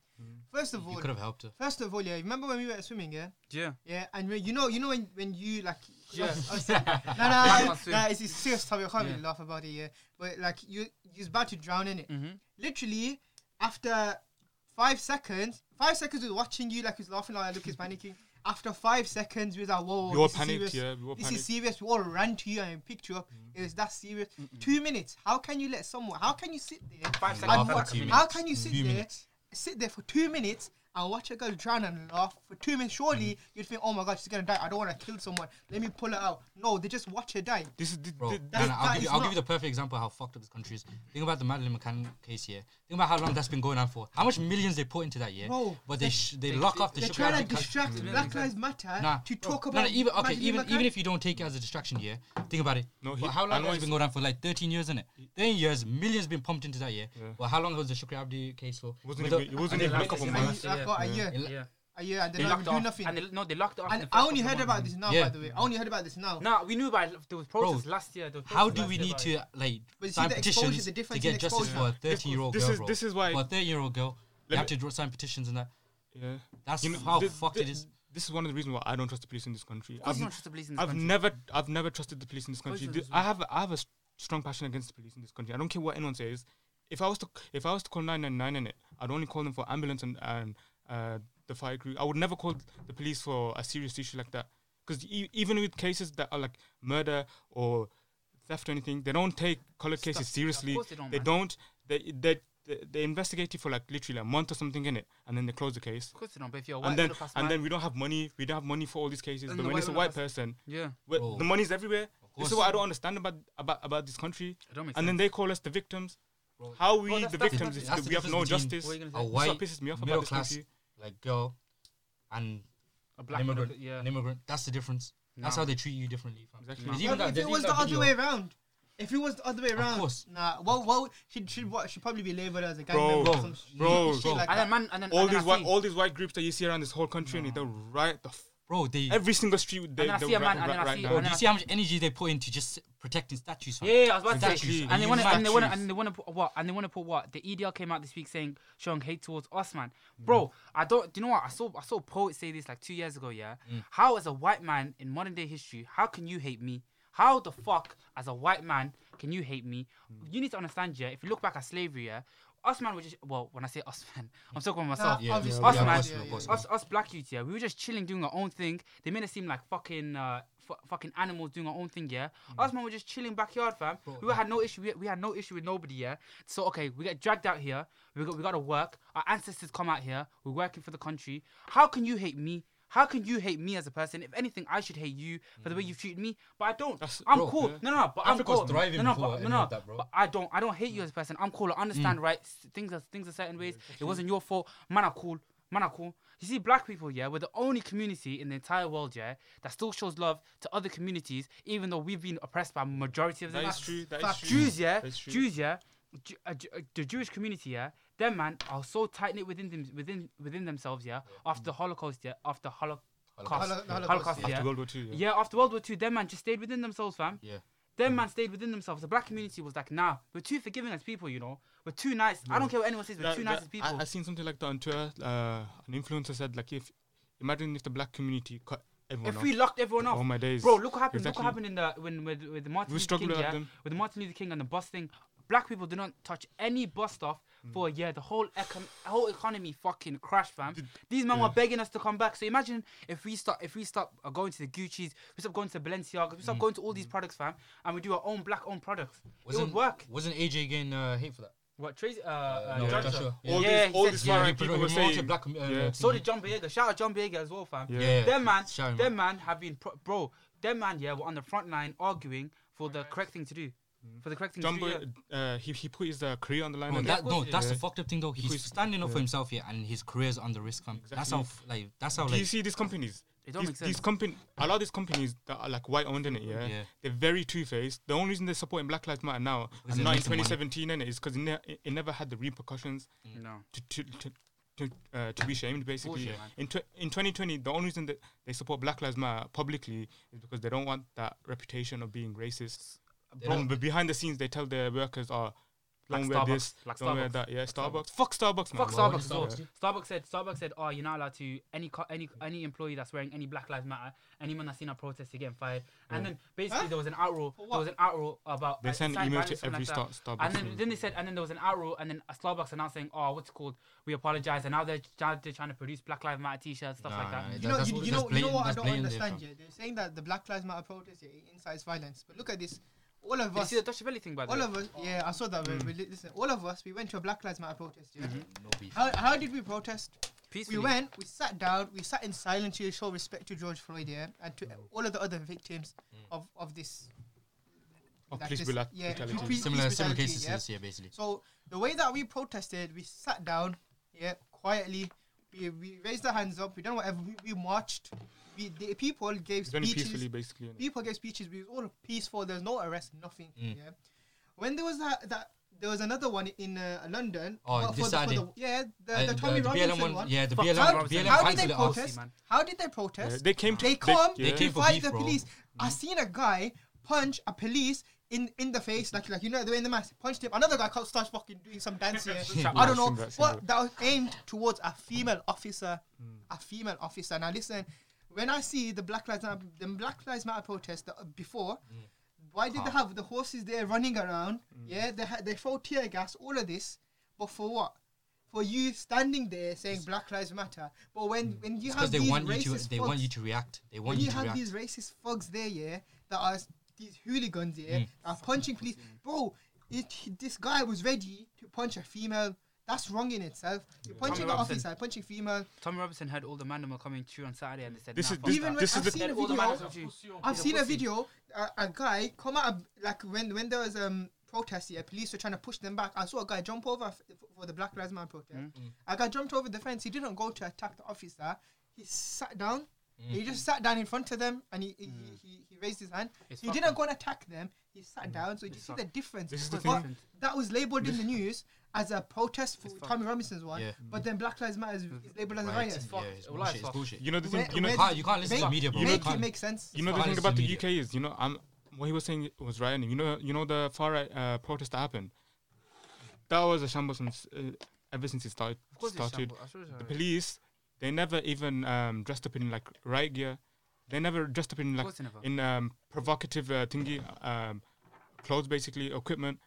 Speaker 2: First of
Speaker 3: You
Speaker 2: all,
Speaker 3: could have helped her.
Speaker 2: first of all, yeah. Remember when we were swimming, yeah,
Speaker 1: Yeah.
Speaker 2: yeah, and when, you know, you know when when you like,
Speaker 1: Yeah.
Speaker 2: us- us- nah,
Speaker 1: I
Speaker 2: nah,
Speaker 1: can't swim.
Speaker 2: nah, it's it's serious topic. I can't really
Speaker 1: Yeah.
Speaker 2: laugh about it, yeah. But like you, you're about to drown in it.
Speaker 1: Mhm.
Speaker 2: Literally, after five seconds, five seconds was watching you like he's laughing like look he's panicking. After five seconds, we was like, whoa,
Speaker 4: We all
Speaker 2: this is
Speaker 4: panicked,
Speaker 2: serious.
Speaker 4: yeah, we all
Speaker 2: this
Speaker 4: panicked.
Speaker 2: is serious. We all ran to you and picked you up. It was that serious. Two minutes. How can you let someone? How can you sit there?
Speaker 1: Five
Speaker 3: Laugh
Speaker 1: seconds.
Speaker 2: And
Speaker 3: for
Speaker 2: watch,
Speaker 1: That's
Speaker 3: two
Speaker 1: a
Speaker 3: minutes.
Speaker 2: how can you sit
Speaker 3: Few
Speaker 2: there,
Speaker 3: minutes.
Speaker 2: sit there for two minutes and watch a girl drown and laugh for two minutes? Surely
Speaker 3: Mm.
Speaker 2: you'd think, oh my god, she's gonna die. I don't want to kill someone. Let me pull her out. No, they just watch her die.
Speaker 4: this is. thi-
Speaker 3: Bro,
Speaker 4: thi-
Speaker 3: no,
Speaker 4: this-
Speaker 3: no,
Speaker 2: that
Speaker 3: I'll, give
Speaker 2: is
Speaker 3: you, I'll give
Speaker 2: not-
Speaker 3: you the perfect example of how fucked up this country is. Think about the Madeleine McCann case here. Think about how long that's been going on for. How much millions they put into that year.
Speaker 2: Bro,
Speaker 3: but they
Speaker 2: they-
Speaker 3: sh- they
Speaker 1: they-
Speaker 3: lock off the
Speaker 2: They're
Speaker 3: sugar
Speaker 2: trying
Speaker 3: addict
Speaker 2: to
Speaker 3: cul-
Speaker 2: distract
Speaker 1: Yeah,
Speaker 2: Black
Speaker 1: exactly.
Speaker 2: Lives Matter
Speaker 3: Nah,
Speaker 2: to
Speaker 3: bro,
Speaker 2: talk
Speaker 3: no,
Speaker 2: about.
Speaker 3: no, even okay,
Speaker 2: Madeleine
Speaker 3: even
Speaker 2: McCann.
Speaker 3: even if you don't take it as a distraction here, think about it.
Speaker 4: No,
Speaker 3: But
Speaker 4: he-
Speaker 3: how long
Speaker 4: I know
Speaker 3: has it
Speaker 4: he's-
Speaker 3: been going on for? Like 13 years, isn't it? 13 years, millions been pumped into that year.
Speaker 4: Yeah.
Speaker 3: But how long was the Shukri Abdi case for?
Speaker 4: Wasn't
Speaker 3: Without-
Speaker 4: even- it wasn't
Speaker 3: and they
Speaker 4: even a
Speaker 3: locked
Speaker 4: couple
Speaker 3: it-
Speaker 2: And
Speaker 4: months.
Speaker 2: you- I got a
Speaker 4: Yeah.
Speaker 2: year,
Speaker 1: Yeah.
Speaker 2: a year, and
Speaker 1: They
Speaker 2: then
Speaker 1: locked
Speaker 2: like,
Speaker 1: it
Speaker 2: do
Speaker 1: off.
Speaker 2: nothing.
Speaker 1: And they, no, they locked it off. in
Speaker 2: And
Speaker 1: the
Speaker 2: I
Speaker 1: first
Speaker 2: only
Speaker 1: couple
Speaker 2: heard
Speaker 1: of
Speaker 2: about
Speaker 1: months.
Speaker 2: this now,
Speaker 3: Yeah.
Speaker 2: by the way. I only heard about this now.
Speaker 1: No, we knew about it. There was protests last year. There was
Speaker 3: How
Speaker 1: protests
Speaker 3: do
Speaker 1: last
Speaker 3: we
Speaker 1: year
Speaker 3: need
Speaker 1: about
Speaker 3: to
Speaker 1: it.
Speaker 3: like
Speaker 2: But you see
Speaker 3: sign
Speaker 2: the exposure,
Speaker 3: petitions
Speaker 2: the difference
Speaker 3: to
Speaker 2: in
Speaker 3: get justice
Speaker 2: exposure.
Speaker 3: for a 13 year old
Speaker 4: This
Speaker 3: girl?
Speaker 4: is-
Speaker 3: bro.
Speaker 4: this is why-
Speaker 3: for a 13 year old girl, you
Speaker 4: Let
Speaker 3: have
Speaker 4: me-
Speaker 3: to draw sign petitions and that.
Speaker 4: yeah.
Speaker 3: That's
Speaker 4: You know,
Speaker 3: how
Speaker 4: thi-
Speaker 3: fucked
Speaker 4: thi-
Speaker 3: it is.
Speaker 4: This is one of the reasons why I don't trust the police in this country.
Speaker 1: Of course
Speaker 4: I've
Speaker 1: you
Speaker 4: n-
Speaker 1: don't trust the police in this
Speaker 4: I've
Speaker 1: country.
Speaker 4: never, I've never trusted the police in this
Speaker 1: course
Speaker 4: country.
Speaker 1: you
Speaker 4: Th-
Speaker 1: don't
Speaker 4: I have, I have a s- strong passion against the police in this country. I don't care what anyone says. If I was to, if I was to call nine nine nine in it, I'd only call them for ambulance and and uh, the fire crew. I would never call the police for a serious issue like that. Because e- even with cases that are like murder or theft or anything, they don't take color cases seriously.
Speaker 1: course they don't, man.
Speaker 4: don't. They they they, they investigate it for like literally a month or something in it, and then they close the case
Speaker 1: Of course they don't. But if you're a white
Speaker 4: and then
Speaker 1: middle-class
Speaker 4: and
Speaker 1: man-
Speaker 4: then we don't have money. We don't have money for all these cases.
Speaker 1: Then
Speaker 4: But
Speaker 1: the
Speaker 4: when
Speaker 1: white
Speaker 4: it's a
Speaker 1: middle
Speaker 4: white
Speaker 1: class-
Speaker 4: person,
Speaker 1: yeah,
Speaker 4: where
Speaker 3: Bro.
Speaker 4: the money's everywhere. This is
Speaker 3: Oh. course.
Speaker 4: what I don't understand about about about this country.
Speaker 1: it don't make
Speaker 4: And then
Speaker 1: sense.
Speaker 4: they call us the victims. How are we
Speaker 1: that's-
Speaker 4: the
Speaker 1: that's the
Speaker 4: victims?
Speaker 1: difference.
Speaker 4: if
Speaker 3: That's the
Speaker 4: we have no
Speaker 3: difference between-
Speaker 4: justice.
Speaker 1: What are you
Speaker 3: A
Speaker 1: gonna say?
Speaker 3: white
Speaker 4: pisses me off about
Speaker 3: middle
Speaker 4: this
Speaker 3: class
Speaker 4: country.
Speaker 3: like girl and
Speaker 1: A
Speaker 3: an
Speaker 1: black
Speaker 3: immigrant,
Speaker 1: middle- yeah.
Speaker 3: an immigrant. That's the difference. That's
Speaker 1: Nah.
Speaker 3: how they treat you differently. fam.
Speaker 4: Exactly.
Speaker 3: There's
Speaker 4: Nah.
Speaker 3: even
Speaker 2: Even
Speaker 3: that-
Speaker 2: if
Speaker 3: there's
Speaker 2: it was
Speaker 3: even
Speaker 2: the
Speaker 3: that
Speaker 2: other
Speaker 3: video.
Speaker 2: way around, if it was the other way around,
Speaker 3: course.
Speaker 2: nah, well, well, she she she probably be labelled as a gang
Speaker 4: Bro,
Speaker 2: member or some shit
Speaker 4: bro,
Speaker 2: like
Speaker 3: bro.
Speaker 2: that.
Speaker 1: And then man, and then
Speaker 4: All
Speaker 1: and then
Speaker 4: these
Speaker 1: I
Speaker 4: white
Speaker 1: see-
Speaker 4: all these white groups that you see around this whole country, and they riot the f-
Speaker 3: Bro, they.
Speaker 4: every single street. They,
Speaker 1: then I
Speaker 4: they
Speaker 1: see a
Speaker 4: riot
Speaker 1: man, and then I
Speaker 4: right
Speaker 1: see-
Speaker 4: now.
Speaker 1: and
Speaker 3: do you see how much energy they put into just protecting statues? fam?
Speaker 1: Yeah, yeah, I was about to
Speaker 4: Exactly.
Speaker 1: say. And they
Speaker 3: You
Speaker 1: want to,
Speaker 3: mad
Speaker 1: and they want to,
Speaker 3: trees.
Speaker 1: and they want to put what? And they want to put what? The EDL came out this week saying showing hate towards us, man.
Speaker 3: Mm.
Speaker 1: Bro, I don't. Do you know what? I saw I saw a poet say this like two years ago. Yeah.
Speaker 3: Mm.
Speaker 1: How as a white man in modern day history, how can you hate me? How the fuck as a white man Can you hate me?
Speaker 3: Mm.
Speaker 1: You need to understand, yeah. If you look back at slavery, yeah, us man were just well. When I say us man, I'm talking about myself.
Speaker 3: Yeah,
Speaker 2: obviously,
Speaker 1: us
Speaker 3: yeah,
Speaker 1: man,
Speaker 3: us,
Speaker 2: yeah,
Speaker 3: us,
Speaker 2: yeah.
Speaker 1: us us black youths, yeah, we were just chilling, doing our own thing. They made us seem like fucking uh, f- fucking animals doing our own thing, yeah.
Speaker 3: Mm.
Speaker 1: Us man were just chilling backyard, fam.
Speaker 3: Bro,
Speaker 1: we
Speaker 3: that-
Speaker 1: had no issue. We, we had no issue with nobody, yeah. So okay, we get dragged out here. We got we got to work. Our ancestors come out here. We're working for the country. How can you hate me? How can you hate me as a person? If anything, I should hate you for the way you've treated me. But I don't.
Speaker 4: That's-
Speaker 1: I'm
Speaker 3: Mm. bro,
Speaker 1: cool.
Speaker 4: yeah.
Speaker 1: No, no, no, but
Speaker 3: Africa's
Speaker 1: I'm cool.
Speaker 3: thriving
Speaker 1: No, no,
Speaker 3: before
Speaker 1: but, no,
Speaker 3: any
Speaker 1: no,
Speaker 3: of that, bro.
Speaker 1: but I don't. I don't hate you as a person. I'm cool. I understand, right? S- Things are things are certain ways. it wasn't your fault. Man are cool. Man are cool. You see, black people, yeah, we're the only community in the entire world, yeah, that still shows love to other communities, even though we've been oppressed by majority of them.
Speaker 4: That is true. That is
Speaker 2: Fact.
Speaker 4: true.
Speaker 1: Jews, yeah,
Speaker 4: That's true.
Speaker 1: Jews, yeah, Ju- uh, Ju- uh, the Jewish community, yeah, them man are so tight knit within them, within within themselves, yeah. After the Holocaust, yeah, after Holocaust,
Speaker 3: Holocaust,
Speaker 2: Holo- Holocaust,
Speaker 1: Holocaust,
Speaker 2: yeah.
Speaker 1: yeah.
Speaker 4: After World War Two. Yeah.
Speaker 1: Yeah, after World War Two, them man just stayed within themselves, fam.
Speaker 3: Yeah.
Speaker 1: Them man stayed within themselves. The black community was like, nah, we're too forgiving as people, you know. We're too nice. I don't care what anyone says, we're
Speaker 4: That-
Speaker 1: too nice
Speaker 4: that-
Speaker 1: as people.
Speaker 4: I, I seen something like that on Twitter. Uh, an influencer said like, if imagine if the black community cut everyone
Speaker 1: if
Speaker 4: off.
Speaker 1: we locked everyone off,
Speaker 4: Oh my days.
Speaker 1: bro, look what happened. Look
Speaker 4: Exactly.
Speaker 1: what happened in the when with with the Martin
Speaker 4: We
Speaker 1: Luther King,
Speaker 4: struggled
Speaker 1: yeah,
Speaker 4: at them.
Speaker 1: with the Martin Luther King and the bus thing. Black people did not touch any bus stuff for a year. The whole econ- whole economy fucking crashed, fam. These men were begging us to come back. So imagine if we start if we start uh, going to the Gucci's, we stop going to Balenciaga, we stop going to all these products, fam, and we do our own black owned products. it would work.
Speaker 3: Wasn't AJ getting uh, hate for that?
Speaker 1: What Tracy? Uh, uh,
Speaker 3: no,
Speaker 1: Johnson.
Speaker 3: Joshua.
Speaker 4: All
Speaker 1: Yeah,
Speaker 4: these,
Speaker 1: he
Speaker 4: all
Speaker 1: said-
Speaker 4: these
Speaker 3: Yeah,
Speaker 4: far
Speaker 3: he
Speaker 4: right
Speaker 3: pro-
Speaker 4: people were
Speaker 3: he promoted
Speaker 4: saying.
Speaker 3: black. com- Uh,
Speaker 4: Yeah.
Speaker 1: So did John Boyega. Shout out John Boyega as well, fam.
Speaker 4: Yeah.
Speaker 3: Yeah.
Speaker 1: Them man,
Speaker 3: Shout him
Speaker 1: them
Speaker 3: out.
Speaker 1: man have been pro- bro. Them man, yeah, were on the front line arguing for the correct thing to do, for the correct thing
Speaker 4: John
Speaker 1: to do.
Speaker 4: Boy,
Speaker 1: yeah.
Speaker 4: uh, he he put his uh, career on the line.
Speaker 3: No,
Speaker 4: and
Speaker 3: Oh, that, no,
Speaker 1: Yeah.
Speaker 3: that's the fucked up thing though. He's
Speaker 4: Because-
Speaker 3: standing up for himself here, and his career's on the risk. Fam. That's how,
Speaker 4: Exactly.
Speaker 3: f- like, that's how,
Speaker 4: Do you
Speaker 3: like,
Speaker 4: see these companies?
Speaker 1: It don't
Speaker 4: these,
Speaker 1: make sense.
Speaker 4: These company, a lot of these companies that are like white owned in it, yeah,
Speaker 3: Yeah.
Speaker 4: they're very two faced. The only reason they're supporting Black Lives Matter now
Speaker 3: they're
Speaker 4: and not in
Speaker 3: making money.
Speaker 4: 2017 in it is because it, ne- it never had the repercussions
Speaker 1: No.
Speaker 4: to to to, to, uh, to be shamed basically.
Speaker 1: Bullshit, man.
Speaker 4: in tw- in 2020, the only reason that they support Black Lives Matter publicly is because they don't want that reputation of being racist. From- but behind the scenes, they tell their workers, "Oh,
Speaker 1: Like
Speaker 4: don't wear
Speaker 1: Starbucks,
Speaker 4: this,
Speaker 1: like
Speaker 4: don't wear
Speaker 1: Starbucks,
Speaker 4: that." Yeah,
Speaker 1: like
Speaker 4: Starbucks. Fuck Starbucks, man.
Speaker 1: Fuck
Speaker 4: Well,
Speaker 1: Starbucks as well.
Speaker 4: yeah.
Speaker 1: Starbucks said Starbucks said, oh, you're not allowed to any co- any any employee that's wearing any Black Lives Matter, anyone that's seen a protest, you're getting fired. And then basically
Speaker 2: Huh?
Speaker 1: there was an outroar.
Speaker 2: For
Speaker 1: There was an outroar about
Speaker 4: They
Speaker 1: uh,
Speaker 4: send
Speaker 1: side
Speaker 4: email
Speaker 1: violence,
Speaker 4: to
Speaker 1: something
Speaker 4: every
Speaker 1: like that.
Speaker 4: Star- Starbucks
Speaker 1: And then,
Speaker 4: employee.
Speaker 1: then they said, and then there was an outroar, and then a Starbucks announced saying, oh, what's it called? We apologize, and now they're now they're trying to produce Black Lives Matter T-shirts, stuff
Speaker 3: Nah,
Speaker 1: like that.
Speaker 3: nah,
Speaker 2: You know,
Speaker 3: That's
Speaker 2: you,
Speaker 3: what-
Speaker 2: you
Speaker 3: that's
Speaker 2: know, you know
Speaker 3: blatant-
Speaker 2: what I
Speaker 3: that's
Speaker 2: don't
Speaker 3: blatant
Speaker 2: understand.
Speaker 3: there,
Speaker 2: Yeah, they're saying that the Black Lives Matter protest yeah, it incites violence, but look at this. All of
Speaker 1: Did you
Speaker 2: us,
Speaker 1: see the Dutch Belly thing, by the
Speaker 2: all
Speaker 1: way?
Speaker 2: of us. Yeah, I saw that.
Speaker 3: Mm.
Speaker 2: but- but li- listen, all of us, we went to a Black Lives Matter protest. Yeah.
Speaker 3: no beef.
Speaker 2: How, how did we protest?
Speaker 1: Peacefully.
Speaker 2: We went, we sat down, we sat in silence to show respect to George Floyd, yeah, and to
Speaker 3: Mm.
Speaker 2: all of the other victims of, of this.
Speaker 4: Of
Speaker 2: like
Speaker 4: police
Speaker 2: this-
Speaker 4: brutali-
Speaker 2: yeah,
Speaker 4: brutality.
Speaker 2: pre-
Speaker 3: similar,
Speaker 2: police
Speaker 3: similar
Speaker 2: brutality,
Speaker 3: cases,
Speaker 2: yeah.
Speaker 3: yeah, yeah basically.
Speaker 2: So the way that we protested, we sat down, yeah, quietly. We, we raised our hands up. We done whatever. We, we marched. We the people gave
Speaker 4: It's very
Speaker 2: speeches.
Speaker 4: peacefully, basically. innit?
Speaker 2: People gave speeches. We was all peaceful. There's no arrest, nothing.
Speaker 3: Mm.
Speaker 2: Yeah. When there was that that there was another one in uh, London.
Speaker 3: Oh,
Speaker 2: but
Speaker 3: this Saturday.
Speaker 2: the, yeah, the,
Speaker 3: Uh,
Speaker 2: the Tommy
Speaker 3: the
Speaker 2: Robinson
Speaker 3: BLM one,
Speaker 2: one.
Speaker 3: yeah, the
Speaker 1: Fuck,
Speaker 3: BLM,
Speaker 1: how-
Speaker 3: how, BLM
Speaker 2: How did
Speaker 3: cancelled
Speaker 2: they
Speaker 3: it out.
Speaker 2: protest?
Speaker 1: man.
Speaker 2: How did they
Speaker 4: Yeah,
Speaker 2: protest?
Speaker 4: They came.
Speaker 2: They come,
Speaker 4: yeah.
Speaker 2: they,
Speaker 3: came for
Speaker 2: fight
Speaker 3: beef,
Speaker 2: the
Speaker 3: bro.
Speaker 2: police. I seen a guy punch a police in in the face, like like you know the way in the mask, punched him. Another guy co- starts fucking doing some dance here. I don't know
Speaker 4: Seen that, seen
Speaker 2: what
Speaker 4: that.
Speaker 2: that was aimed towards a female officer,
Speaker 3: Hmm.
Speaker 2: a female officer. Now listen, when I see the Black Lives Matter, the Black Lives Matter protest that- before.
Speaker 3: Hmm.
Speaker 2: Why did they have the horses there running around? Yeah, they ha- they throw tear gas, all of this, but for what? For you standing there saying Black Lives Matter, but when when you
Speaker 3: Because
Speaker 2: have
Speaker 3: Hmm. they
Speaker 2: these
Speaker 3: want you
Speaker 2: racist
Speaker 3: to, they
Speaker 2: thugs-
Speaker 3: want you to react. They want
Speaker 2: when you
Speaker 3: you to
Speaker 2: have
Speaker 3: react.
Speaker 2: these racist thugs there, yeah, that are s- these hooligans, yeah,
Speaker 4: Mm.
Speaker 2: that are punching police, bro. It, this guy was ready to punch a female. That's wrong in itself. You're punching an
Speaker 1: Tommy Robinson.
Speaker 2: officer, punching female.
Speaker 1: Tommy Robinson heard all the man were coming through on Saturday, and they said,
Speaker 4: This
Speaker 1: nah,
Speaker 4: is
Speaker 1: fuck
Speaker 4: this,
Speaker 2: Even when
Speaker 4: this
Speaker 2: I've
Speaker 4: is the
Speaker 2: seen a
Speaker 1: that. all the
Speaker 2: video-
Speaker 1: man are Jew.
Speaker 2: I've
Speaker 1: He's a
Speaker 2: seen a
Speaker 1: pussy.
Speaker 2: video, a, a guy come out of, like when when there was um protest, yeah, police were trying to push them back. I saw a guy jump over f- for the Black Lives Matter protest. A guy jumped over the fence. He didn't go to attack the officer. He sat down. He just sat down in front of them and he he, he, he raised his hand.
Speaker 1: It's
Speaker 2: he
Speaker 1: fucked
Speaker 2: didn't
Speaker 1: up.
Speaker 2: go and attack them. He sat down. So do you see the difference?
Speaker 4: This is the
Speaker 2: But
Speaker 4: thing.
Speaker 2: That was labeled in the news as a protest for
Speaker 1: fucked.
Speaker 2: Tommy Robinson's one,
Speaker 3: Yeah.
Speaker 2: but then Black Lives Matter is, is labeled as a
Speaker 3: Right,
Speaker 2: riot.
Speaker 3: yeah,
Speaker 1: fucked.
Speaker 3: it's
Speaker 1: Well, life's
Speaker 3: bullshit. It's
Speaker 1: fucked.
Speaker 3: bullshit.
Speaker 4: You know the
Speaker 2: Where-
Speaker 4: thing. You know
Speaker 2: where
Speaker 4: the
Speaker 3: can't- you can't listen to
Speaker 2: Make-
Speaker 3: the media, bro.
Speaker 4: You
Speaker 2: Make
Speaker 4: can't-
Speaker 2: it make sense.
Speaker 4: you know the
Speaker 3: Far
Speaker 4: thing
Speaker 3: right
Speaker 4: about the
Speaker 3: media.
Speaker 4: UK is, you know, I'm what he was saying was right, and you know, you know the far right uh, protest that happened. That was a shambles since, uh, ever since it started.
Speaker 1: Of course it's
Speaker 4: started.
Speaker 1: shambles. I swear it's
Speaker 4: The
Speaker 1: shambles.
Speaker 4: police, they never even um, dressed up in like riot gear. They never dressed up in like
Speaker 1: course they never.
Speaker 4: in um, provocative uh, thingy, um, clothes, basically equipment.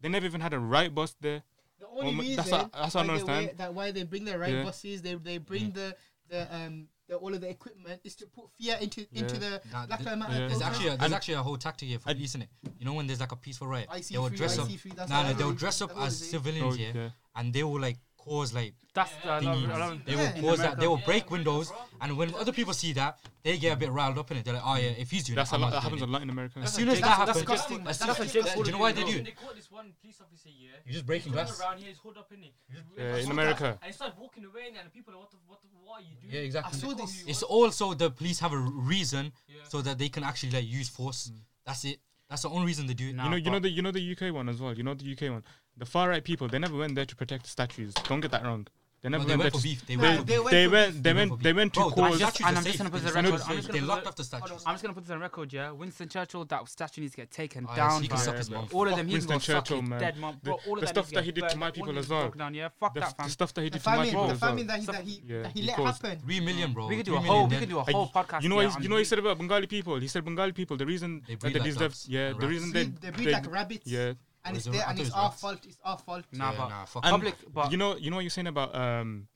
Speaker 4: They never even had a right bus there.
Speaker 2: The only
Speaker 4: Well,
Speaker 2: reason
Speaker 4: that's what- that's what
Speaker 2: why
Speaker 4: I
Speaker 2: they
Speaker 4: understand.
Speaker 2: wear- that why they bring the right
Speaker 4: Yeah. Mm.
Speaker 2: buses, they they bring the the um the, all of the equipment is to put fear into into
Speaker 4: Yeah.
Speaker 2: the
Speaker 3: Nah,
Speaker 2: Black
Speaker 3: th-
Speaker 2: Lives Matter.
Speaker 4: yeah.
Speaker 3: There's
Speaker 2: protest.
Speaker 3: actually a, there's actually a whole tactic here for
Speaker 4: I-
Speaker 3: policing it. You know when there's like a peaceful riot,
Speaker 2: I see
Speaker 3: they will
Speaker 2: free,
Speaker 3: dress
Speaker 2: I
Speaker 3: up.
Speaker 2: see free, that's
Speaker 3: No,
Speaker 2: what
Speaker 3: no,
Speaker 2: I
Speaker 3: they'll
Speaker 2: think-
Speaker 3: dress up
Speaker 2: that's what
Speaker 3: as
Speaker 2: they-
Speaker 3: civilians,
Speaker 4: Oh,
Speaker 3: yeah,
Speaker 4: yeah.
Speaker 3: and they will like cause like
Speaker 1: That's
Speaker 5: Yeah.
Speaker 1: a lot of,
Speaker 3: thingies.
Speaker 1: a lot of
Speaker 3: They will
Speaker 2: Yeah.
Speaker 3: cause that. They will
Speaker 5: Yeah,
Speaker 3: break
Speaker 5: America,
Speaker 3: windows,
Speaker 5: bro.
Speaker 3: and when other people see that, they get a bit riled up in it. They're like, "Oh yeah, if he's doing
Speaker 4: That's
Speaker 3: it,
Speaker 4: a
Speaker 3: I'm
Speaker 4: lot.
Speaker 3: not
Speaker 4: That
Speaker 3: doing
Speaker 4: happens a
Speaker 3: it."
Speaker 4: lot in America.
Speaker 3: As soon
Speaker 1: That's-
Speaker 3: as that
Speaker 1: that's
Speaker 3: happens,
Speaker 1: disgusting.
Speaker 3: as soon
Speaker 1: That's
Speaker 3: as-
Speaker 1: what Jake's
Speaker 3: do you know why they do?
Speaker 5: They caught this one police officer here.
Speaker 3: You're just breaking
Speaker 5: He's
Speaker 3: glass.
Speaker 5: running around here, he's hooked up in it.
Speaker 4: Yeah, in America.
Speaker 5: And he started walking away, and the people are, what the, what the, what are you doing?
Speaker 3: Yeah,
Speaker 2: I
Speaker 3: exactly.
Speaker 2: saw
Speaker 5: They call
Speaker 2: this.
Speaker 5: you
Speaker 3: It's
Speaker 5: what?
Speaker 3: also the police have a r- reason
Speaker 5: Yeah.
Speaker 3: so that they can actually like use force. That's it. That's the only reason they do it.
Speaker 1: Hmm. Nah.
Speaker 4: You know, you know
Speaker 1: but-
Speaker 4: the you know the UK one as well. You know the UK one. The far right people, they never went there to protect statues. Don't get that wrong. They
Speaker 3: No,
Speaker 4: never
Speaker 3: they
Speaker 4: went there.
Speaker 3: went for
Speaker 4: To,
Speaker 3: beef. They
Speaker 2: Nah,
Speaker 3: went for
Speaker 2: they
Speaker 3: beef.
Speaker 2: went
Speaker 4: they
Speaker 2: for
Speaker 4: went.
Speaker 2: beef.
Speaker 4: They
Speaker 3: They went
Speaker 4: went.
Speaker 3: for
Speaker 4: They
Speaker 3: beef.
Speaker 4: went to
Speaker 3: Bro, the
Speaker 4: cause.
Speaker 1: just-
Speaker 3: statues
Speaker 1: and
Speaker 3: are
Speaker 1: I'm just
Speaker 3: safe.
Speaker 1: gonna put
Speaker 3: They
Speaker 1: the record- I'm just
Speaker 3: locked off- They
Speaker 1: gonna put
Speaker 3: locked
Speaker 1: the-
Speaker 3: off the statues.
Speaker 1: I'm just gonna put this on record, yeah. Winston Churchill, that statue needs to get
Speaker 4: Ah,
Speaker 1: taken
Speaker 3: Oh, yes,
Speaker 1: down.
Speaker 3: he can
Speaker 1: fam.
Speaker 3: suck his mum.
Speaker 1: All of
Speaker 4: Fuck
Speaker 1: them, he can
Speaker 4: Winston
Speaker 1: go suck
Speaker 4: Churchill,
Speaker 1: his
Speaker 4: man.
Speaker 1: dead mum.
Speaker 4: The-
Speaker 1: Bro, all of
Speaker 4: the
Speaker 1: that
Speaker 4: stuff
Speaker 1: needs to
Speaker 4: that
Speaker 1: get
Speaker 4: he did to
Speaker 1: burnt.
Speaker 4: my
Speaker 1: All
Speaker 4: people
Speaker 1: needs
Speaker 4: as
Speaker 1: to be
Speaker 4: well.
Speaker 1: broken down, yeah. Fuck
Speaker 4: The,
Speaker 1: that,
Speaker 4: the
Speaker 1: fam.
Speaker 4: stuff that he
Speaker 2: The
Speaker 4: did to my
Speaker 2: famine,
Speaker 4: people
Speaker 2: the
Speaker 4: as well.
Speaker 2: famine that he that he,
Speaker 4: Yeah,
Speaker 2: that he
Speaker 4: he
Speaker 2: let
Speaker 4: caused-
Speaker 2: happen.
Speaker 3: Three million, bro.
Speaker 1: We could do
Speaker 3: Three
Speaker 1: a
Speaker 3: million
Speaker 1: whole, we
Speaker 3: dead.
Speaker 1: could do a
Speaker 4: Uh,
Speaker 1: whole podcast.
Speaker 4: You know,
Speaker 1: yeah,
Speaker 4: what
Speaker 1: on
Speaker 4: he, you know, what he
Speaker 1: this.
Speaker 4: said about Bengali people. He said Bengali people. The reason
Speaker 3: They
Speaker 4: that
Speaker 3: breed
Speaker 4: they
Speaker 3: like
Speaker 4: deserve,
Speaker 3: dogs
Speaker 4: yeah,
Speaker 3: and
Speaker 4: the
Speaker 3: rats.
Speaker 4: reason
Speaker 2: They,
Speaker 4: they,
Speaker 2: they breed
Speaker 4: they-
Speaker 2: like rabbits.
Speaker 4: yeah.
Speaker 2: And it's
Speaker 3: Or is it-
Speaker 2: their
Speaker 3: I
Speaker 2: and
Speaker 3: thought
Speaker 2: it's
Speaker 3: it was
Speaker 2: our
Speaker 3: rats.
Speaker 2: fault. It's our fault.
Speaker 1: Nah,
Speaker 3: Yeah,
Speaker 1: but
Speaker 3: nah, fuck.
Speaker 1: public, but
Speaker 4: you know, you know what you're saying about um,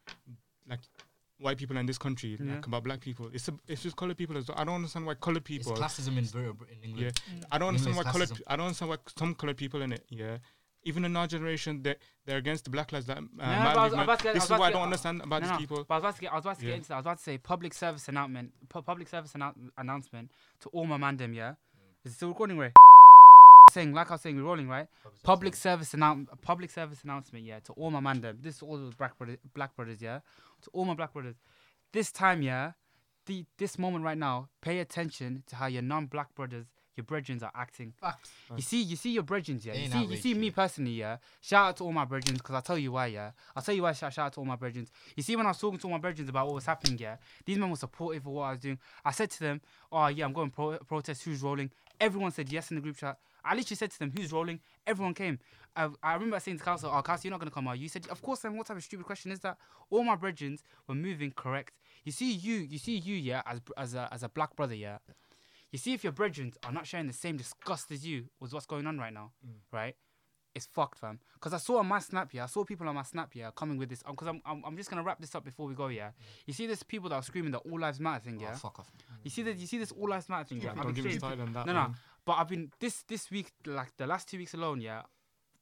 Speaker 4: like white people in this country,
Speaker 1: Yeah.
Speaker 4: like about black people. It's a, it's just colored people as well. I don't understand why colored
Speaker 3: It's
Speaker 4: people.
Speaker 3: classism in, Brit- in
Speaker 4: Yeah,
Speaker 3: England.
Speaker 4: I don't understand why
Speaker 3: English
Speaker 4: colored.
Speaker 3: classism.
Speaker 4: I don't understand why some colored people in it. Yeah, even in our generation, they they're against the Black Lives That uh,
Speaker 1: I
Speaker 4: Matter
Speaker 1: was- I was about
Speaker 4: movement.
Speaker 1: to get- I
Speaker 4: This
Speaker 1: was
Speaker 4: is
Speaker 1: about
Speaker 4: why I
Speaker 1: to get-
Speaker 4: don't understand about
Speaker 1: No,
Speaker 4: these
Speaker 1: no,
Speaker 4: people.
Speaker 1: But I was about to get, I was about to get
Speaker 4: Yeah.
Speaker 1: into that. I was about to say public service announcement, pu- public service annou- announcement to all my mandem. Yeah,
Speaker 4: Mm.
Speaker 1: is it still recording? Right? saying like I was saying, we're rolling right. Public service announce, public service announcement. Yeah, to all my mandem. This is all the black brothers, black brothers. Yeah, to all my black brothers. This time, yeah, the this moment right now, pay attention to how your non-black brothers, your brethren are acting.
Speaker 2: Facts.
Speaker 1: You see, you see your brethren, yeah.
Speaker 3: They
Speaker 1: You
Speaker 3: ain't
Speaker 1: see, you
Speaker 3: outraged,
Speaker 1: see me
Speaker 3: yeah.
Speaker 1: personally, yeah. Shout out to all my brethren, because I tell you why, yeah. I'll tell you why. Shout, shout out to all my brethren. You see, when I was talking to all my brethren about what was happening, yeah, these men were supportive of what I was doing. I said to them, "Oh yeah, I'm going pro- protest. Who's rolling?" Everyone said yes in the group chat. I literally said to them, "Who's rolling?" Everyone came. I, I remember saying to council, "Oh, council, you're not gonna come, are you?" You said, "Of course." Then what type of stupid question is that? All my brethren were moving correct. You see, you, you see, you, yeah, as as a as a black brother, yeah. You see, if your brethren are not sharing the same disgust as you with what's going on right now,
Speaker 4: Mm.
Speaker 1: right? It's fucked, fam. Because I saw on my snap, yeah, I saw people on my snap, yeah, coming with this. Because I'm, I'm, I'm just gonna wrap this up before we go,
Speaker 4: Mm.
Speaker 1: yeah. You see, this people that are screaming the all lives matter thing,
Speaker 3: Oh,
Speaker 1: yeah.
Speaker 3: fuck off.
Speaker 1: You see that? You see this all lives matter thing, yeah. I've
Speaker 4: Don't
Speaker 1: been
Speaker 4: give me
Speaker 1: saying-
Speaker 4: started on that.
Speaker 1: no, no.
Speaker 4: man.
Speaker 1: But I've been this this week, like the last two weeks alone, yeah.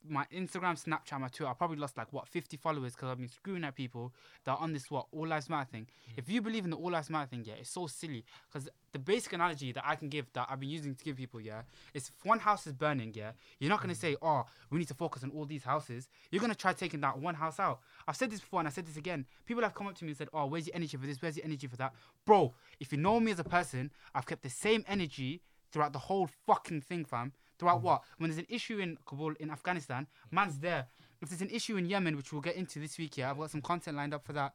Speaker 1: My Instagram, Snapchat, my Twitter, I probably lost like what 50 followers because I've been screwing at people that are on this what all lives matter thing. If you believe in the all lives matter thing, yeah, it's so silly because the basic analogy that I can give that I've been using to give people, yeah, is if one house is burning, yeah, you're not gonna say, oh, we need to focus on all these houses. You're gonna try taking that one house out. I've said this before and I said this again. People have come up to me and said, oh, where's your energy for this? Where's your energy for that? Bro, if you know me as a person, I've kept the same energy throughout the whole fucking thing, fam. Throughout
Speaker 4: Mm-hmm.
Speaker 1: what? When there's an issue in Kabul, in Afghanistan, man's there. If there's an issue in Yemen, which we'll get into this week, yeah, I've got some content lined up for that.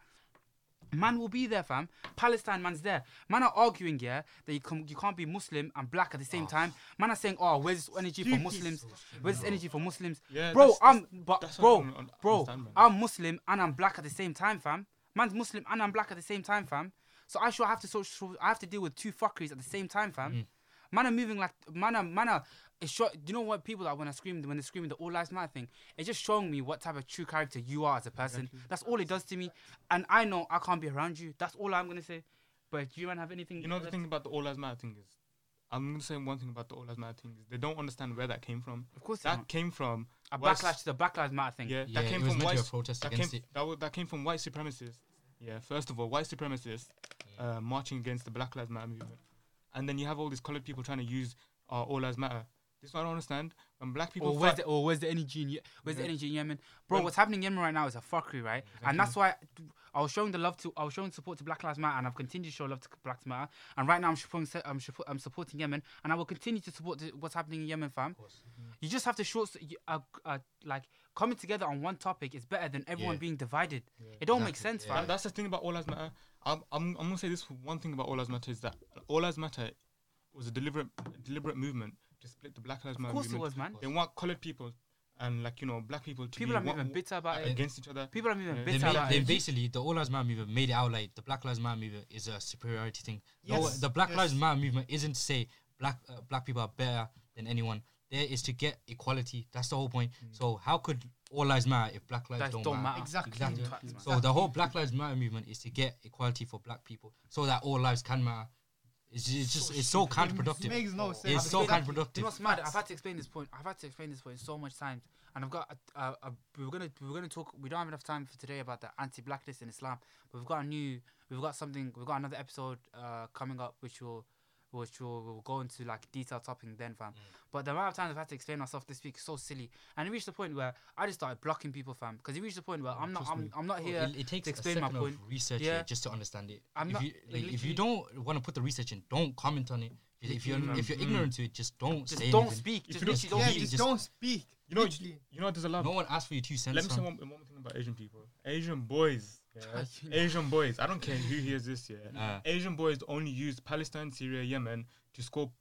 Speaker 1: Man will be there, fam. Palestine man's there. Man are arguing, yeah, that you, com- you can't be Muslim and black at the
Speaker 4: Ah,
Speaker 1: same time. Man are saying, oh, where's this energy for Muslims? Where's this energy for Muslims?
Speaker 4: Yeah,
Speaker 1: bro,
Speaker 4: that's-
Speaker 1: I'm, but
Speaker 4: that's what I
Speaker 1: bro,
Speaker 4: don't un-
Speaker 1: bro,
Speaker 4: understand, man.
Speaker 1: I'm Muslim and I'm black at the same time, fam. Man's Muslim and I'm black at the same time, fam. So I sure have to social, I have to deal with two fuckeries at the same time, fam.
Speaker 4: Mm.
Speaker 1: Man are moving like man are man are. It's show, you know what people are when I scream when they're screaming the all lives matter thing. It's just showing me what type of true character you are as a person. That's all it does to me, and I know I can't be around you. That's all I'm gonna say. But do you man have anything?
Speaker 4: You know the
Speaker 1: left?
Speaker 4: thing about the All Lives Matter thing is, I'm gonna say one thing about the All Lives Matter thing is they don't understand where that came from.
Speaker 1: Of course they
Speaker 4: that
Speaker 1: don't.
Speaker 4: came from
Speaker 1: A
Speaker 4: white-
Speaker 1: backlash to the Black Lives Matter thing.
Speaker 4: Yeah,
Speaker 3: Yeah,
Speaker 4: that came
Speaker 3: it was
Speaker 4: from
Speaker 3: meant to
Speaker 4: white.
Speaker 3: be a
Speaker 4: s-
Speaker 3: protest
Speaker 4: that
Speaker 3: against
Speaker 4: came,
Speaker 3: it.
Speaker 4: That, wa- that came from white supremacists. Yeah, first of all, white supremacists uh, marching against the Black Lives Matter movement, and then you have all these colored people trying to use uh, All Lives Matter. This is what I don't understand. When black people
Speaker 1: Or where's,
Speaker 4: fight-
Speaker 1: the, or where's the energy in Ye- where's the energy in Yemen, bro?
Speaker 4: Well-
Speaker 1: what's happening in Yemen right now is a fuckery, right? And that's why I was showing the love to I was showing support to Black Lives Matter, and I've continued to show love to Black Lives Matter. And right now I'm supporting se- I'm, suppo- I'm supporting Yemen, and I will continue to support the, what's happening in Yemen, fam. You just have to short you- uh, uh, like coming together on one topic is better than everyone
Speaker 3: Yeah.
Speaker 1: being divided. It don't make sense,
Speaker 4: And
Speaker 1: fam.
Speaker 4: that's the thing about All Lives Matter. I'm, I'm, I'm gonna say this one thing about All Lives Matter is that All Lives Matter was a deliberate deliberate movement to split the Black Lives Matter.
Speaker 1: course it
Speaker 4: movement.
Speaker 1: was, man.
Speaker 4: They want colored people and like you know black people to
Speaker 1: People
Speaker 4: be
Speaker 1: are
Speaker 4: wa-
Speaker 1: moving bitter about it.
Speaker 4: against each other.
Speaker 1: People are moving
Speaker 4: Yeah.
Speaker 1: bitter
Speaker 3: They,
Speaker 1: about
Speaker 3: made, they
Speaker 1: it.
Speaker 3: basically the All Lives Matter movement made it out like the Black Lives Matter movement is a superiority thing. The,
Speaker 2: Yes,
Speaker 3: the Black
Speaker 2: yes.
Speaker 3: Lives Matter movement isn't to say black uh, black people are better than anyone. there is to get equality. That's the whole point.
Speaker 2: Mm.
Speaker 3: So how could all lives matter if black lives
Speaker 1: Lives
Speaker 3: don't,
Speaker 1: don't
Speaker 3: matter?
Speaker 1: matter.
Speaker 2: Exactly.
Speaker 3: Exactly.
Speaker 1: Facts, man.
Speaker 3: So the whole Black Lives Matter movement is to get equality for black people, so that all lives can matter. It's, ju- it's just it's so
Speaker 2: It
Speaker 3: counterproductive.
Speaker 2: makes no sense.
Speaker 3: It's
Speaker 1: Exactly.
Speaker 3: so
Speaker 1: You
Speaker 3: counterproductive.
Speaker 1: know what's mad? I've had to explain this point. I've had to explain this point so much times, and I've got. Uh, uh, we we're gonna we we're gonna talk. We don't have enough time for today about the anti-blackness in Islam. But we've got a new. We've got something. We've got another episode uh, coming up, which will, which will we'll go into like detailed topic then,
Speaker 4: Mm.
Speaker 1: fam. But the amount of times I've had to explain myself this week is so silly, and it reached the point where I just started blocking people, fam. Because it reached the point where
Speaker 4: Mm,
Speaker 1: I'm not. I'm, I'm not
Speaker 4: Oh,
Speaker 1: here.
Speaker 3: Oh, It, it takes
Speaker 1: Oh, to
Speaker 3: a
Speaker 1: explain my
Speaker 3: second
Speaker 1: point.
Speaker 3: of research
Speaker 1: Yeah.
Speaker 3: here just to understand it.
Speaker 1: I'm
Speaker 3: if,
Speaker 1: not-
Speaker 3: you, like, if
Speaker 1: literally-
Speaker 3: you don't want to put the research in, don't comment on it. If- If you're if you're ignorant to it, just don't
Speaker 1: Mm. Just
Speaker 3: say
Speaker 1: don't
Speaker 3: anything.
Speaker 1: speak. Just
Speaker 4: you don't
Speaker 1: literally
Speaker 3: speak-
Speaker 1: don't
Speaker 2: yeah,
Speaker 1: speak.
Speaker 3: you
Speaker 2: just,
Speaker 3: just-
Speaker 2: don't speak.
Speaker 4: You know,
Speaker 2: Literally.
Speaker 4: you know, there's a lot.
Speaker 3: No one asked for your two cents.
Speaker 4: Let me say
Speaker 3: fam.
Speaker 4: one, one more thing about Asian people. Asian boys. yeah. Asian boys. I don't care who hears this. Yeah.
Speaker 3: Uh.
Speaker 4: Asian boys only use Palestine, Syria, Yemen to score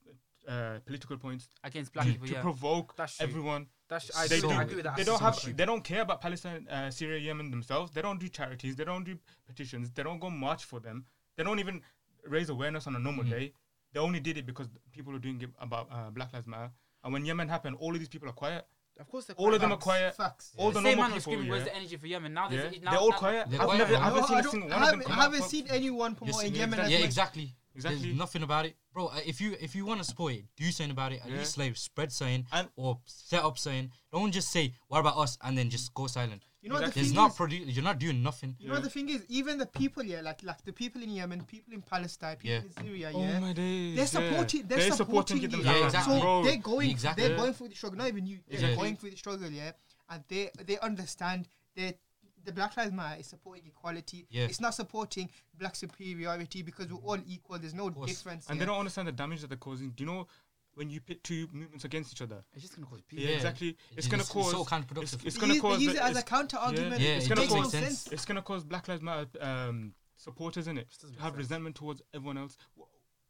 Speaker 4: uh, political points
Speaker 1: against
Speaker 4: to,
Speaker 1: black people.
Speaker 4: to
Speaker 1: Yeah,
Speaker 4: provoke
Speaker 1: That's true.
Speaker 4: everyone.
Speaker 1: that's. I
Speaker 4: they
Speaker 1: agree,
Speaker 4: do.
Speaker 1: I agree with that.
Speaker 4: They don't
Speaker 1: so
Speaker 4: have.
Speaker 1: much.
Speaker 4: They don't care about Palestine, uh, Syria, Yemen themselves. They don't do charities. They don't do petitions. They don't go march for them. They don't even raise awareness on a normal
Speaker 1: Mm-hmm.
Speaker 4: day. They only did it because people were doing it about uh, Black Lives Matter. And when Yemen happened, all of these people are quiet.
Speaker 1: Of course, they're
Speaker 4: All of them are
Speaker 2: Facts,
Speaker 4: quiet.
Speaker 2: Facts.
Speaker 4: All the
Speaker 1: same
Speaker 4: normal
Speaker 1: man was
Speaker 4: people.
Speaker 1: screaming, "Where's
Speaker 4: yeah.
Speaker 1: the energy for Yemen?" Now
Speaker 4: Yeah.
Speaker 1: there's now,
Speaker 4: They're all
Speaker 1: now-
Speaker 4: quiet.
Speaker 3: They're
Speaker 4: I've
Speaker 3: quiet,
Speaker 4: never,
Speaker 3: bro.
Speaker 2: No,
Speaker 4: I haven't seen
Speaker 2: I
Speaker 4: a
Speaker 2: don't-
Speaker 4: single
Speaker 2: I
Speaker 4: one of them
Speaker 2: haven't-
Speaker 4: come
Speaker 2: I haven't
Speaker 4: out
Speaker 2: seen anyone promote
Speaker 4: seen
Speaker 2: in Yemen.
Speaker 4: that-
Speaker 2: as
Speaker 3: yeah,
Speaker 2: much.
Speaker 3: exactly.
Speaker 4: Exactly.
Speaker 3: There's nothing about it, bro. uh, If you if you want to support it, do something about it. At
Speaker 4: Yeah.
Speaker 3: least like spread something
Speaker 4: And-
Speaker 3: or set up something. Don't just say what about us and then just go silent.
Speaker 2: You know what the
Speaker 4: Exactly.
Speaker 3: There's
Speaker 2: thing
Speaker 3: not
Speaker 2: is?
Speaker 3: produ- You're not doing nothing.
Speaker 2: You know the thing is, even the people here, like like the people in Yemen, people in Palestine, people
Speaker 3: Yeah.
Speaker 2: in Syria,
Speaker 4: Oh
Speaker 2: yeah,
Speaker 4: my days.
Speaker 2: they're supporting, they're, supporting,
Speaker 4: it
Speaker 2: you.
Speaker 4: themselves.
Speaker 3: Yeah, exactly.
Speaker 2: So
Speaker 4: Bro,
Speaker 2: they're going,
Speaker 3: Exactly.
Speaker 2: they're
Speaker 3: Yeah.
Speaker 2: going through the struggle. Not even you, they're
Speaker 3: Exactly.
Speaker 2: going through the struggle, yeah, and they they understand that the Black Lives Matter is supporting equality.
Speaker 3: Yeah.
Speaker 2: It's not supporting black superiority because we're all equal. There's no
Speaker 3: course.
Speaker 2: difference.
Speaker 4: and
Speaker 2: yeah.
Speaker 4: they don't understand the damage that they're causing. Do you know when you pit two movements against each other?
Speaker 1: It's just gonna cause
Speaker 4: Yeah,
Speaker 1: beef.
Speaker 4: exactly. It's,
Speaker 3: It's-
Speaker 4: gonna
Speaker 3: it's
Speaker 4: cause.
Speaker 3: so counterproductive.
Speaker 4: It's, it's
Speaker 2: They
Speaker 4: gonna
Speaker 2: use, they
Speaker 4: cause.
Speaker 2: use
Speaker 4: the-
Speaker 2: it as a
Speaker 4: it's-
Speaker 2: counter argument.
Speaker 4: Yeah,
Speaker 3: Yeah,
Speaker 4: it's
Speaker 3: it
Speaker 4: gonna
Speaker 3: doesn't
Speaker 2: makes
Speaker 3: make
Speaker 2: no
Speaker 3: sense.
Speaker 2: sense.
Speaker 4: it's gonna cause Black Lives Matter um, supporters in it
Speaker 1: doesn't make
Speaker 4: have
Speaker 1: sense.
Speaker 4: resentment towards everyone else. Wh-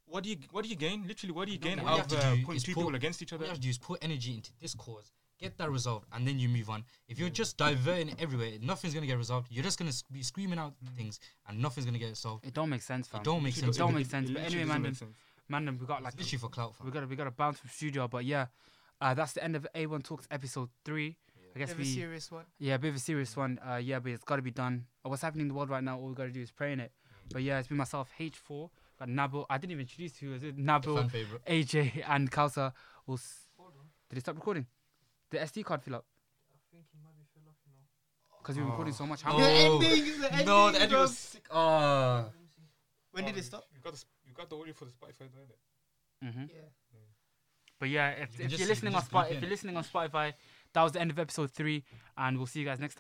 Speaker 4: What do you What do you gain? Literally, what do you gain
Speaker 3: What you
Speaker 4: out
Speaker 3: have
Speaker 4: of
Speaker 3: to
Speaker 4: uh,
Speaker 3: do
Speaker 4: putting
Speaker 3: is
Speaker 4: two
Speaker 3: put-
Speaker 4: people against each
Speaker 3: What
Speaker 4: other?
Speaker 3: you have to do is put energy into this cause, get that resolved, and then you move on. If you're just diverting everywhere, nothing's gonna get resolved. You're just gonna s- be screaming out things, and nothing's gonna get solved.
Speaker 1: It don't make sense, fam.
Speaker 3: don't make
Speaker 1: It
Speaker 3: sense.
Speaker 1: don't
Speaker 3: It-
Speaker 1: make
Speaker 4: it
Speaker 1: sense. But
Speaker 4: literally
Speaker 1: anyway, man,
Speaker 4: doesn't make
Speaker 1: then-
Speaker 4: sense.
Speaker 1: man, then we got like
Speaker 3: It's literally for clout.
Speaker 1: we
Speaker 3: Fam.
Speaker 1: gotta we gotta bounce from studio. But yeah, uh, that's the end of A1 Talks episode three. I guess
Speaker 2: They're a
Speaker 1: we
Speaker 2: serious one.
Speaker 1: yeah, a bit of a serious one. Uh, yeah, but it's gotta be done. Uh, what's happening in the world right now? All we gotta do is pray in it. But yeah, it's been myself, H4, got Nabil. I didn't even introduce who was it.
Speaker 3: Fan
Speaker 1: Nabil,
Speaker 3: favorite.
Speaker 1: AJ, and Kalsa. Will s- did it stop recording? The SD card fill up because we were recording so much. How
Speaker 2: The
Speaker 1: much?
Speaker 3: Oh.
Speaker 2: ending, the ending,
Speaker 3: No, the ending
Speaker 2: bro.
Speaker 3: was sick. Ah.
Speaker 2: When did it stop?
Speaker 4: You got the sp- you got the audio for the Spotify, don't it?
Speaker 1: Mhm.
Speaker 2: Yeah.
Speaker 1: But yeah, if,
Speaker 3: You
Speaker 1: if you're
Speaker 3: just- you
Speaker 1: listening on
Speaker 3: just blink
Speaker 1: Spotify, if
Speaker 3: in.
Speaker 1: you're listening on Spotify, that was the end of episode three, and we'll see you guys next time.